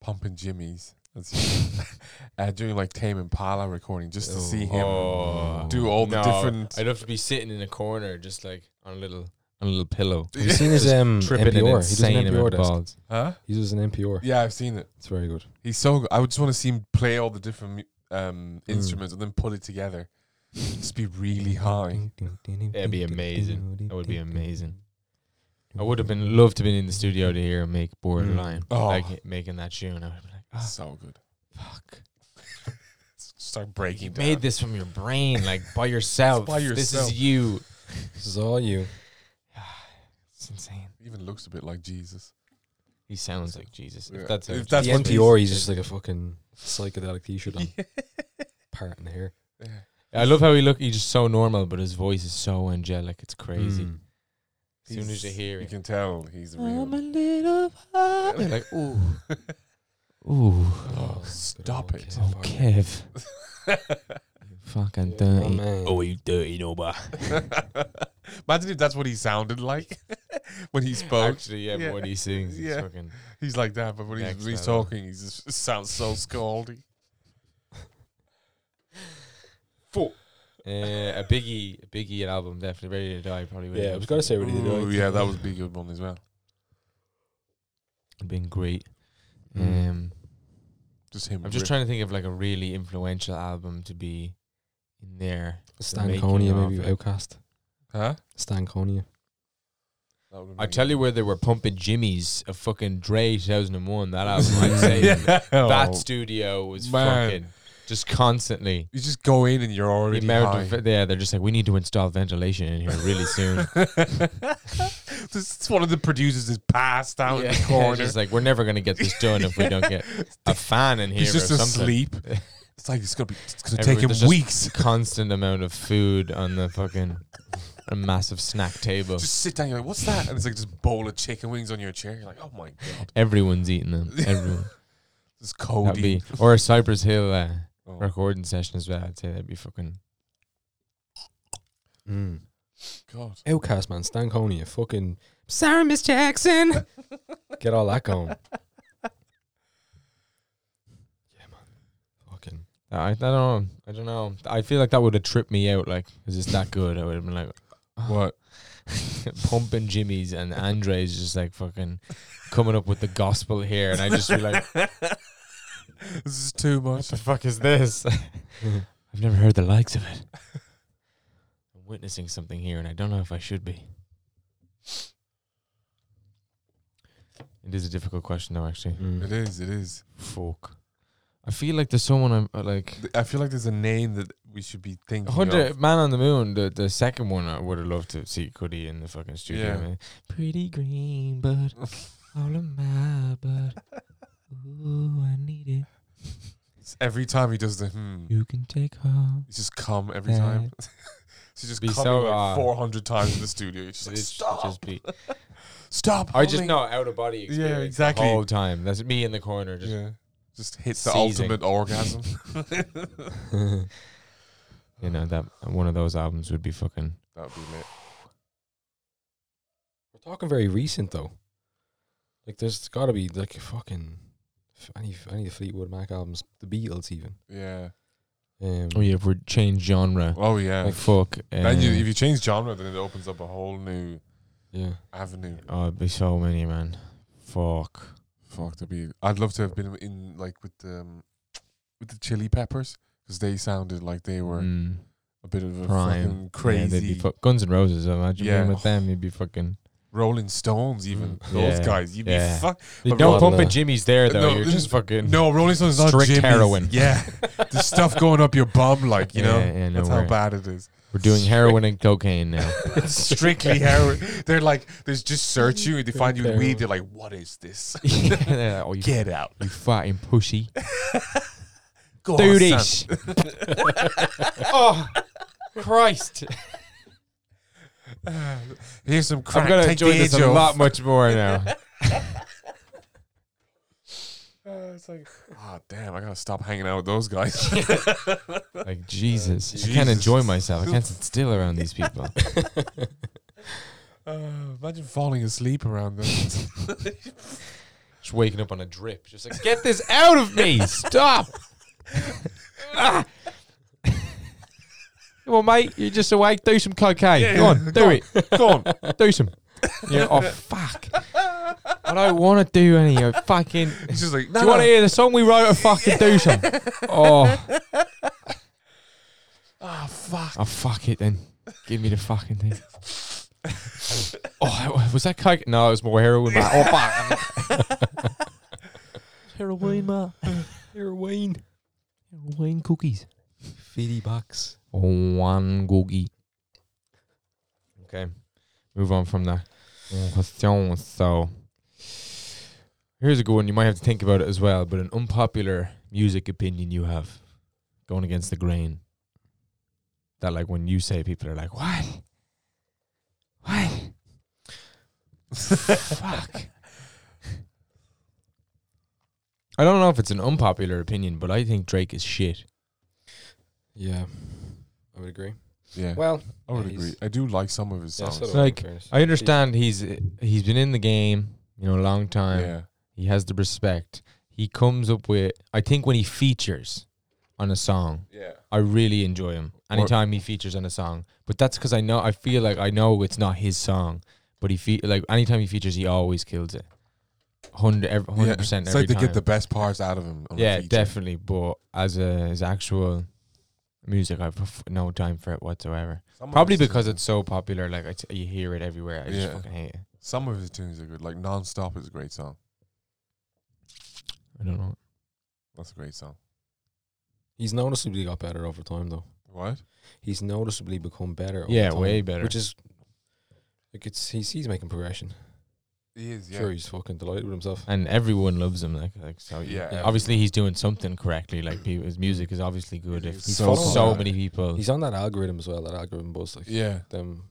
Speaker 2: pumping jimmies. That's- uh, doing like Tame Impala recording just to see him
Speaker 1: Oh.
Speaker 2: do all the
Speaker 1: No,
Speaker 2: different.
Speaker 1: I'd have to be sitting in a corner, just like on a little, on a little pillow,
Speaker 4: Have you seen his um,
Speaker 1: tripping an
Speaker 4: NPR? He does
Speaker 1: insane
Speaker 4: an
Speaker 1: amount
Speaker 4: NPR
Speaker 1: of
Speaker 4: desk.
Speaker 1: balls.
Speaker 2: Huh?
Speaker 4: He does an NPR.
Speaker 2: Yeah, I've seen it.
Speaker 4: It's very good.
Speaker 2: He's so good. I would just want to see him play all the different mu- um,
Speaker 1: Mm.
Speaker 2: instruments and then put it together. Just be really high.
Speaker 1: That'd be amazing. That would be amazing. I would have been loved to been in the studio to hear him make borderline,
Speaker 2: Oh.
Speaker 1: like making that tune. I would have been like, oh,
Speaker 2: So good.
Speaker 1: Mm. fuck.
Speaker 2: Start breaking
Speaker 1: You
Speaker 2: down.
Speaker 1: made this from your brain, like by yourself.
Speaker 2: by
Speaker 1: This
Speaker 2: yourself.
Speaker 1: is you.
Speaker 4: This is all you.
Speaker 1: It's insane.
Speaker 2: Even looks a bit like Jesus.
Speaker 1: He sounds like Jesus.
Speaker 2: Yeah.
Speaker 1: If that's
Speaker 2: If
Speaker 1: how-
Speaker 2: that's
Speaker 4: the
Speaker 2: what
Speaker 4: NPR, he's just like a fucking psychedelic t-shirt on. Part in the hair.
Speaker 1: I love how he look. He's just so normal, but his voice is so angelic. It's crazy.
Speaker 4: Mm.
Speaker 1: As soon as you
Speaker 2: He's-
Speaker 1: hear
Speaker 2: You
Speaker 1: it,
Speaker 2: can tell he's
Speaker 1: I'm a
Speaker 2: real.
Speaker 1: little high. You're like, ooh, ooh,
Speaker 4: Oh,
Speaker 2: stop
Speaker 4: good
Speaker 2: it.
Speaker 4: old Kev.
Speaker 1: Kev, you fucking
Speaker 4: Oh,
Speaker 1: dirty.
Speaker 4: man.
Speaker 1: you dirty nobody.
Speaker 2: Imagine if that's what he sounded like when he spoke.
Speaker 1: Actually, yeah,
Speaker 2: Yeah.
Speaker 1: but um, when he sings, he's
Speaker 2: Yeah.
Speaker 1: fucking.
Speaker 2: He's like that, but when he's,
Speaker 1: Next
Speaker 2: when he's
Speaker 1: level.
Speaker 2: talking, he just sounds so scaldy.
Speaker 1: Uh, a biggie, a biggie album, definitely. Ready to die, probably. would
Speaker 4: Yeah, I
Speaker 1: have
Speaker 4: was gonna say really
Speaker 2: Ooh,
Speaker 4: did.
Speaker 2: yeah, that would be a good one as well.
Speaker 1: been great.
Speaker 4: Mm.
Speaker 1: Um,
Speaker 2: Just him.
Speaker 1: I'm just
Speaker 2: rip-
Speaker 1: trying to think of like a really influential album to be in there.
Speaker 4: Stan
Speaker 1: making
Speaker 4: Conia,
Speaker 1: of
Speaker 4: maybe
Speaker 1: it.
Speaker 4: Outcast.
Speaker 2: Huh?
Speaker 4: Stan Conia.
Speaker 2: That would've
Speaker 1: I
Speaker 2: been
Speaker 1: tell
Speaker 2: good.
Speaker 1: you where they were pumping Jimmy's of fucking Dre 2001. That album, I'd say
Speaker 2: yeah.
Speaker 4: Oh.
Speaker 1: that studio was
Speaker 2: Man.
Speaker 1: fucking just constantly.
Speaker 2: You just go in and you're
Speaker 1: The
Speaker 2: already
Speaker 1: amount of, yeah, they're just like, we need to install ventilation in here really soon.
Speaker 2: this is one of the producers is passed out in the
Speaker 1: It's
Speaker 2: corner.
Speaker 1: just like, we're never going to get this done if we don't get a fan in here.
Speaker 2: He's just
Speaker 1: or something.
Speaker 2: asleep. It's like it's gonna be. It's gonna
Speaker 1: Everyone-
Speaker 2: take
Speaker 1: there's just
Speaker 2: him weeks.
Speaker 1: constant amount of food on the fucking a massive snack table.
Speaker 2: Just sit down. You're like, what's that? And it's like just bowl of chicken wings on your chair. You're like, oh my god,
Speaker 1: Everyone's eating them. Everyone.
Speaker 2: this
Speaker 1: That'd
Speaker 2: Cody.
Speaker 1: be or a Cypress Hill uh,
Speaker 2: Oh.
Speaker 1: recording session as well. I'd say that'd be fucking.
Speaker 4: Mm.
Speaker 2: God,
Speaker 4: Outcast, man. Stan Conia. Fucking. Sorry, Miss Jackson. Get all that going. Yeah, man. Fucking.
Speaker 1: I, I don't know. I don't know. I feel like that would have tripped me out. Like, is this that good? I would have been like,
Speaker 2: what?
Speaker 1: pumping Jimmy's and Andre's just like fucking coming up with the gospel here, and I just be like,
Speaker 2: This is too
Speaker 1: what
Speaker 2: much.
Speaker 1: the fuck is this? I've never heard the likes of it. I'm witnessing something here, and I don't know if I should be. It is a difficult question, though. Actually,
Speaker 2: It is. It is.
Speaker 1: fuck. I feel like there's someone I'm uh, like.
Speaker 2: Th- I feel like there's a name that we should be thinking.
Speaker 1: Hundred
Speaker 2: of.
Speaker 1: Man on the Moon, the, the second one, I would have loved to see Cuddy in the fucking studio.
Speaker 2: Yeah.
Speaker 1: man. Pretty green, but all of my but. Ooh, I need it.
Speaker 2: It's every time he does the hmm,
Speaker 1: You can take home.
Speaker 2: he's just cum every time. She's just
Speaker 1: Be
Speaker 2: coming
Speaker 1: so,
Speaker 2: like
Speaker 1: uh,
Speaker 2: four hundred times in the studio. It's just like
Speaker 1: It's
Speaker 2: stop,
Speaker 1: Just be,
Speaker 2: stop.
Speaker 1: I just
Speaker 2: humming."
Speaker 1: know out of body. Experience
Speaker 2: exactly.
Speaker 1: The whole time. That's me in the corner. Just
Speaker 2: yeah, just hits the
Speaker 1: seizing.
Speaker 2: ultimate orgasm.
Speaker 1: you know that one of those albums would be fucking.
Speaker 2: That would be lit.
Speaker 4: We're talking very recent though. Like there's got to be like fucking f- any any of the Fleetwood Mac albums, the Beatles even.
Speaker 2: Yeah.
Speaker 4: Um,
Speaker 1: Oh yeah, if we change genre,
Speaker 2: Oh yeah.
Speaker 1: like fuck.
Speaker 2: then you,
Speaker 1: um,
Speaker 2: if you change genre, then it opens up a whole new
Speaker 4: yeah.
Speaker 2: avenue.
Speaker 1: Oh, it'd be so many, man. Fuck.
Speaker 2: Fuck, that'd be. I'd love to have been in like with the um, with the Chili Peppers because they sounded like they were
Speaker 1: Mm.
Speaker 2: a bit of a
Speaker 1: Prime.
Speaker 2: fucking
Speaker 1: Yeah,
Speaker 2: crazy.
Speaker 1: they'd be fu- Guns and Roses. I imagine being
Speaker 2: Yeah.
Speaker 1: with them, you'd be fucking.
Speaker 2: Rolling Stones, even
Speaker 1: Mm.
Speaker 2: those
Speaker 1: Yeah.
Speaker 2: guys. You'd
Speaker 1: Yeah.
Speaker 2: be fuck.
Speaker 1: No
Speaker 2: But
Speaker 1: pump
Speaker 2: Rolling-
Speaker 1: pumping Jimmy's there though.
Speaker 2: No,
Speaker 1: You're just fucking.
Speaker 2: No, Rolling Stones is not
Speaker 1: Strict
Speaker 2: Jimmy's.
Speaker 1: heroin.
Speaker 2: Yeah, the stuff going up your bum, like you know.
Speaker 1: Yeah, yeah, no
Speaker 2: That's how
Speaker 1: way.
Speaker 2: bad it is.
Speaker 1: We're doing heroin and cocaine now.
Speaker 2: It's strictly heroin. They're like, they just search you. They find you in
Speaker 4: Heroin.
Speaker 2: weed. They're like, what is this?
Speaker 1: Yeah, oh, you,
Speaker 2: Get out.
Speaker 1: you fucking pussy.
Speaker 2: Go
Speaker 1: Do
Speaker 2: on, son.
Speaker 1: this. oh, Christ.
Speaker 2: Here's some crack.
Speaker 1: I'm going to
Speaker 2: Take the
Speaker 1: enjoy this
Speaker 2: edge
Speaker 1: a
Speaker 2: off.
Speaker 1: lot much more now.
Speaker 2: Uh, it's like, ah, damn, I gotta stop hanging out with those guys.
Speaker 1: Like, Jesus. I can't
Speaker 2: Jesus.
Speaker 1: enjoy myself. I can't sit still around these people.
Speaker 2: uh, imagine falling asleep around them.
Speaker 1: Just waking up on a drip. Just like, get this out of me. Stop. Ah. Come on, mate. You're just awake. Do some cocaine. Go on. Do it.
Speaker 2: Go on.
Speaker 1: Do some. Yeah. Oh, fuck. I don't want to do any of fucking.
Speaker 2: He's just like,
Speaker 1: Do
Speaker 2: no,
Speaker 1: you want to
Speaker 2: no.
Speaker 1: hear the song we wrote or fucking do some? Oh,
Speaker 2: Ah, fuck.
Speaker 1: oh, fuck it then. Give me the fucking thing. Oh, was that coke? No, it was more heroin. Mate. Oh, fuck.
Speaker 4: Heroin, ma. Heroin.
Speaker 1: Wayne cookies.
Speaker 4: Fifty bucks.
Speaker 1: One googie. Okay, move on from that one question. So, here's a good one. You might have to think about it as well, but an unpopular music opinion you have going against the grain. That, like, when you say, people are like, what? What? Fuck. I don't know if it's an unpopular opinion, but I think Drake is shit.
Speaker 4: Yeah, I would agree.
Speaker 2: Yeah,
Speaker 4: Well,
Speaker 2: I would
Speaker 4: he's-
Speaker 2: agree. I do like some of his
Speaker 4: yeah,
Speaker 2: songs.
Speaker 4: so do
Speaker 1: It's
Speaker 4: I, in
Speaker 1: like,
Speaker 4: fairness.
Speaker 1: I understand he's he's been in the game, you know, a long time.
Speaker 2: yeah,
Speaker 1: He has the respect. He comes up with I think when he features on a song,
Speaker 2: yeah.
Speaker 1: I really enjoy him. Anytime he features on a song. But that's cuz I know I feel like I know it's not his song, but he fe- like anytime he features he always kills it. 100 ev- 100%
Speaker 2: It's
Speaker 1: every
Speaker 2: like they
Speaker 1: time.
Speaker 2: get the best parts out of him. On a
Speaker 1: yeah,
Speaker 2: feature.
Speaker 1: definitely, but as a his actual music I've f- no time for it whatsoever.
Speaker 2: Some of
Speaker 1: Probably
Speaker 2: his
Speaker 1: because
Speaker 2: tunes-
Speaker 1: it's so popular, like I t- you hear it everywhere. I just
Speaker 2: Yeah.
Speaker 1: fucking hate it.
Speaker 2: some of his tunes are good. Like "Nonstop" is a great song.
Speaker 1: I don't know.
Speaker 2: That's a great song.
Speaker 4: he's noticeably got better over time, though.
Speaker 2: What?
Speaker 4: He's noticeably become better. Over
Speaker 1: Yeah,
Speaker 4: time,
Speaker 1: way better.
Speaker 4: Which is like it's he's he's making progression.
Speaker 2: He is. Yeah.
Speaker 4: Sure, he's fucking delighted with himself.
Speaker 1: And everyone loves him, like, like so.
Speaker 2: Yeah.
Speaker 4: Yeah.
Speaker 1: Obviously, he's doing something correctly. Like people, his music is obviously good. If
Speaker 2: He's
Speaker 1: he
Speaker 2: so
Speaker 1: so, so
Speaker 4: good.
Speaker 1: many people.
Speaker 4: He's on that algorithm as well. That algorithm buzz, like
Speaker 2: Yeah.
Speaker 4: them.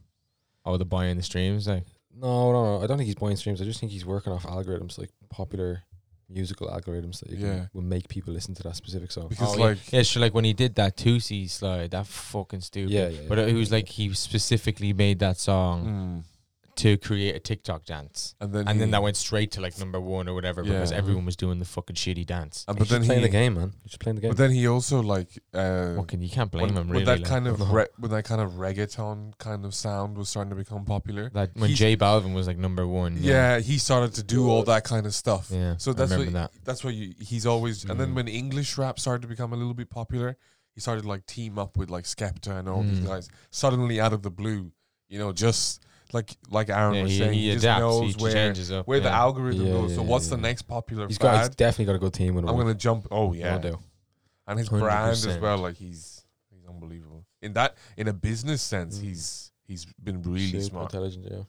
Speaker 1: Oh, the buy in the streams, like
Speaker 4: No, no, no. I don't think he's buying streams. I just think he's working off algorithms, like popular musical algorithms that you can-
Speaker 2: Yeah.
Speaker 4: will make people listen to that specific song.
Speaker 2: Because
Speaker 1: Oh,
Speaker 2: like
Speaker 1: yeah, sure. Like when he did that two C slide, that fucking stupid.
Speaker 4: Yeah, yeah,
Speaker 1: But
Speaker 4: yeah,
Speaker 1: it was
Speaker 4: yeah.
Speaker 1: like he specifically made that song
Speaker 2: mm,
Speaker 1: to create a TikTok dance,
Speaker 2: and then
Speaker 1: and then
Speaker 2: he-
Speaker 1: that went straight to like number one or whatever because
Speaker 2: Yeah.
Speaker 1: everyone was doing the fucking shitty dance.
Speaker 2: and, but
Speaker 4: He's just
Speaker 2: then
Speaker 4: playing
Speaker 2: he
Speaker 4: the game, man. He's just playing the game.
Speaker 2: but then he also like uh,
Speaker 1: What can you can't blame
Speaker 2: when,
Speaker 1: him
Speaker 2: when
Speaker 1: really.
Speaker 2: that
Speaker 1: like,
Speaker 2: kind of
Speaker 4: No.
Speaker 2: re- when that kind of reggaeton kind of sound was starting to become popular.
Speaker 1: that when
Speaker 2: he's-
Speaker 1: J Balvin was like number one.
Speaker 2: Yeah, he started to do all that kind of stuff.
Speaker 1: Mm. Yeah,
Speaker 2: So
Speaker 1: I
Speaker 2: that's what
Speaker 1: remember that.
Speaker 2: that's why you, he's always. And then
Speaker 1: Mm.
Speaker 2: when English rap started to become a little bit popular, he started to, like team up with like Skepta and all these
Speaker 1: Mm.
Speaker 2: guys suddenly out of the blue. You know, just like like Aaron
Speaker 1: Yeah,
Speaker 2: was
Speaker 1: he,
Speaker 2: saying,
Speaker 1: he
Speaker 2: he, just
Speaker 1: adapts.
Speaker 2: knows
Speaker 1: he
Speaker 2: where
Speaker 1: changes up.
Speaker 2: where the
Speaker 1: yeah.
Speaker 2: algorithm
Speaker 4: Yeah,
Speaker 2: goes. so
Speaker 4: yeah,
Speaker 2: what's the
Speaker 4: yeah.
Speaker 2: next popular
Speaker 4: he's got. He's
Speaker 2: fad?
Speaker 4: definitely got a good team with him.
Speaker 2: I'm gonna jump. Oh yeah,
Speaker 4: No doubt.
Speaker 2: and his brand as
Speaker 1: 100%.
Speaker 2: well. Like he's he's He's unbelievable. In that, in a business sense,
Speaker 4: Mm.
Speaker 2: he's he's been really
Speaker 4: Super
Speaker 2: smart
Speaker 4: intelligent, yeah.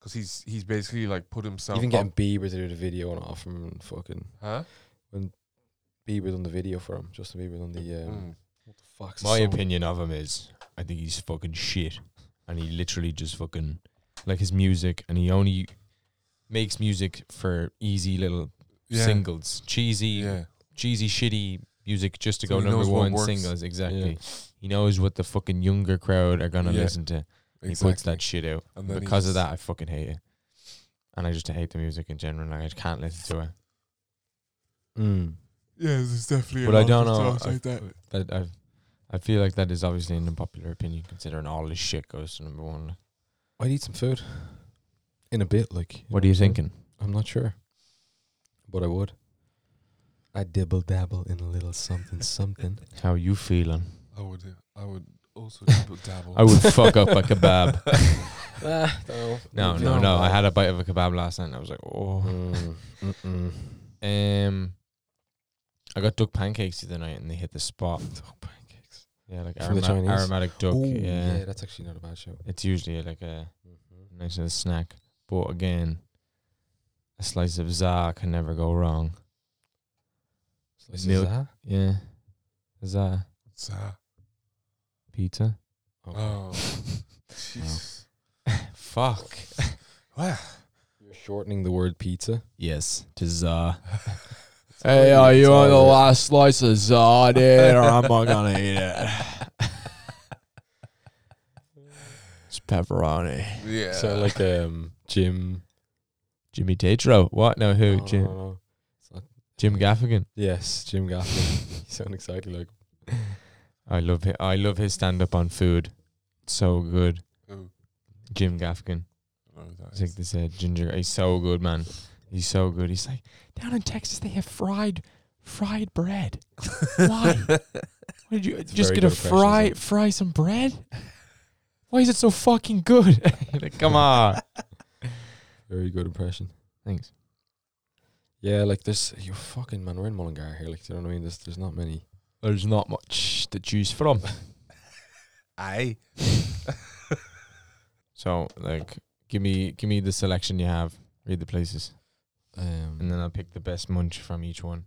Speaker 2: because he's he's basically like put himself
Speaker 4: Even
Speaker 2: up-
Speaker 4: getting Bieber to do the video on it off him, and fucking
Speaker 2: huh?
Speaker 4: Bieber done the video for him. Justin Bieber done the um,
Speaker 2: Mm.
Speaker 4: what the fuck's the
Speaker 1: My
Speaker 4: song?
Speaker 1: opinion of him is I think he's fucking shit. And he literally just fucking like his music and he only makes music for easy little
Speaker 2: Yeah.
Speaker 1: singles. Cheesy,
Speaker 2: Yeah,
Speaker 1: cheesy, shitty music just to
Speaker 2: So
Speaker 1: go
Speaker 2: he
Speaker 1: number
Speaker 2: knows what
Speaker 1: one
Speaker 2: works.
Speaker 1: singles. Exactly. He knows what the fucking younger crowd are gonna
Speaker 2: Yeah,
Speaker 1: listen to. He puts
Speaker 2: exactly.
Speaker 1: that shit out.
Speaker 2: And then he
Speaker 1: because of
Speaker 2: just-
Speaker 1: that I fucking hate it. And I just hate the music in general. Like I can't listen to it.
Speaker 4: Mm.
Speaker 2: Yeah, there's definitely.
Speaker 1: But
Speaker 2: a
Speaker 1: I
Speaker 2: lot
Speaker 1: don't
Speaker 2: of
Speaker 1: know,
Speaker 2: songs
Speaker 1: I-
Speaker 2: like that.
Speaker 1: But I, I feel like that is obviously an unpopular opinion considering all this shit goes to number one.
Speaker 4: I need some food in a bit. Like,
Speaker 1: What are you thinking?
Speaker 4: I'm not sure, but I would. I dibble dabble in a little something something.
Speaker 1: How you feeling?
Speaker 2: I would. I would also double dabble.
Speaker 1: I would fuck up a kebab.
Speaker 4: ah, no,
Speaker 1: No, no, no. I had a bite of a kebab last night and I was like, oh.
Speaker 4: Mm, mm-mm.
Speaker 1: Um, I got duck pancakes the other night and they hit the spot.
Speaker 4: Duck pancakes.
Speaker 1: Yeah, like
Speaker 4: From the
Speaker 1: aroma-
Speaker 4: Chinese?
Speaker 1: aromatic duck.
Speaker 4: Ooh,
Speaker 1: yeah.
Speaker 4: yeah, that's actually not a bad show. Mm-hmm.
Speaker 1: It's usually like a nice little snack. But again, a slice of za can never go wrong.
Speaker 4: Slices
Speaker 1: Milk.
Speaker 4: of that?
Speaker 1: Yeah. Za
Speaker 2: What's that?
Speaker 1: pizza.
Speaker 2: Oh, jeez.
Speaker 1: Fuck.
Speaker 2: Wow.
Speaker 4: You're shortening the word pizza.
Speaker 1: Yes, uh, to za.
Speaker 4: Hey, are you on the
Speaker 1: last slice of za, dude, or am I gonna eat it? It's pepperoni.
Speaker 2: Yeah.
Speaker 4: So like um Jim.
Speaker 1: Jimmy Tatro. What? No, who?
Speaker 4: Oh,
Speaker 1: Jim.
Speaker 4: no, no.
Speaker 1: Jim Gaffigan.
Speaker 4: Yes, Jim Gaffigan. you sound exactly like
Speaker 1: I love his, I love his stand up on food. So good.
Speaker 2: Who?
Speaker 1: Jim Gaffigan.
Speaker 2: I don't know who that
Speaker 1: It's like
Speaker 2: is.
Speaker 1: they said, ginger. He's so good, man. He's so good. He's like down in Texas they have fried fried bread. Why? Why did you just
Speaker 4: very
Speaker 1: get a
Speaker 4: good impression,
Speaker 1: fry
Speaker 4: isn't
Speaker 1: fry some bread? Why is it so fucking good? You're like, come on.
Speaker 4: very good impression.
Speaker 1: Thanks.
Speaker 4: Yeah, like this you fucking man, we're in Mullingar here, like do you know what I mean? There's there's not many
Speaker 1: There's not much to choose from.
Speaker 2: Aye.
Speaker 1: So like give me give me the selection you have. Read the places.
Speaker 4: um
Speaker 1: And then I'll pick the best munch from each one.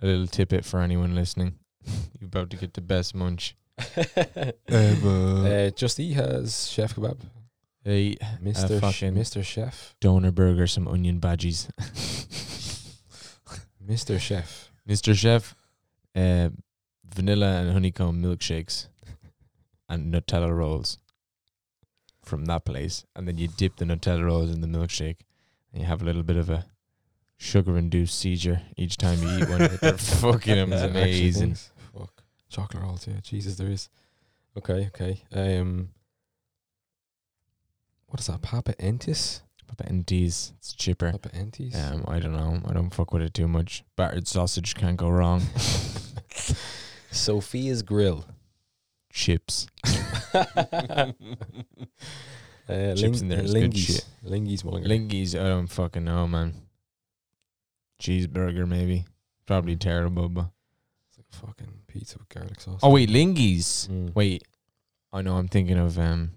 Speaker 1: A little tidbit for anyone listening. You're about to get the best munch.
Speaker 2: Eh,
Speaker 4: uh, Just Eat has Chef Kebab.
Speaker 1: Hey,
Speaker 4: Mr. Sh-
Speaker 1: Uh, fucking-
Speaker 4: Mr. Chef.
Speaker 1: donor burger, some onion badgies.
Speaker 4: Mr. Chef.
Speaker 1: Mr. Chef, uh, vanilla and honeycomb milkshakes and Nutella rolls from that place. And then you dip the Nutella rolls in the milkshake and you have a little bit of a sugar induced seizure each time you eat one. They're fucking
Speaker 4: That actually
Speaker 1: amazing.
Speaker 4: thinks. Fuck. Chocolate rolls, yeah. Jesus there is. Okay, okay. Um what is that? Papa Entis?
Speaker 1: Papa and D's, it's cheaper.
Speaker 4: Papa Entis?
Speaker 1: Um, I don't know. I don't fuck with it too much. Battered sausage can't go wrong.
Speaker 4: Sophia's Grill.
Speaker 1: Chips.
Speaker 4: uh,
Speaker 1: Chips in there is good shit.
Speaker 4: Lingy's Mullinger.
Speaker 1: Lingies, I don't fucking know, man. Cheeseburger, maybe. Probably terrible, but.
Speaker 4: It's like fucking pizza with garlic sauce.
Speaker 1: Oh, wait, Lingies.
Speaker 4: Mm.
Speaker 1: Wait. I know, I'm thinking of um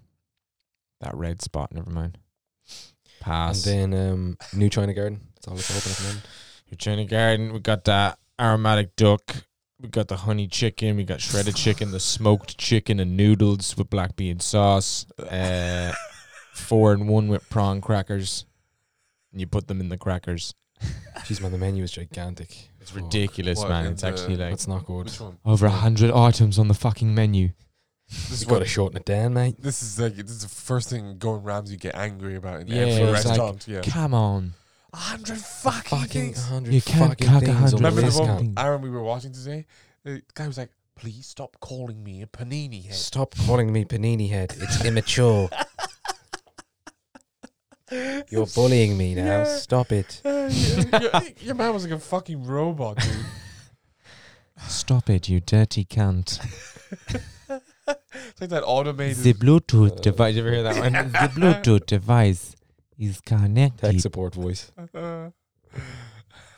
Speaker 1: that red spot. Never mind.
Speaker 4: And
Speaker 1: Pass.
Speaker 4: then um, New China Garden. It's all it's open at the moment.
Speaker 1: Your China Garden, we got that aromatic duck. We got the honey chicken. We got shredded chicken, the smoked chicken, and noodles with black bean sauce. Uh, four and one with prawn crackers. And you put them in the crackers.
Speaker 4: Jeez, man, the menu is gigantic.
Speaker 1: Eh. It's
Speaker 4: Fuck.
Speaker 1: ridiculous,
Speaker 2: What,
Speaker 1: man.
Speaker 2: in
Speaker 1: It's actually
Speaker 2: the-
Speaker 1: like
Speaker 4: That's not good.
Speaker 2: eh, Which one?
Speaker 1: over a hundred items on the fucking menu.
Speaker 2: This
Speaker 4: You
Speaker 2: is
Speaker 4: got
Speaker 2: what.
Speaker 4: to shorten it down, mate.
Speaker 2: This is like this is the first thing Gordon Ramsay get angry about in
Speaker 1: Yeah,
Speaker 2: every
Speaker 1: it's like-
Speaker 2: restaurant. yeah.
Speaker 1: Come on,
Speaker 2: A hundred fucking,
Speaker 4: Fucking
Speaker 2: things.
Speaker 4: 100
Speaker 1: you can't
Speaker 4: fucking
Speaker 1: cock a
Speaker 4: things
Speaker 1: hundred.
Speaker 4: on the
Speaker 2: Remember the
Speaker 4: list
Speaker 2: one-
Speaker 4: now.
Speaker 2: Aaron, we were watching today. The guy was like, "Please stop calling me a panini head."
Speaker 4: Stop calling me panini head. It's immature. You're bullying me now.
Speaker 2: Yeah.
Speaker 4: Stop it.
Speaker 2: Uh, your, your, your man was like a fucking robot, dude.
Speaker 1: Stop it, you dirty cunt.
Speaker 2: It's like that automated.
Speaker 1: The Bluetooth
Speaker 4: Uh,
Speaker 1: device. You ever hear that one? the Bluetooth device is
Speaker 4: Tech
Speaker 1: connected.
Speaker 4: support voice.
Speaker 2: Uh,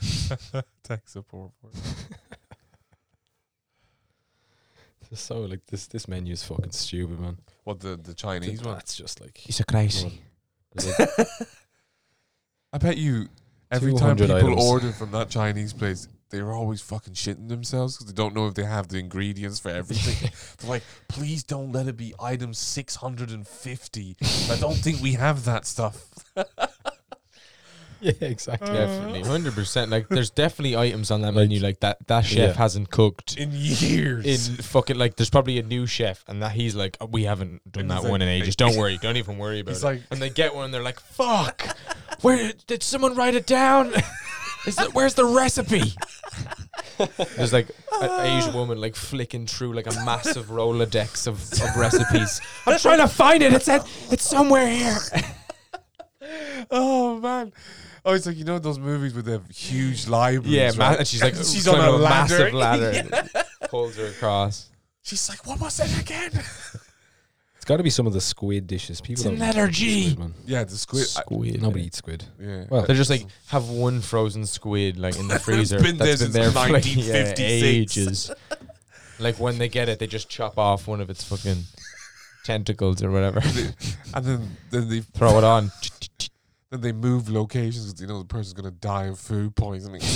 Speaker 2: tech support. for it.
Speaker 4: Just so like this this menu is fucking stupid, man.
Speaker 2: What the the Chinese one?
Speaker 4: That's just like
Speaker 1: It's a crazy.
Speaker 4: there's like
Speaker 2: I bet you every time
Speaker 4: 200
Speaker 2: people
Speaker 4: items.
Speaker 2: order from that Chinese place, they're always fucking shitting themselves because they don't know if they have the ingredients for everything. they're like, please don't let it be item six hundred and fifty. I don't think we have that stuff.
Speaker 4: yeah, exactly.
Speaker 1: Definitely, hundred percent. Like, there's definitely items on that
Speaker 4: Like-
Speaker 1: menu like that. That chef
Speaker 4: Yeah.
Speaker 1: hasn't cooked
Speaker 2: in years.
Speaker 1: in fucking like. There's probably a new chef, and that he's like, "Oh, we haven't done
Speaker 2: And
Speaker 1: that
Speaker 2: he's like-
Speaker 1: one in ages. Don't worry, don't even worry about
Speaker 2: He's
Speaker 1: it.
Speaker 2: like-
Speaker 1: and they get one, and they're like, "Fuck, where did someone write it down? Is it, where's the recipe?" There's like an Asian woman like flicking through like a massive Rolodex of, of recipes. I'm trying to find it. It's at, it's somewhere here.
Speaker 2: oh man. Oh, it's like you know those movies with the huge libraries.
Speaker 1: Yeah, ma-
Speaker 2: right?
Speaker 1: and she's like
Speaker 2: she's on
Speaker 1: climbing
Speaker 2: a
Speaker 1: up
Speaker 2: ladder.
Speaker 1: massive ladder, pulls her across.
Speaker 2: She's like, what was it again?
Speaker 4: It's got to be some of the squid dishes. People
Speaker 1: It's an
Speaker 4: don't
Speaker 1: energy.
Speaker 4: squid, man.
Speaker 2: Yeah, the squid. I-
Speaker 1: Squid.
Speaker 4: Nobody eats squid.
Speaker 2: yeah.
Speaker 4: Well,
Speaker 1: They're just like have one frozen squid like in the freezer
Speaker 2: been there
Speaker 1: that's been
Speaker 2: since
Speaker 1: there for like yeah,
Speaker 2: 1956.
Speaker 1: ages. like when they get it, they just chop off one of its fucking tentacles or whatever,
Speaker 2: and then then they
Speaker 1: throw it on.
Speaker 2: then they move locations because you know the person's gonna die of food poisoning.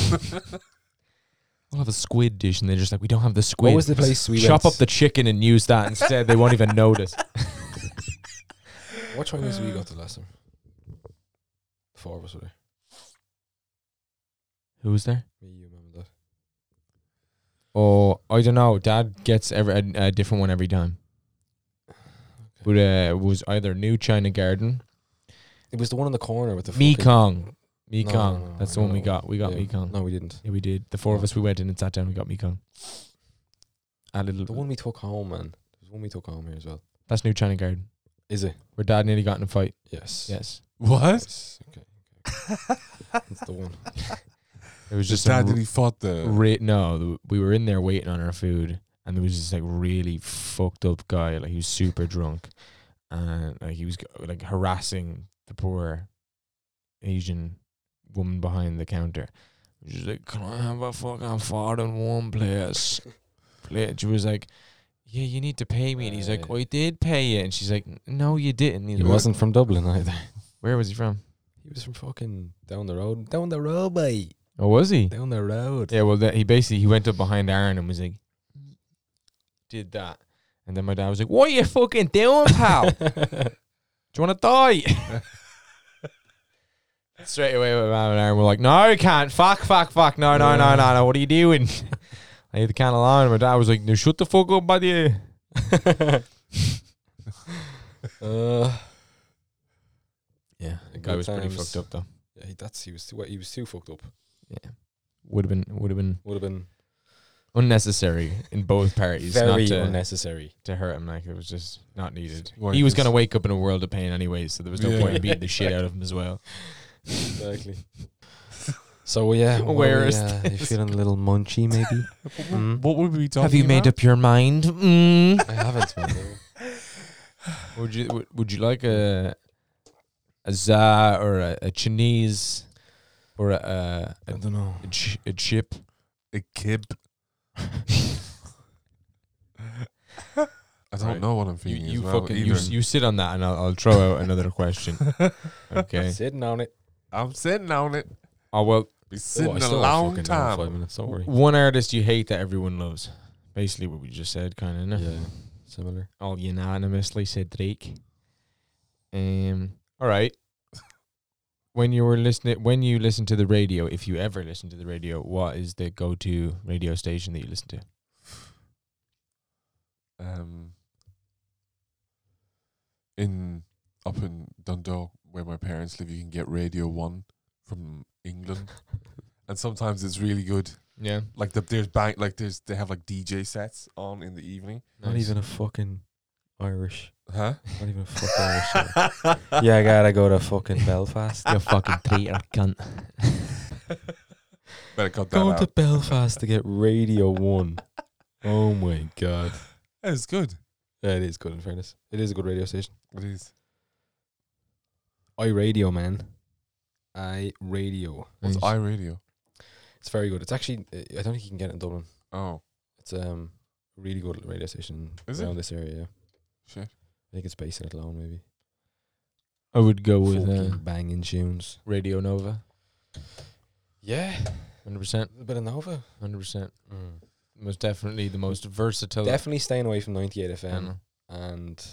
Speaker 1: We'll have a squid dish, and they're just like, we don't have the squid.
Speaker 4: What was the place we
Speaker 1: Chop
Speaker 4: went?
Speaker 1: up the chicken and use that instead. They won't even notice.
Speaker 4: What Chinese we got the last time? Uh. Four of us were there.
Speaker 1: Who was there?
Speaker 4: Me, you, mum, and dad.
Speaker 1: Oh, I don't know. Dad gets every a, a different one every time. But uh, it was either New China Garden,
Speaker 4: It was the one in the corner with the fucking-
Speaker 1: Mekong,
Speaker 4: No,
Speaker 1: Mekong.
Speaker 4: no, no,
Speaker 1: That's the
Speaker 4: I
Speaker 1: one we
Speaker 4: know.
Speaker 1: got. We got
Speaker 4: Yeah.
Speaker 1: Mekong.
Speaker 4: No, we didn't.
Speaker 1: Yeah, we did. The four of us we went in and sat down. We got Mekong. A little.
Speaker 4: The one we took home, man. There's one we took home here as well.
Speaker 1: That's New China Garden,
Speaker 4: Is it?
Speaker 1: where Dad nearly got in a fight.
Speaker 4: Yes.
Speaker 1: Yes,
Speaker 2: what?
Speaker 4: Yes. Okay. That's the one.
Speaker 1: it was
Speaker 2: Just
Speaker 1: just
Speaker 2: dad
Speaker 1: a
Speaker 2: that he fought the.
Speaker 1: re- no. th- We were in there waiting on our food, and there was this like really fucked up guy. Like he was super drunk, and like he was g- like harassing the poor Asian woman behind the counter. She's like, "Can I have a fucking fart in one place?" plate. She was like, "Yeah, you need to pay me." And he's like,
Speaker 4: Right.
Speaker 1: "I did pay you." And she's like, "No, you didn't." He's
Speaker 4: He
Speaker 1: like,
Speaker 4: wasn't from Dublin either.
Speaker 1: Where was he from?
Speaker 4: He was from fucking down the road. Down the road, mate.
Speaker 1: Oh, was he?
Speaker 4: Down the road.
Speaker 1: Yeah. Well, that, he basically he went up behind Aaron and was like, "Did that?" And then my dad was like, "What are you fucking doing, pal? Do you want to die?" Straight away, my mom and Aaron were like, "No, you can't. Fuck, fuck, fuck. No, no, no, no, no. What are you doing?" I hit the can of line. My dad was like, "No, shut the fuck up, buddy."
Speaker 4: uh,
Speaker 1: Yeah, the
Speaker 4: Good
Speaker 1: guy was pretty
Speaker 4: times.
Speaker 1: fucked up though.
Speaker 4: yeah, he, that's he was too, he was too fucked up.
Speaker 1: Yeah, would have been would have been
Speaker 4: Would have been
Speaker 1: unnecessary in both parties.
Speaker 4: very
Speaker 1: not to,
Speaker 4: unnecessary.
Speaker 1: to hurt him. Like it was just not needed.
Speaker 2: Why
Speaker 1: he was
Speaker 2: just-
Speaker 1: going to wake up in a world of pain anyway, so there was no
Speaker 2: Yeah.
Speaker 1: point in beating the shit out of him as well.
Speaker 4: Exactly. So yeah, what are
Speaker 1: Where
Speaker 4: we,
Speaker 1: is
Speaker 4: uh, you feeling a little munchy maybe? Mm.
Speaker 2: What would we be talking?
Speaker 1: up your mind? Mm.
Speaker 4: I haven't, man.
Speaker 1: would you would, would you like a a za or a, a Chinese or a a, a,
Speaker 4: don't know.
Speaker 1: a, ch- a chip?
Speaker 2: a kib? I don't
Speaker 1: Right.
Speaker 2: know what I'm
Speaker 1: You,
Speaker 2: feeling.
Speaker 1: you
Speaker 2: as well,
Speaker 1: fucking you,
Speaker 2: either.
Speaker 1: s- you sit on that, and I'll, I'll throw out another question. Okay.
Speaker 4: Sitting on it.
Speaker 2: I'm sitting on it.
Speaker 1: Oh well,
Speaker 2: Be
Speaker 4: Oh,
Speaker 2: sitting
Speaker 4: I
Speaker 2: a
Speaker 4: still have
Speaker 2: long
Speaker 4: fucking another Five
Speaker 2: time.
Speaker 4: minutes. Don't worry.
Speaker 1: one artist you hate that everyone loves. Basically, what we just said, kind of.
Speaker 4: Yeah, similar.
Speaker 1: all unanimously said Drake. Um. All right. When you were listening, when you listen to the radio, if you ever listen to the radio, what is the go-to radio station that you listen to?
Speaker 2: Um, in up in Dundalk, where my parents live, you can get Radio One from England, and sometimes it's really good.
Speaker 1: Yeah,
Speaker 2: Like the, there's bang, like there's they have like DJ sets on in the evening.
Speaker 4: Not even a fucking Irish.
Speaker 2: Huh?
Speaker 4: Not even a fucking Irish. show. yeah, I gotta go to fucking Belfast.
Speaker 1: you fucking traitor cunt.
Speaker 2: Better cut that
Speaker 4: Going
Speaker 2: out.
Speaker 4: to Belfast to get Radio One. Oh my god.
Speaker 2: Yeah, it's good.
Speaker 4: Yeah, it is good. In fairness, it is a good radio station.
Speaker 2: It is.
Speaker 4: I radio man. I radio.
Speaker 2: What's
Speaker 1: Nice.
Speaker 2: iRadio?
Speaker 4: It's very good. It's actually uh, I don't think you can get it in Dublin.
Speaker 2: Oh,
Speaker 4: It's um really good radio station
Speaker 2: Is
Speaker 4: around this area. Yeah,
Speaker 2: Shit.
Speaker 4: I think it's based in Athlone, maybe.
Speaker 1: I would go with
Speaker 4: Fucking
Speaker 1: uh,
Speaker 4: banging tunes.
Speaker 1: Radio Nova.
Speaker 4: Yeah,
Speaker 1: 100%.
Speaker 4: a bit of Nova.
Speaker 1: 100%. Most definitely the most versatile.
Speaker 4: Mm. Definitely staying away from 98 FM
Speaker 1: Um,
Speaker 4: and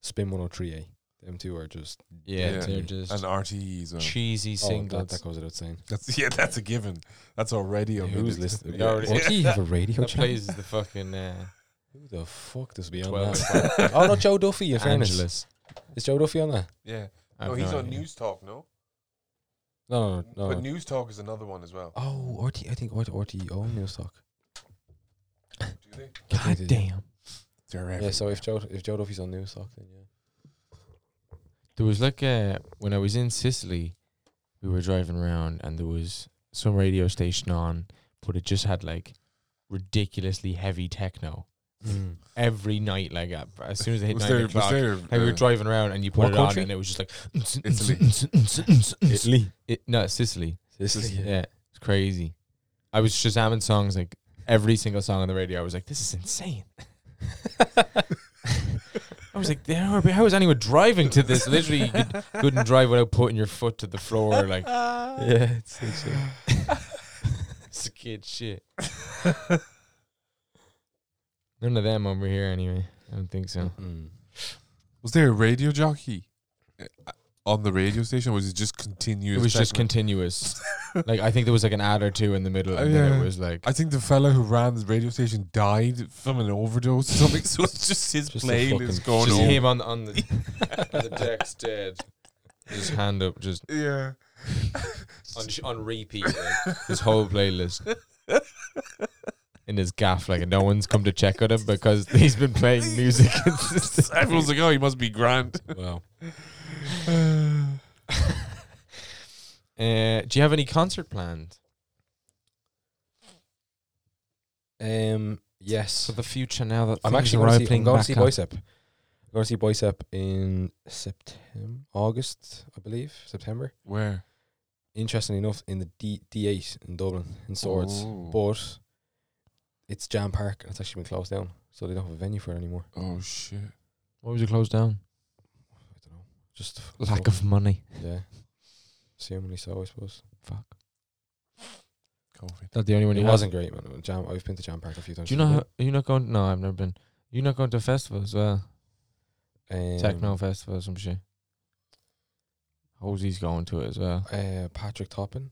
Speaker 4: Spin 103A. Them two are just
Speaker 1: yeah,
Speaker 2: Yeah.
Speaker 1: they're just
Speaker 2: And RTEs. Are,
Speaker 1: cheesy
Speaker 4: oh,
Speaker 1: singles.
Speaker 4: that, that goes without saying.
Speaker 2: that's yeah, that's a given. That's already on
Speaker 4: Who's
Speaker 2: the-
Speaker 4: listening?
Speaker 1: Yeah. already-
Speaker 4: Don't you have a radio
Speaker 1: That
Speaker 4: channel?
Speaker 1: plays the fucking uh,
Speaker 4: Who the fuck does be on
Speaker 1: 12
Speaker 4: that? oh, not Joe Duffy. In fairness,
Speaker 1: Angeles.
Speaker 4: is Joe Duffy on that?
Speaker 2: Yeah.
Speaker 1: I
Speaker 2: oh,
Speaker 1: have
Speaker 2: he's
Speaker 1: no
Speaker 2: on
Speaker 1: idea. Uh,
Speaker 2: News Talk, no?
Speaker 4: No, no, no.
Speaker 2: But
Speaker 4: no.
Speaker 2: News Talk is another one as well.
Speaker 4: Oh, RT, I think RT, RT own News Talk.
Speaker 2: Do they?
Speaker 1: God damn.
Speaker 2: They're
Speaker 4: Yeah, so if Joe if Joe Duffy's on News Talk, then yeah.
Speaker 1: There was like uh when I was in Sicily, we were driving around and there was some radio station on, but it just had like ridiculously heavy techno every night. Like at, as soon as they hit
Speaker 2: Hmm. was
Speaker 1: nine
Speaker 2: there, was
Speaker 1: o'clock,
Speaker 2: there,
Speaker 1: like we were
Speaker 2: uh,
Speaker 1: driving around and you put
Speaker 4: What
Speaker 1: it
Speaker 4: country?
Speaker 1: on and it was just like
Speaker 2: Italy.
Speaker 4: Italy.
Speaker 1: It, no Sicily.
Speaker 4: Sicily.
Speaker 1: Yeah. it's crazy. I was Shazamming songs like every single song on the radio. I was like, this is insane. I was like, "There are- how is anyone driving to this? Literally, you could, couldn't drive without putting your foot to the floor. Like,
Speaker 4: Yeah, it's literally.
Speaker 1: It's a kid shit. None of them over here, anyway. I don't think so.
Speaker 4: Mm.
Speaker 2: was there a radio jockey uh, on the radio station? Or was it just continuous?
Speaker 1: It was just
Speaker 2: techno?
Speaker 1: continuous. like I think there was like an ad or two in the middle,
Speaker 2: Oh,
Speaker 1: and then
Speaker 2: yeah.
Speaker 1: it was like
Speaker 2: I think the fella who ran the radio station died from an overdose or something. So it's just his
Speaker 4: Just a
Speaker 2: playlist
Speaker 4: fucking-
Speaker 2: going
Speaker 1: just
Speaker 2: on.
Speaker 1: him on the on the, on the deck's dead, his hand up, just
Speaker 2: Yeah.
Speaker 1: on sh- on repeat, like, his whole playlist. In his gaff, like, and no one's come to check on him because he's been playing music.
Speaker 2: Everyone's like, oh, he must be grand.
Speaker 4: Wow.
Speaker 1: Uh, do you have any concert planned
Speaker 4: Um. Yes.
Speaker 1: for the future? Now that
Speaker 4: I'm actually going to see, I'm going to see Bicep. I'm going to see Bicep in September, August, I believe, September.
Speaker 2: Where?
Speaker 4: Interestingly enough, in the D D8 in Dublin in Swords,
Speaker 2: Oh.
Speaker 4: but it's Jam Park and it's actually been closed down, so they don't have a venue for it anymore.
Speaker 2: Oh, shit.
Speaker 1: What was it closed down?
Speaker 4: I don't know, just f-
Speaker 1: Lack
Speaker 4: so-
Speaker 1: of money.
Speaker 4: yeah. Seemingly so, I suppose.
Speaker 1: Fuck.
Speaker 2: COVID.
Speaker 1: Not the only one.
Speaker 4: It
Speaker 1: you have.
Speaker 4: wasn't great, man. Jam. I've been to Jam Park a few times.
Speaker 1: Do you know? How, are you not going? No, I've never been. You're not going to a festival as well.
Speaker 4: Um,
Speaker 1: Techno festival or some shit. Hosey's going to it as well.
Speaker 4: Uh, Patrick Toppin.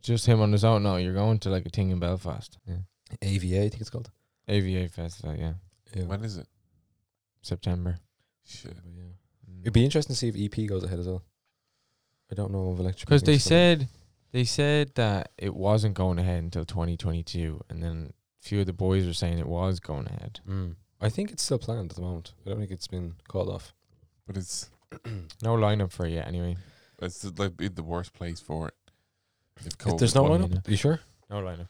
Speaker 1: Just him on his own. No, you're going to like a thing in Belfast. Yeah.
Speaker 4: AVA, I think it's called.
Speaker 1: AVA festival. Yeah,
Speaker 4: Yeah.
Speaker 2: When is it?
Speaker 1: September.
Speaker 2: Shit.
Speaker 4: yeah.
Speaker 1: Mm.
Speaker 4: It'd be interesting to see if EP goes ahead as well. I don't know of electric.
Speaker 1: Because they
Speaker 4: Picnic, so-
Speaker 1: said they said that it wasn't going ahead until 2022, and then a few of the boys were saying it was going ahead.
Speaker 4: Mm. I think it's still planned at the moment. I don't think it's been called off.
Speaker 2: But it's
Speaker 1: No lineup for it yet, anyway.
Speaker 2: it's the- like be the worst place for it. If COVID
Speaker 4: There's no
Speaker 1: one,
Speaker 4: one
Speaker 1: you know.
Speaker 4: up. You sure?
Speaker 1: No lineup.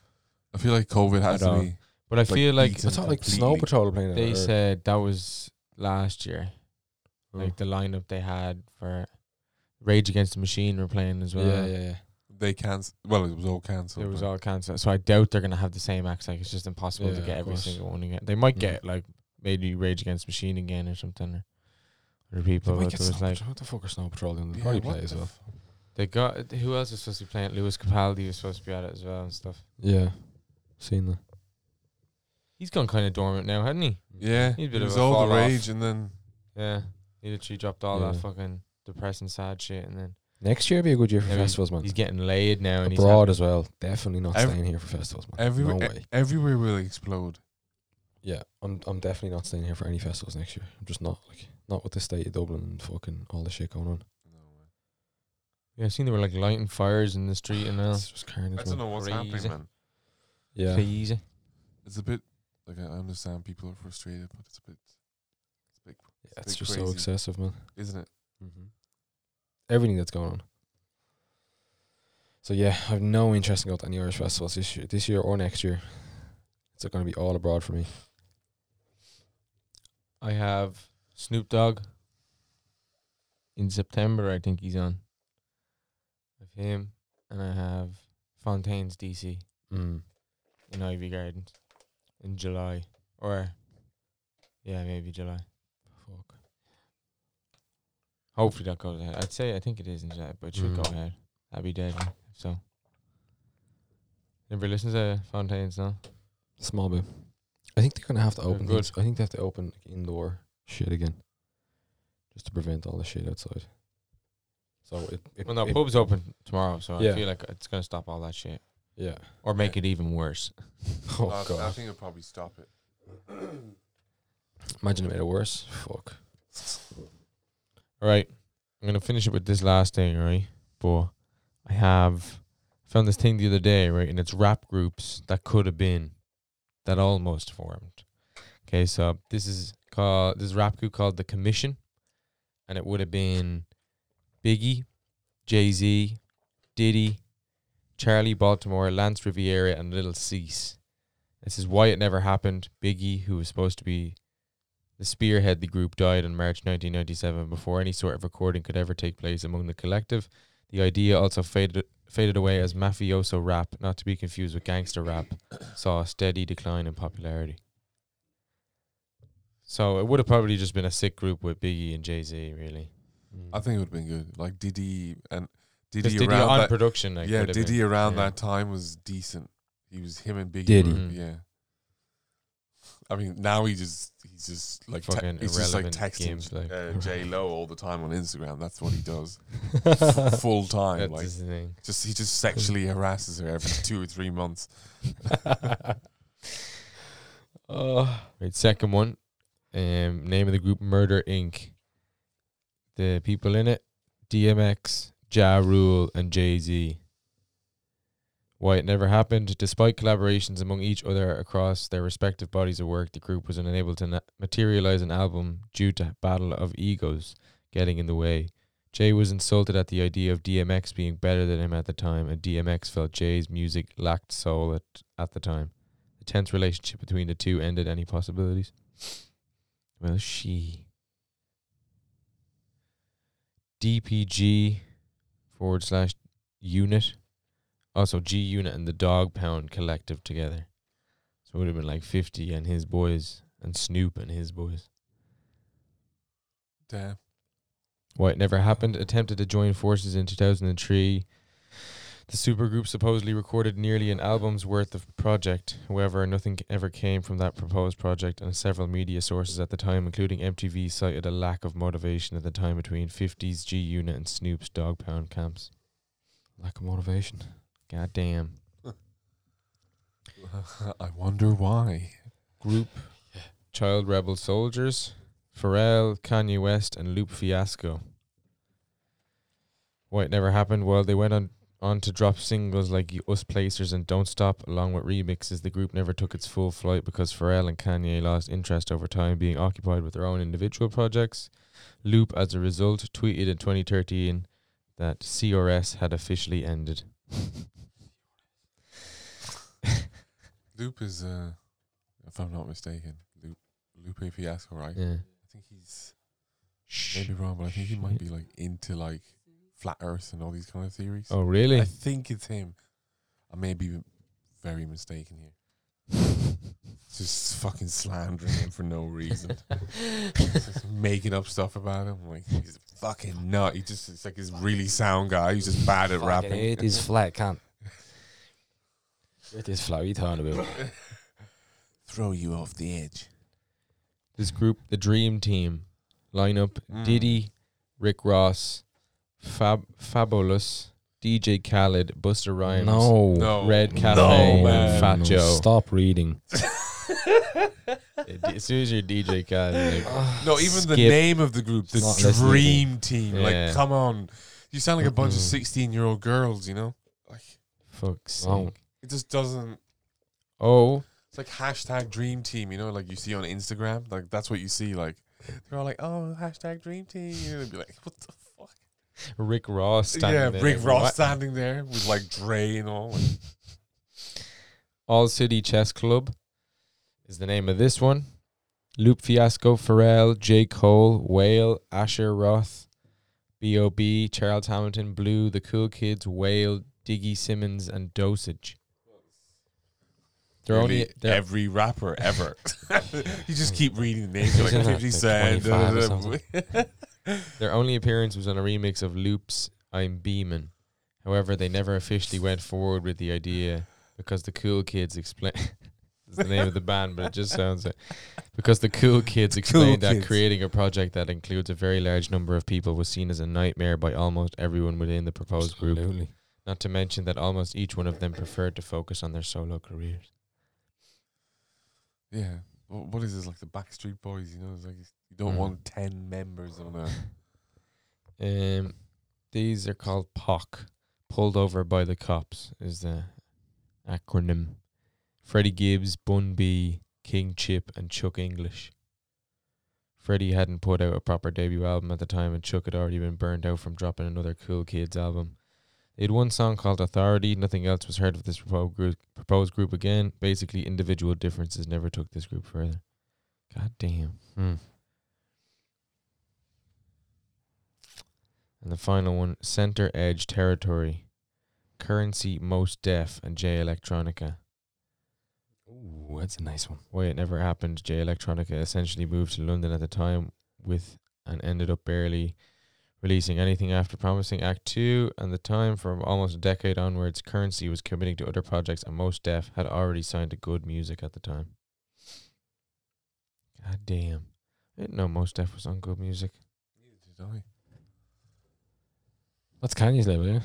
Speaker 2: I feel like COVID has
Speaker 1: I
Speaker 2: to
Speaker 1: don't-
Speaker 2: be.
Speaker 1: But I
Speaker 2: Like
Speaker 1: feel like
Speaker 4: I
Speaker 2: decent.
Speaker 4: thought like
Speaker 2: completely-
Speaker 4: Snow Patrol were playing. it,
Speaker 1: they
Speaker 4: or-
Speaker 1: said that was last year.
Speaker 4: Oh.
Speaker 1: Like the lineup they had for Rage Against the Machine were playing as well.
Speaker 4: yeah, yeah, yeah.
Speaker 2: They can't. Well, it was all cancelled.
Speaker 1: It was
Speaker 2: but-
Speaker 1: all cancelled. So I doubt they're gonna have the same acts. Like it's just impossible to
Speaker 4: Yeah,
Speaker 1: get
Speaker 4: of
Speaker 1: every
Speaker 4: course.
Speaker 1: single one again. They might
Speaker 4: Mm.
Speaker 1: get like maybe Rage Against the Machine again or something. Or other people,
Speaker 4: They might
Speaker 1: but
Speaker 4: get
Speaker 1: there was
Speaker 4: Snow
Speaker 1: like
Speaker 4: Patrol. What the fuck are Snow Patrol doing? They
Speaker 2: Yeah,
Speaker 4: probably
Speaker 2: what
Speaker 4: play as
Speaker 2: the
Speaker 4: well.
Speaker 2: f-
Speaker 1: they got who else was supposed to be playing? Lewis Capaldi was supposed to be at it as well and stuff.
Speaker 4: Yeah, seen that.
Speaker 1: He's gone kind of dormant now, hasn't he?
Speaker 2: Yeah.
Speaker 1: He's a bit
Speaker 2: It
Speaker 1: of
Speaker 2: was
Speaker 1: a
Speaker 2: all
Speaker 1: fall
Speaker 2: the
Speaker 1: off.
Speaker 2: rage and then.
Speaker 1: Yeah, he literally dropped all that
Speaker 4: Yeah.
Speaker 1: fucking depressing, sad shit, and then
Speaker 4: Next year would be a good year for
Speaker 1: Yeah, but
Speaker 4: festivals, man.
Speaker 1: he's getting laid now, and he's
Speaker 4: Abroad as well. Definitely not
Speaker 2: Every-
Speaker 4: staying here for festivals, man.
Speaker 2: Everywhere,
Speaker 4: no
Speaker 2: e-
Speaker 4: way.
Speaker 2: everywhere will explode.
Speaker 4: Yeah, I'm. I'm definitely not staying here for any festivals next year. I'm just not like not with the state of Dublin and fucking all the shit going on.
Speaker 1: Yeah, I seen they were like lighting fires in the street and all.
Speaker 4: It's just carnage.
Speaker 2: I don't
Speaker 4: man.
Speaker 2: know what's
Speaker 1: Crazy.
Speaker 2: happening, man.
Speaker 4: Yeah,
Speaker 1: Please.
Speaker 2: It's a bit like I understand people are frustrated, but it's a bit, it's a bit
Speaker 4: yeah, it's
Speaker 2: bit
Speaker 4: just so
Speaker 2: crazy.
Speaker 4: excessive, man.
Speaker 2: isn't it?
Speaker 4: Everything that's going on. So yeah, I have no interest in going to any Irish festivals this year, this year or next year. It's going to be all abroad for me.
Speaker 1: I have Snoop Dogg in September. I think he's on. With him, and I have Fontaine's DC
Speaker 4: Mm.
Speaker 1: in Ivy Gardens. in July or yeah, maybe July. Fuck. Hopefully that goes ahead. I'd say I think it is in July, but it should
Speaker 4: Mm.
Speaker 1: go ahead. I'd be dead. So. Everybody listens to Fountains now.
Speaker 4: Small bit. I think they're gonna have to
Speaker 1: They're
Speaker 4: open.
Speaker 1: good.
Speaker 4: Things. I think they have to open like, indoor shit again, just to prevent all the shit outside. So it. it
Speaker 1: Well, no,
Speaker 4: it-
Speaker 1: pub's open tomorrow, so I
Speaker 4: Yeah.
Speaker 1: feel like it's gonna stop all that shit
Speaker 4: Yeah.
Speaker 1: or make it even worse.
Speaker 4: Oh
Speaker 2: I, I
Speaker 4: god!
Speaker 2: think it'll probably stop it.
Speaker 4: Imagine it made it worse. Fuck.
Speaker 1: All right, I'm gonna finish it with this last thing, right? But I have found this thing the other day, right? And it's rap groups that could have been, that almost formed. Okay, so this is called this rap group called the Commission, and it would have been Biggie, Jay Z, Diddy, Charlie Baltimore, Lance Riviera, and Little Cease. This is why it never happened. Biggie, who was supposed to be the spearhead the group died in March 1997 before any sort of recording could ever take place among the collective. The idea also faded faded away as mafioso rap, not to be confused with gangster rap, saw a steady decline in popularity. So it would have probably just been a sick group with Biggie and Jay Z, really.
Speaker 2: I think it would have been good. Like Diddy and Diddy,
Speaker 1: Because Diddy
Speaker 2: around
Speaker 1: on
Speaker 2: that,
Speaker 1: production, like,
Speaker 2: yeah,
Speaker 1: would have
Speaker 2: Diddy
Speaker 1: been-
Speaker 2: around
Speaker 1: yeah.
Speaker 2: that time was decent. He was him and Biggie.
Speaker 4: Diddy.
Speaker 2: were-
Speaker 1: Mm.
Speaker 2: yeah. I mean, now he just he's just like te-
Speaker 1: Fucking
Speaker 2: he's just like
Speaker 1: irrelevant
Speaker 2: texting
Speaker 1: games, like.
Speaker 2: uh, J Lo all the time on Instagram. That's what he does F-
Speaker 4: That's
Speaker 2: full time.
Speaker 1: That's
Speaker 2: Like
Speaker 1: his thing.
Speaker 2: just he just sexually harasses her every two or three months.
Speaker 4: oh,
Speaker 1: Right, second one. Um, name of the group Murder Inc. The people in it: DMX, Ja Rule, and Jay Z. Why it never happened. Despite collaborations among each other across their respective bodies of work, the group was unable to na- materialize an album due to battle of egos getting in the way. Jay was insulted at the idea of DMX being better than him at the time, and DMX felt Jay's music lacked soul at, at the time. The tense relationship between the two ended any possibilities. Well, she. DPG forward slash unit. Also, G unit and the Dog Pound collective together. So it would have been like 50 and his boys, and Snoop and his boys.
Speaker 2: Damn.
Speaker 1: Why it never happened attempted to join forces in 2003. The supergroup supposedly recorded nearly an album's worth of project. However, nothing c- ever came from that proposed project, and several media sources at the time, including MTV, cited a lack of motivation at the time between 50s G Unit and Snoop's Dog Pound camps.
Speaker 4: lack of motivation.
Speaker 1: God damn.
Speaker 2: I wonder why.
Speaker 1: Group Child Rebel Soldiers, Pharrell, Kanye West, and Loop Fiasco. Why it never happened? Well, they went on, on to drop singles like Y- Us Placers and Don't Stop, along with remixes. The group never took its full flight because Pharrell and Kanye lost interest over time, being occupied with their own individual projects. Loop, as a result, tweeted in 2013 that CRS had officially ended.
Speaker 2: Loop is, uh, if I'm not mistaken, Loop Lupe Fiasco, right?
Speaker 1: Yeah.
Speaker 2: I think he's maybe wrong, but I think he
Speaker 1: Yeah.
Speaker 2: might be like into like flat Earth and all these kind of theories.
Speaker 1: Oh, really?
Speaker 2: I think it's him. I may be very mistaken here. Just fucking slandering him for no reason. just making up stuff about him. Like he's a fucking nut. He just it's like this really sound guy who's just bad at rapping.
Speaker 4: It is flat, can't. It is flat. What are you talking about?
Speaker 2: Throw you off the edge.
Speaker 1: this group, the Dream Team, lineup:
Speaker 2: Mm.
Speaker 1: Diddy, Rick Ross, Fab, Fabulous, DJ Khaled, Buster Rhymes,
Speaker 4: No.
Speaker 2: No.
Speaker 1: Red
Speaker 2: No,
Speaker 1: Cafe,
Speaker 2: man.
Speaker 1: and Fat
Speaker 4: No,
Speaker 1: Joe.
Speaker 4: Stop reading.
Speaker 1: As soon as you're DJ Khaled, like,
Speaker 2: No, even the
Speaker 1: Skip.
Speaker 2: name of the group, the
Speaker 4: Not listening.
Speaker 2: Dream Team. Like,
Speaker 1: Yeah.
Speaker 2: come on, you sound like a bunch of
Speaker 4: Mm-mm.
Speaker 2: sixteen-year-old girls. You know, like
Speaker 1: fuck's sake.
Speaker 4: Wow.
Speaker 1: Oh.
Speaker 2: it just doesn't. It's like hashtag Dream Team. You know, like you see on Instagram. Like that's what you see. Like they're all like, oh, hashtag Dream Team. You know, they'd be like, what the fuck?
Speaker 1: Rick Ross. standing
Speaker 2: yeah,
Speaker 1: there,
Speaker 2: Rick
Speaker 1: like,
Speaker 2: Ross
Speaker 1: what?
Speaker 2: standing there with like Dre and all. Like,
Speaker 1: All City Chess Club is the name of this one. Loop Fiasco, Pharrell, J. Cole, Whale, Asher Roth, B.O.B., Charles Hamilton, Blue, The Cool Kids, Whale, Diggy Simmons, and Dosage. They're
Speaker 2: Really,
Speaker 1: only they're,
Speaker 2: every rapper ever. you just keep reading the names
Speaker 4: He's
Speaker 2: like
Speaker 4: in that,
Speaker 2: 50
Speaker 4: like,
Speaker 2: Cent.
Speaker 4: 25
Speaker 2: da- da-
Speaker 4: or
Speaker 2: da-
Speaker 4: something.
Speaker 1: their only appearance was on a remix of Loop's "I'm Beaming." However, they never officially went forward with the idea because the cool kids explain. is the name of the band, but it just sounds like because the cool kids explained that
Speaker 2: Kids.
Speaker 1: creating a project that includes a very large number of people was seen as a nightmare by almost everyone within the proposed group.
Speaker 4: Absolutely.
Speaker 1: Not to mention that almost each one of them preferred to focus on their solo careers.
Speaker 2: yeah. Wha- What is this like the Backstreet Boys? You know, it's like you don't
Speaker 1: Mm.
Speaker 2: want ten members on a.
Speaker 1: Um, these are called POC, pulled over by the cops is the acronym. Freddie Gibbs, Bun B, King Chip, and Chuck English. Freddie hadn't put out a proper debut album at the time, and Chuck had already been burnt out from dropping another Cool Kids album. They had one song called Authority. Nothing else was heard of this propo- group, proposed group again. Basically, individual differences never took this group further. God damn. Hmm. And the final one, Center Edge Territory, Currency Most Def, and J Electronica.
Speaker 4: Ooh, that's a nice one.
Speaker 1: Why it never happened, J Electronica essentially moved to London at the time with and ended up barely releasing anything after promising Act Two and the time from almost a decade onwards, currency was committing to other projects and most deaf had already signed to good music at the time. God damn. I didn't know most deaf was on good music.
Speaker 2: Did I?
Speaker 4: That's Kanye's label, yeah.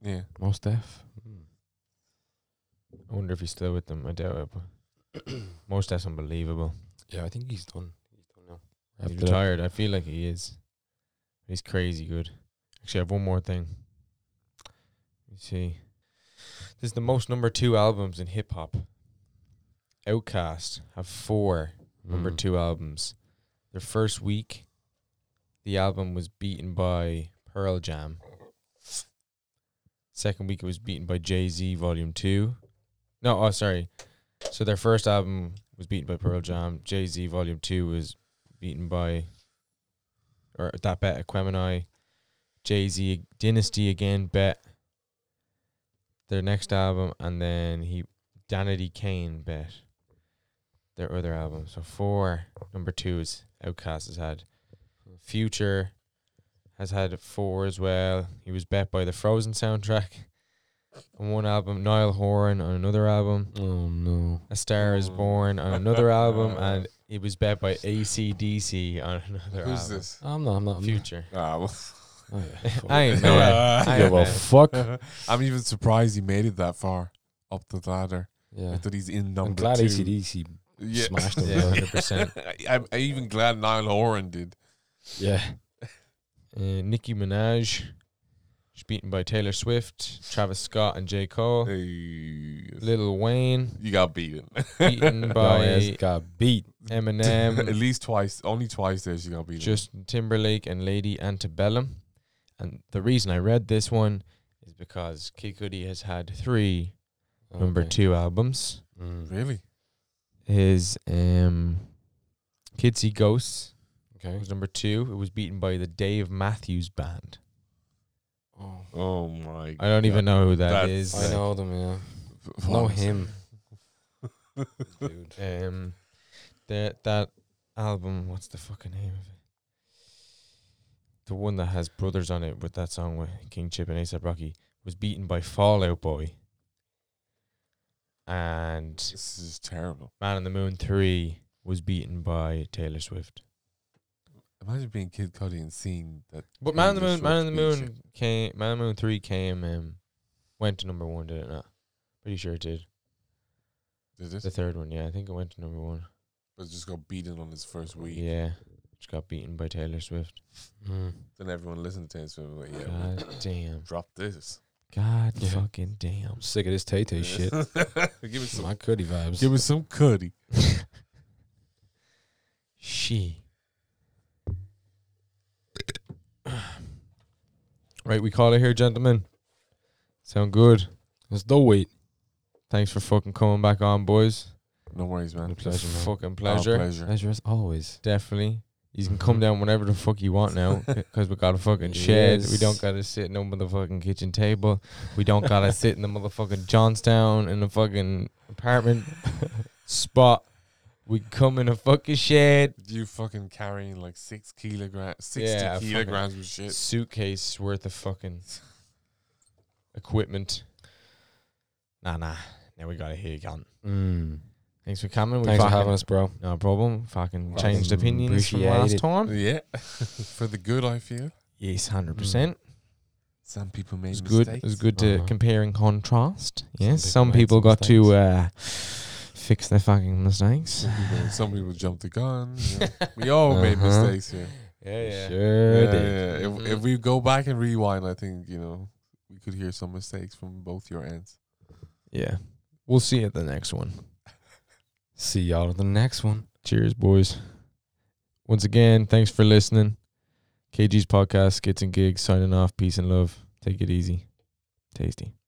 Speaker 2: Yeah.
Speaker 4: Most Def.
Speaker 1: Hmm. I wonder if he's still with them. I doubt it, but most def's unbelievable.
Speaker 4: Yeah, I think he's done. He's done now.
Speaker 1: He's
Speaker 4: After that-
Speaker 1: retired. I feel like he is. He's crazy good. Actually, I have one more thing. Let me see. This is the most number two albums in hip hop. Outcast have four number
Speaker 4: Mm.
Speaker 1: two albums. Their first week, the album was beaten by Pearl Jam. Second week, it was beaten by Jay Z Volume 2. No, oh, sorry. So their first album was beaten by Pearl Jam. Jay Z Volume 2 was beaten by, or that bet, Aquemini. Jay Z Dynasty again, bet. Their next album, and then he, Danity Kane, bet. Their other album. So four number twos Outcast has had. Future has had four as well. He was bet by the Frozen soundtrack on one album, Niall Horan on another album.
Speaker 4: Oh no.
Speaker 1: A Star Is
Speaker 2: Mm.
Speaker 1: Born on another album, and it was bet by ACDC on another
Speaker 2: Who's
Speaker 1: album.
Speaker 2: this?
Speaker 4: I'm not. I'm not. I'm not.
Speaker 1: Future.
Speaker 2: Ah, well,
Speaker 4: Oh, yeah, fuck.
Speaker 1: I ain't mad. I
Speaker 4: Yeah,
Speaker 1: ain't
Speaker 4: well,
Speaker 1: mad.
Speaker 4: fuck.
Speaker 2: I'm even surprised he made it that far up the ladder.
Speaker 4: Yeah.
Speaker 2: That he's in number
Speaker 4: I'm glad
Speaker 2: two.
Speaker 4: ACDC.
Speaker 2: Yeah.
Speaker 4: smashed him,
Speaker 1: Yeah, hundred percent.
Speaker 2: I'm, I'm even glad Niall Horan did.
Speaker 4: Yeah.
Speaker 1: Uh, Nicki Minaj, she's beaten by Taylor Swift, Travis Scott, and J
Speaker 4: Oh.
Speaker 1: Cole.
Speaker 2: Hey,
Speaker 1: Lil Wayne,
Speaker 2: you got beaten.
Speaker 1: beaten
Speaker 4: By
Speaker 1: by
Speaker 4: got beat.
Speaker 2: At
Speaker 1: Eminem,
Speaker 2: least twice. Only twice there she got beaten.
Speaker 1: Justin Timberlake, and Lady Antebellum. And the reason I read this one is because Kid Cudi has had three number
Speaker 4: Okay.
Speaker 1: two albums.
Speaker 4: Oh, Mm.
Speaker 2: really?
Speaker 1: His um, Kids See Ghosts
Speaker 4: Okay.
Speaker 1: was number two. It was beaten by the Dave Matthews Band.
Speaker 4: Oh,
Speaker 2: Oh my!
Speaker 1: I don't even know who that
Speaker 2: That's-
Speaker 1: is.
Speaker 4: I know them. Yeah. Know him. Dude.
Speaker 1: Um, that that album. What's the fucking name of it? The one that has brothers on it with that song with King Chip and ASAP Rocky was beaten by Fallout Boy. And
Speaker 2: This is terrible.
Speaker 1: Man on the Moon Three was beaten by Taylor Swift.
Speaker 2: Imagine being Kid Cudi and seeing that.
Speaker 1: But Man on the
Speaker 2: Taylor
Speaker 1: Moon, Man on
Speaker 2: Swift
Speaker 1: the
Speaker 2: being
Speaker 1: Moon came, Man on the Moon three came, um, went to number one, did it not? Pretty sure it did.
Speaker 2: Did it?
Speaker 1: The third one, yeah, I think it went to number one.
Speaker 2: But just got beaten on his first week.
Speaker 1: Yeah, just got beaten by Taylor Swift.
Speaker 4: Mm.
Speaker 2: Then everyone listened to him. So we were like, yeah, we
Speaker 1: God damn,
Speaker 2: drop this.
Speaker 1: God
Speaker 4: Yeah.
Speaker 1: fucking damn.
Speaker 4: I'm sick of this Tay Tay shit.
Speaker 2: give us some.
Speaker 4: My Cuddy vibes.
Speaker 2: Give us some Cudi.
Speaker 1: She. right, we call it here, gentlemen. Sound good.
Speaker 4: Let's do wait.
Speaker 1: Thanks for fucking coming back on, boys.
Speaker 2: No worries, man.
Speaker 1: It's a
Speaker 4: Pleasure, man.
Speaker 1: fucking
Speaker 2: Our
Speaker 1: pleasure.
Speaker 2: pleasure.
Speaker 4: Pleasure as always.
Speaker 1: Definitely. You can come down whenever the fuck you want now because we got a fucking shed. We don't
Speaker 4: Yes.
Speaker 1: got to sit in no motherfucking kitchen table. We don't got to sit in the motherfucking Johnstown in the fucking apartment. spot. We come in a fucking shed,
Speaker 2: You fucking carrying like six kilograms, sixty
Speaker 1: Yeah, fucking-
Speaker 2: kilograms of shit.
Speaker 1: suitcase worth of fucking equipment. Nah, nah. Now we got it here, cunt.
Speaker 4: Mm.
Speaker 1: Thanks for coming. We
Speaker 4: Thanks for
Speaker 1: fucking-
Speaker 4: having us, bro.
Speaker 1: No problem. Fucking
Speaker 2: Fucking
Speaker 1: changed opinions from
Speaker 4: appreciate
Speaker 1: last
Speaker 4: it.
Speaker 1: time.
Speaker 2: Yeah, for the good, I feel.
Speaker 1: Yes, hundred percent.
Speaker 2: Some people
Speaker 1: It
Speaker 2: made
Speaker 1: was
Speaker 2: mistakes.
Speaker 1: good. It was good to
Speaker 4: Uh-huh.
Speaker 1: compare and contrast. Yes,
Speaker 4: Some
Speaker 1: some people,
Speaker 4: people made
Speaker 1: got
Speaker 4: some
Speaker 1: to uh, fix their fucking mistakes.
Speaker 2: Some people, some people jumped the gun. you know. We all made
Speaker 4: Uh-huh.
Speaker 2: mistakes here.
Speaker 4: Sure
Speaker 2: Yeah,
Speaker 4: did.
Speaker 2: yeah. If, if
Speaker 1: Mhm.
Speaker 2: we go back and rewind, I think you know we could hear some mistakes from both your ends.
Speaker 1: Yeah, we'll see you at the next one.
Speaker 4: See y'all in the next one.
Speaker 1: Cheers, boys. Once again, thanks for listening. KG's podcast, skits and gigs, signing off. Peace and love. Take it easy. Tasty.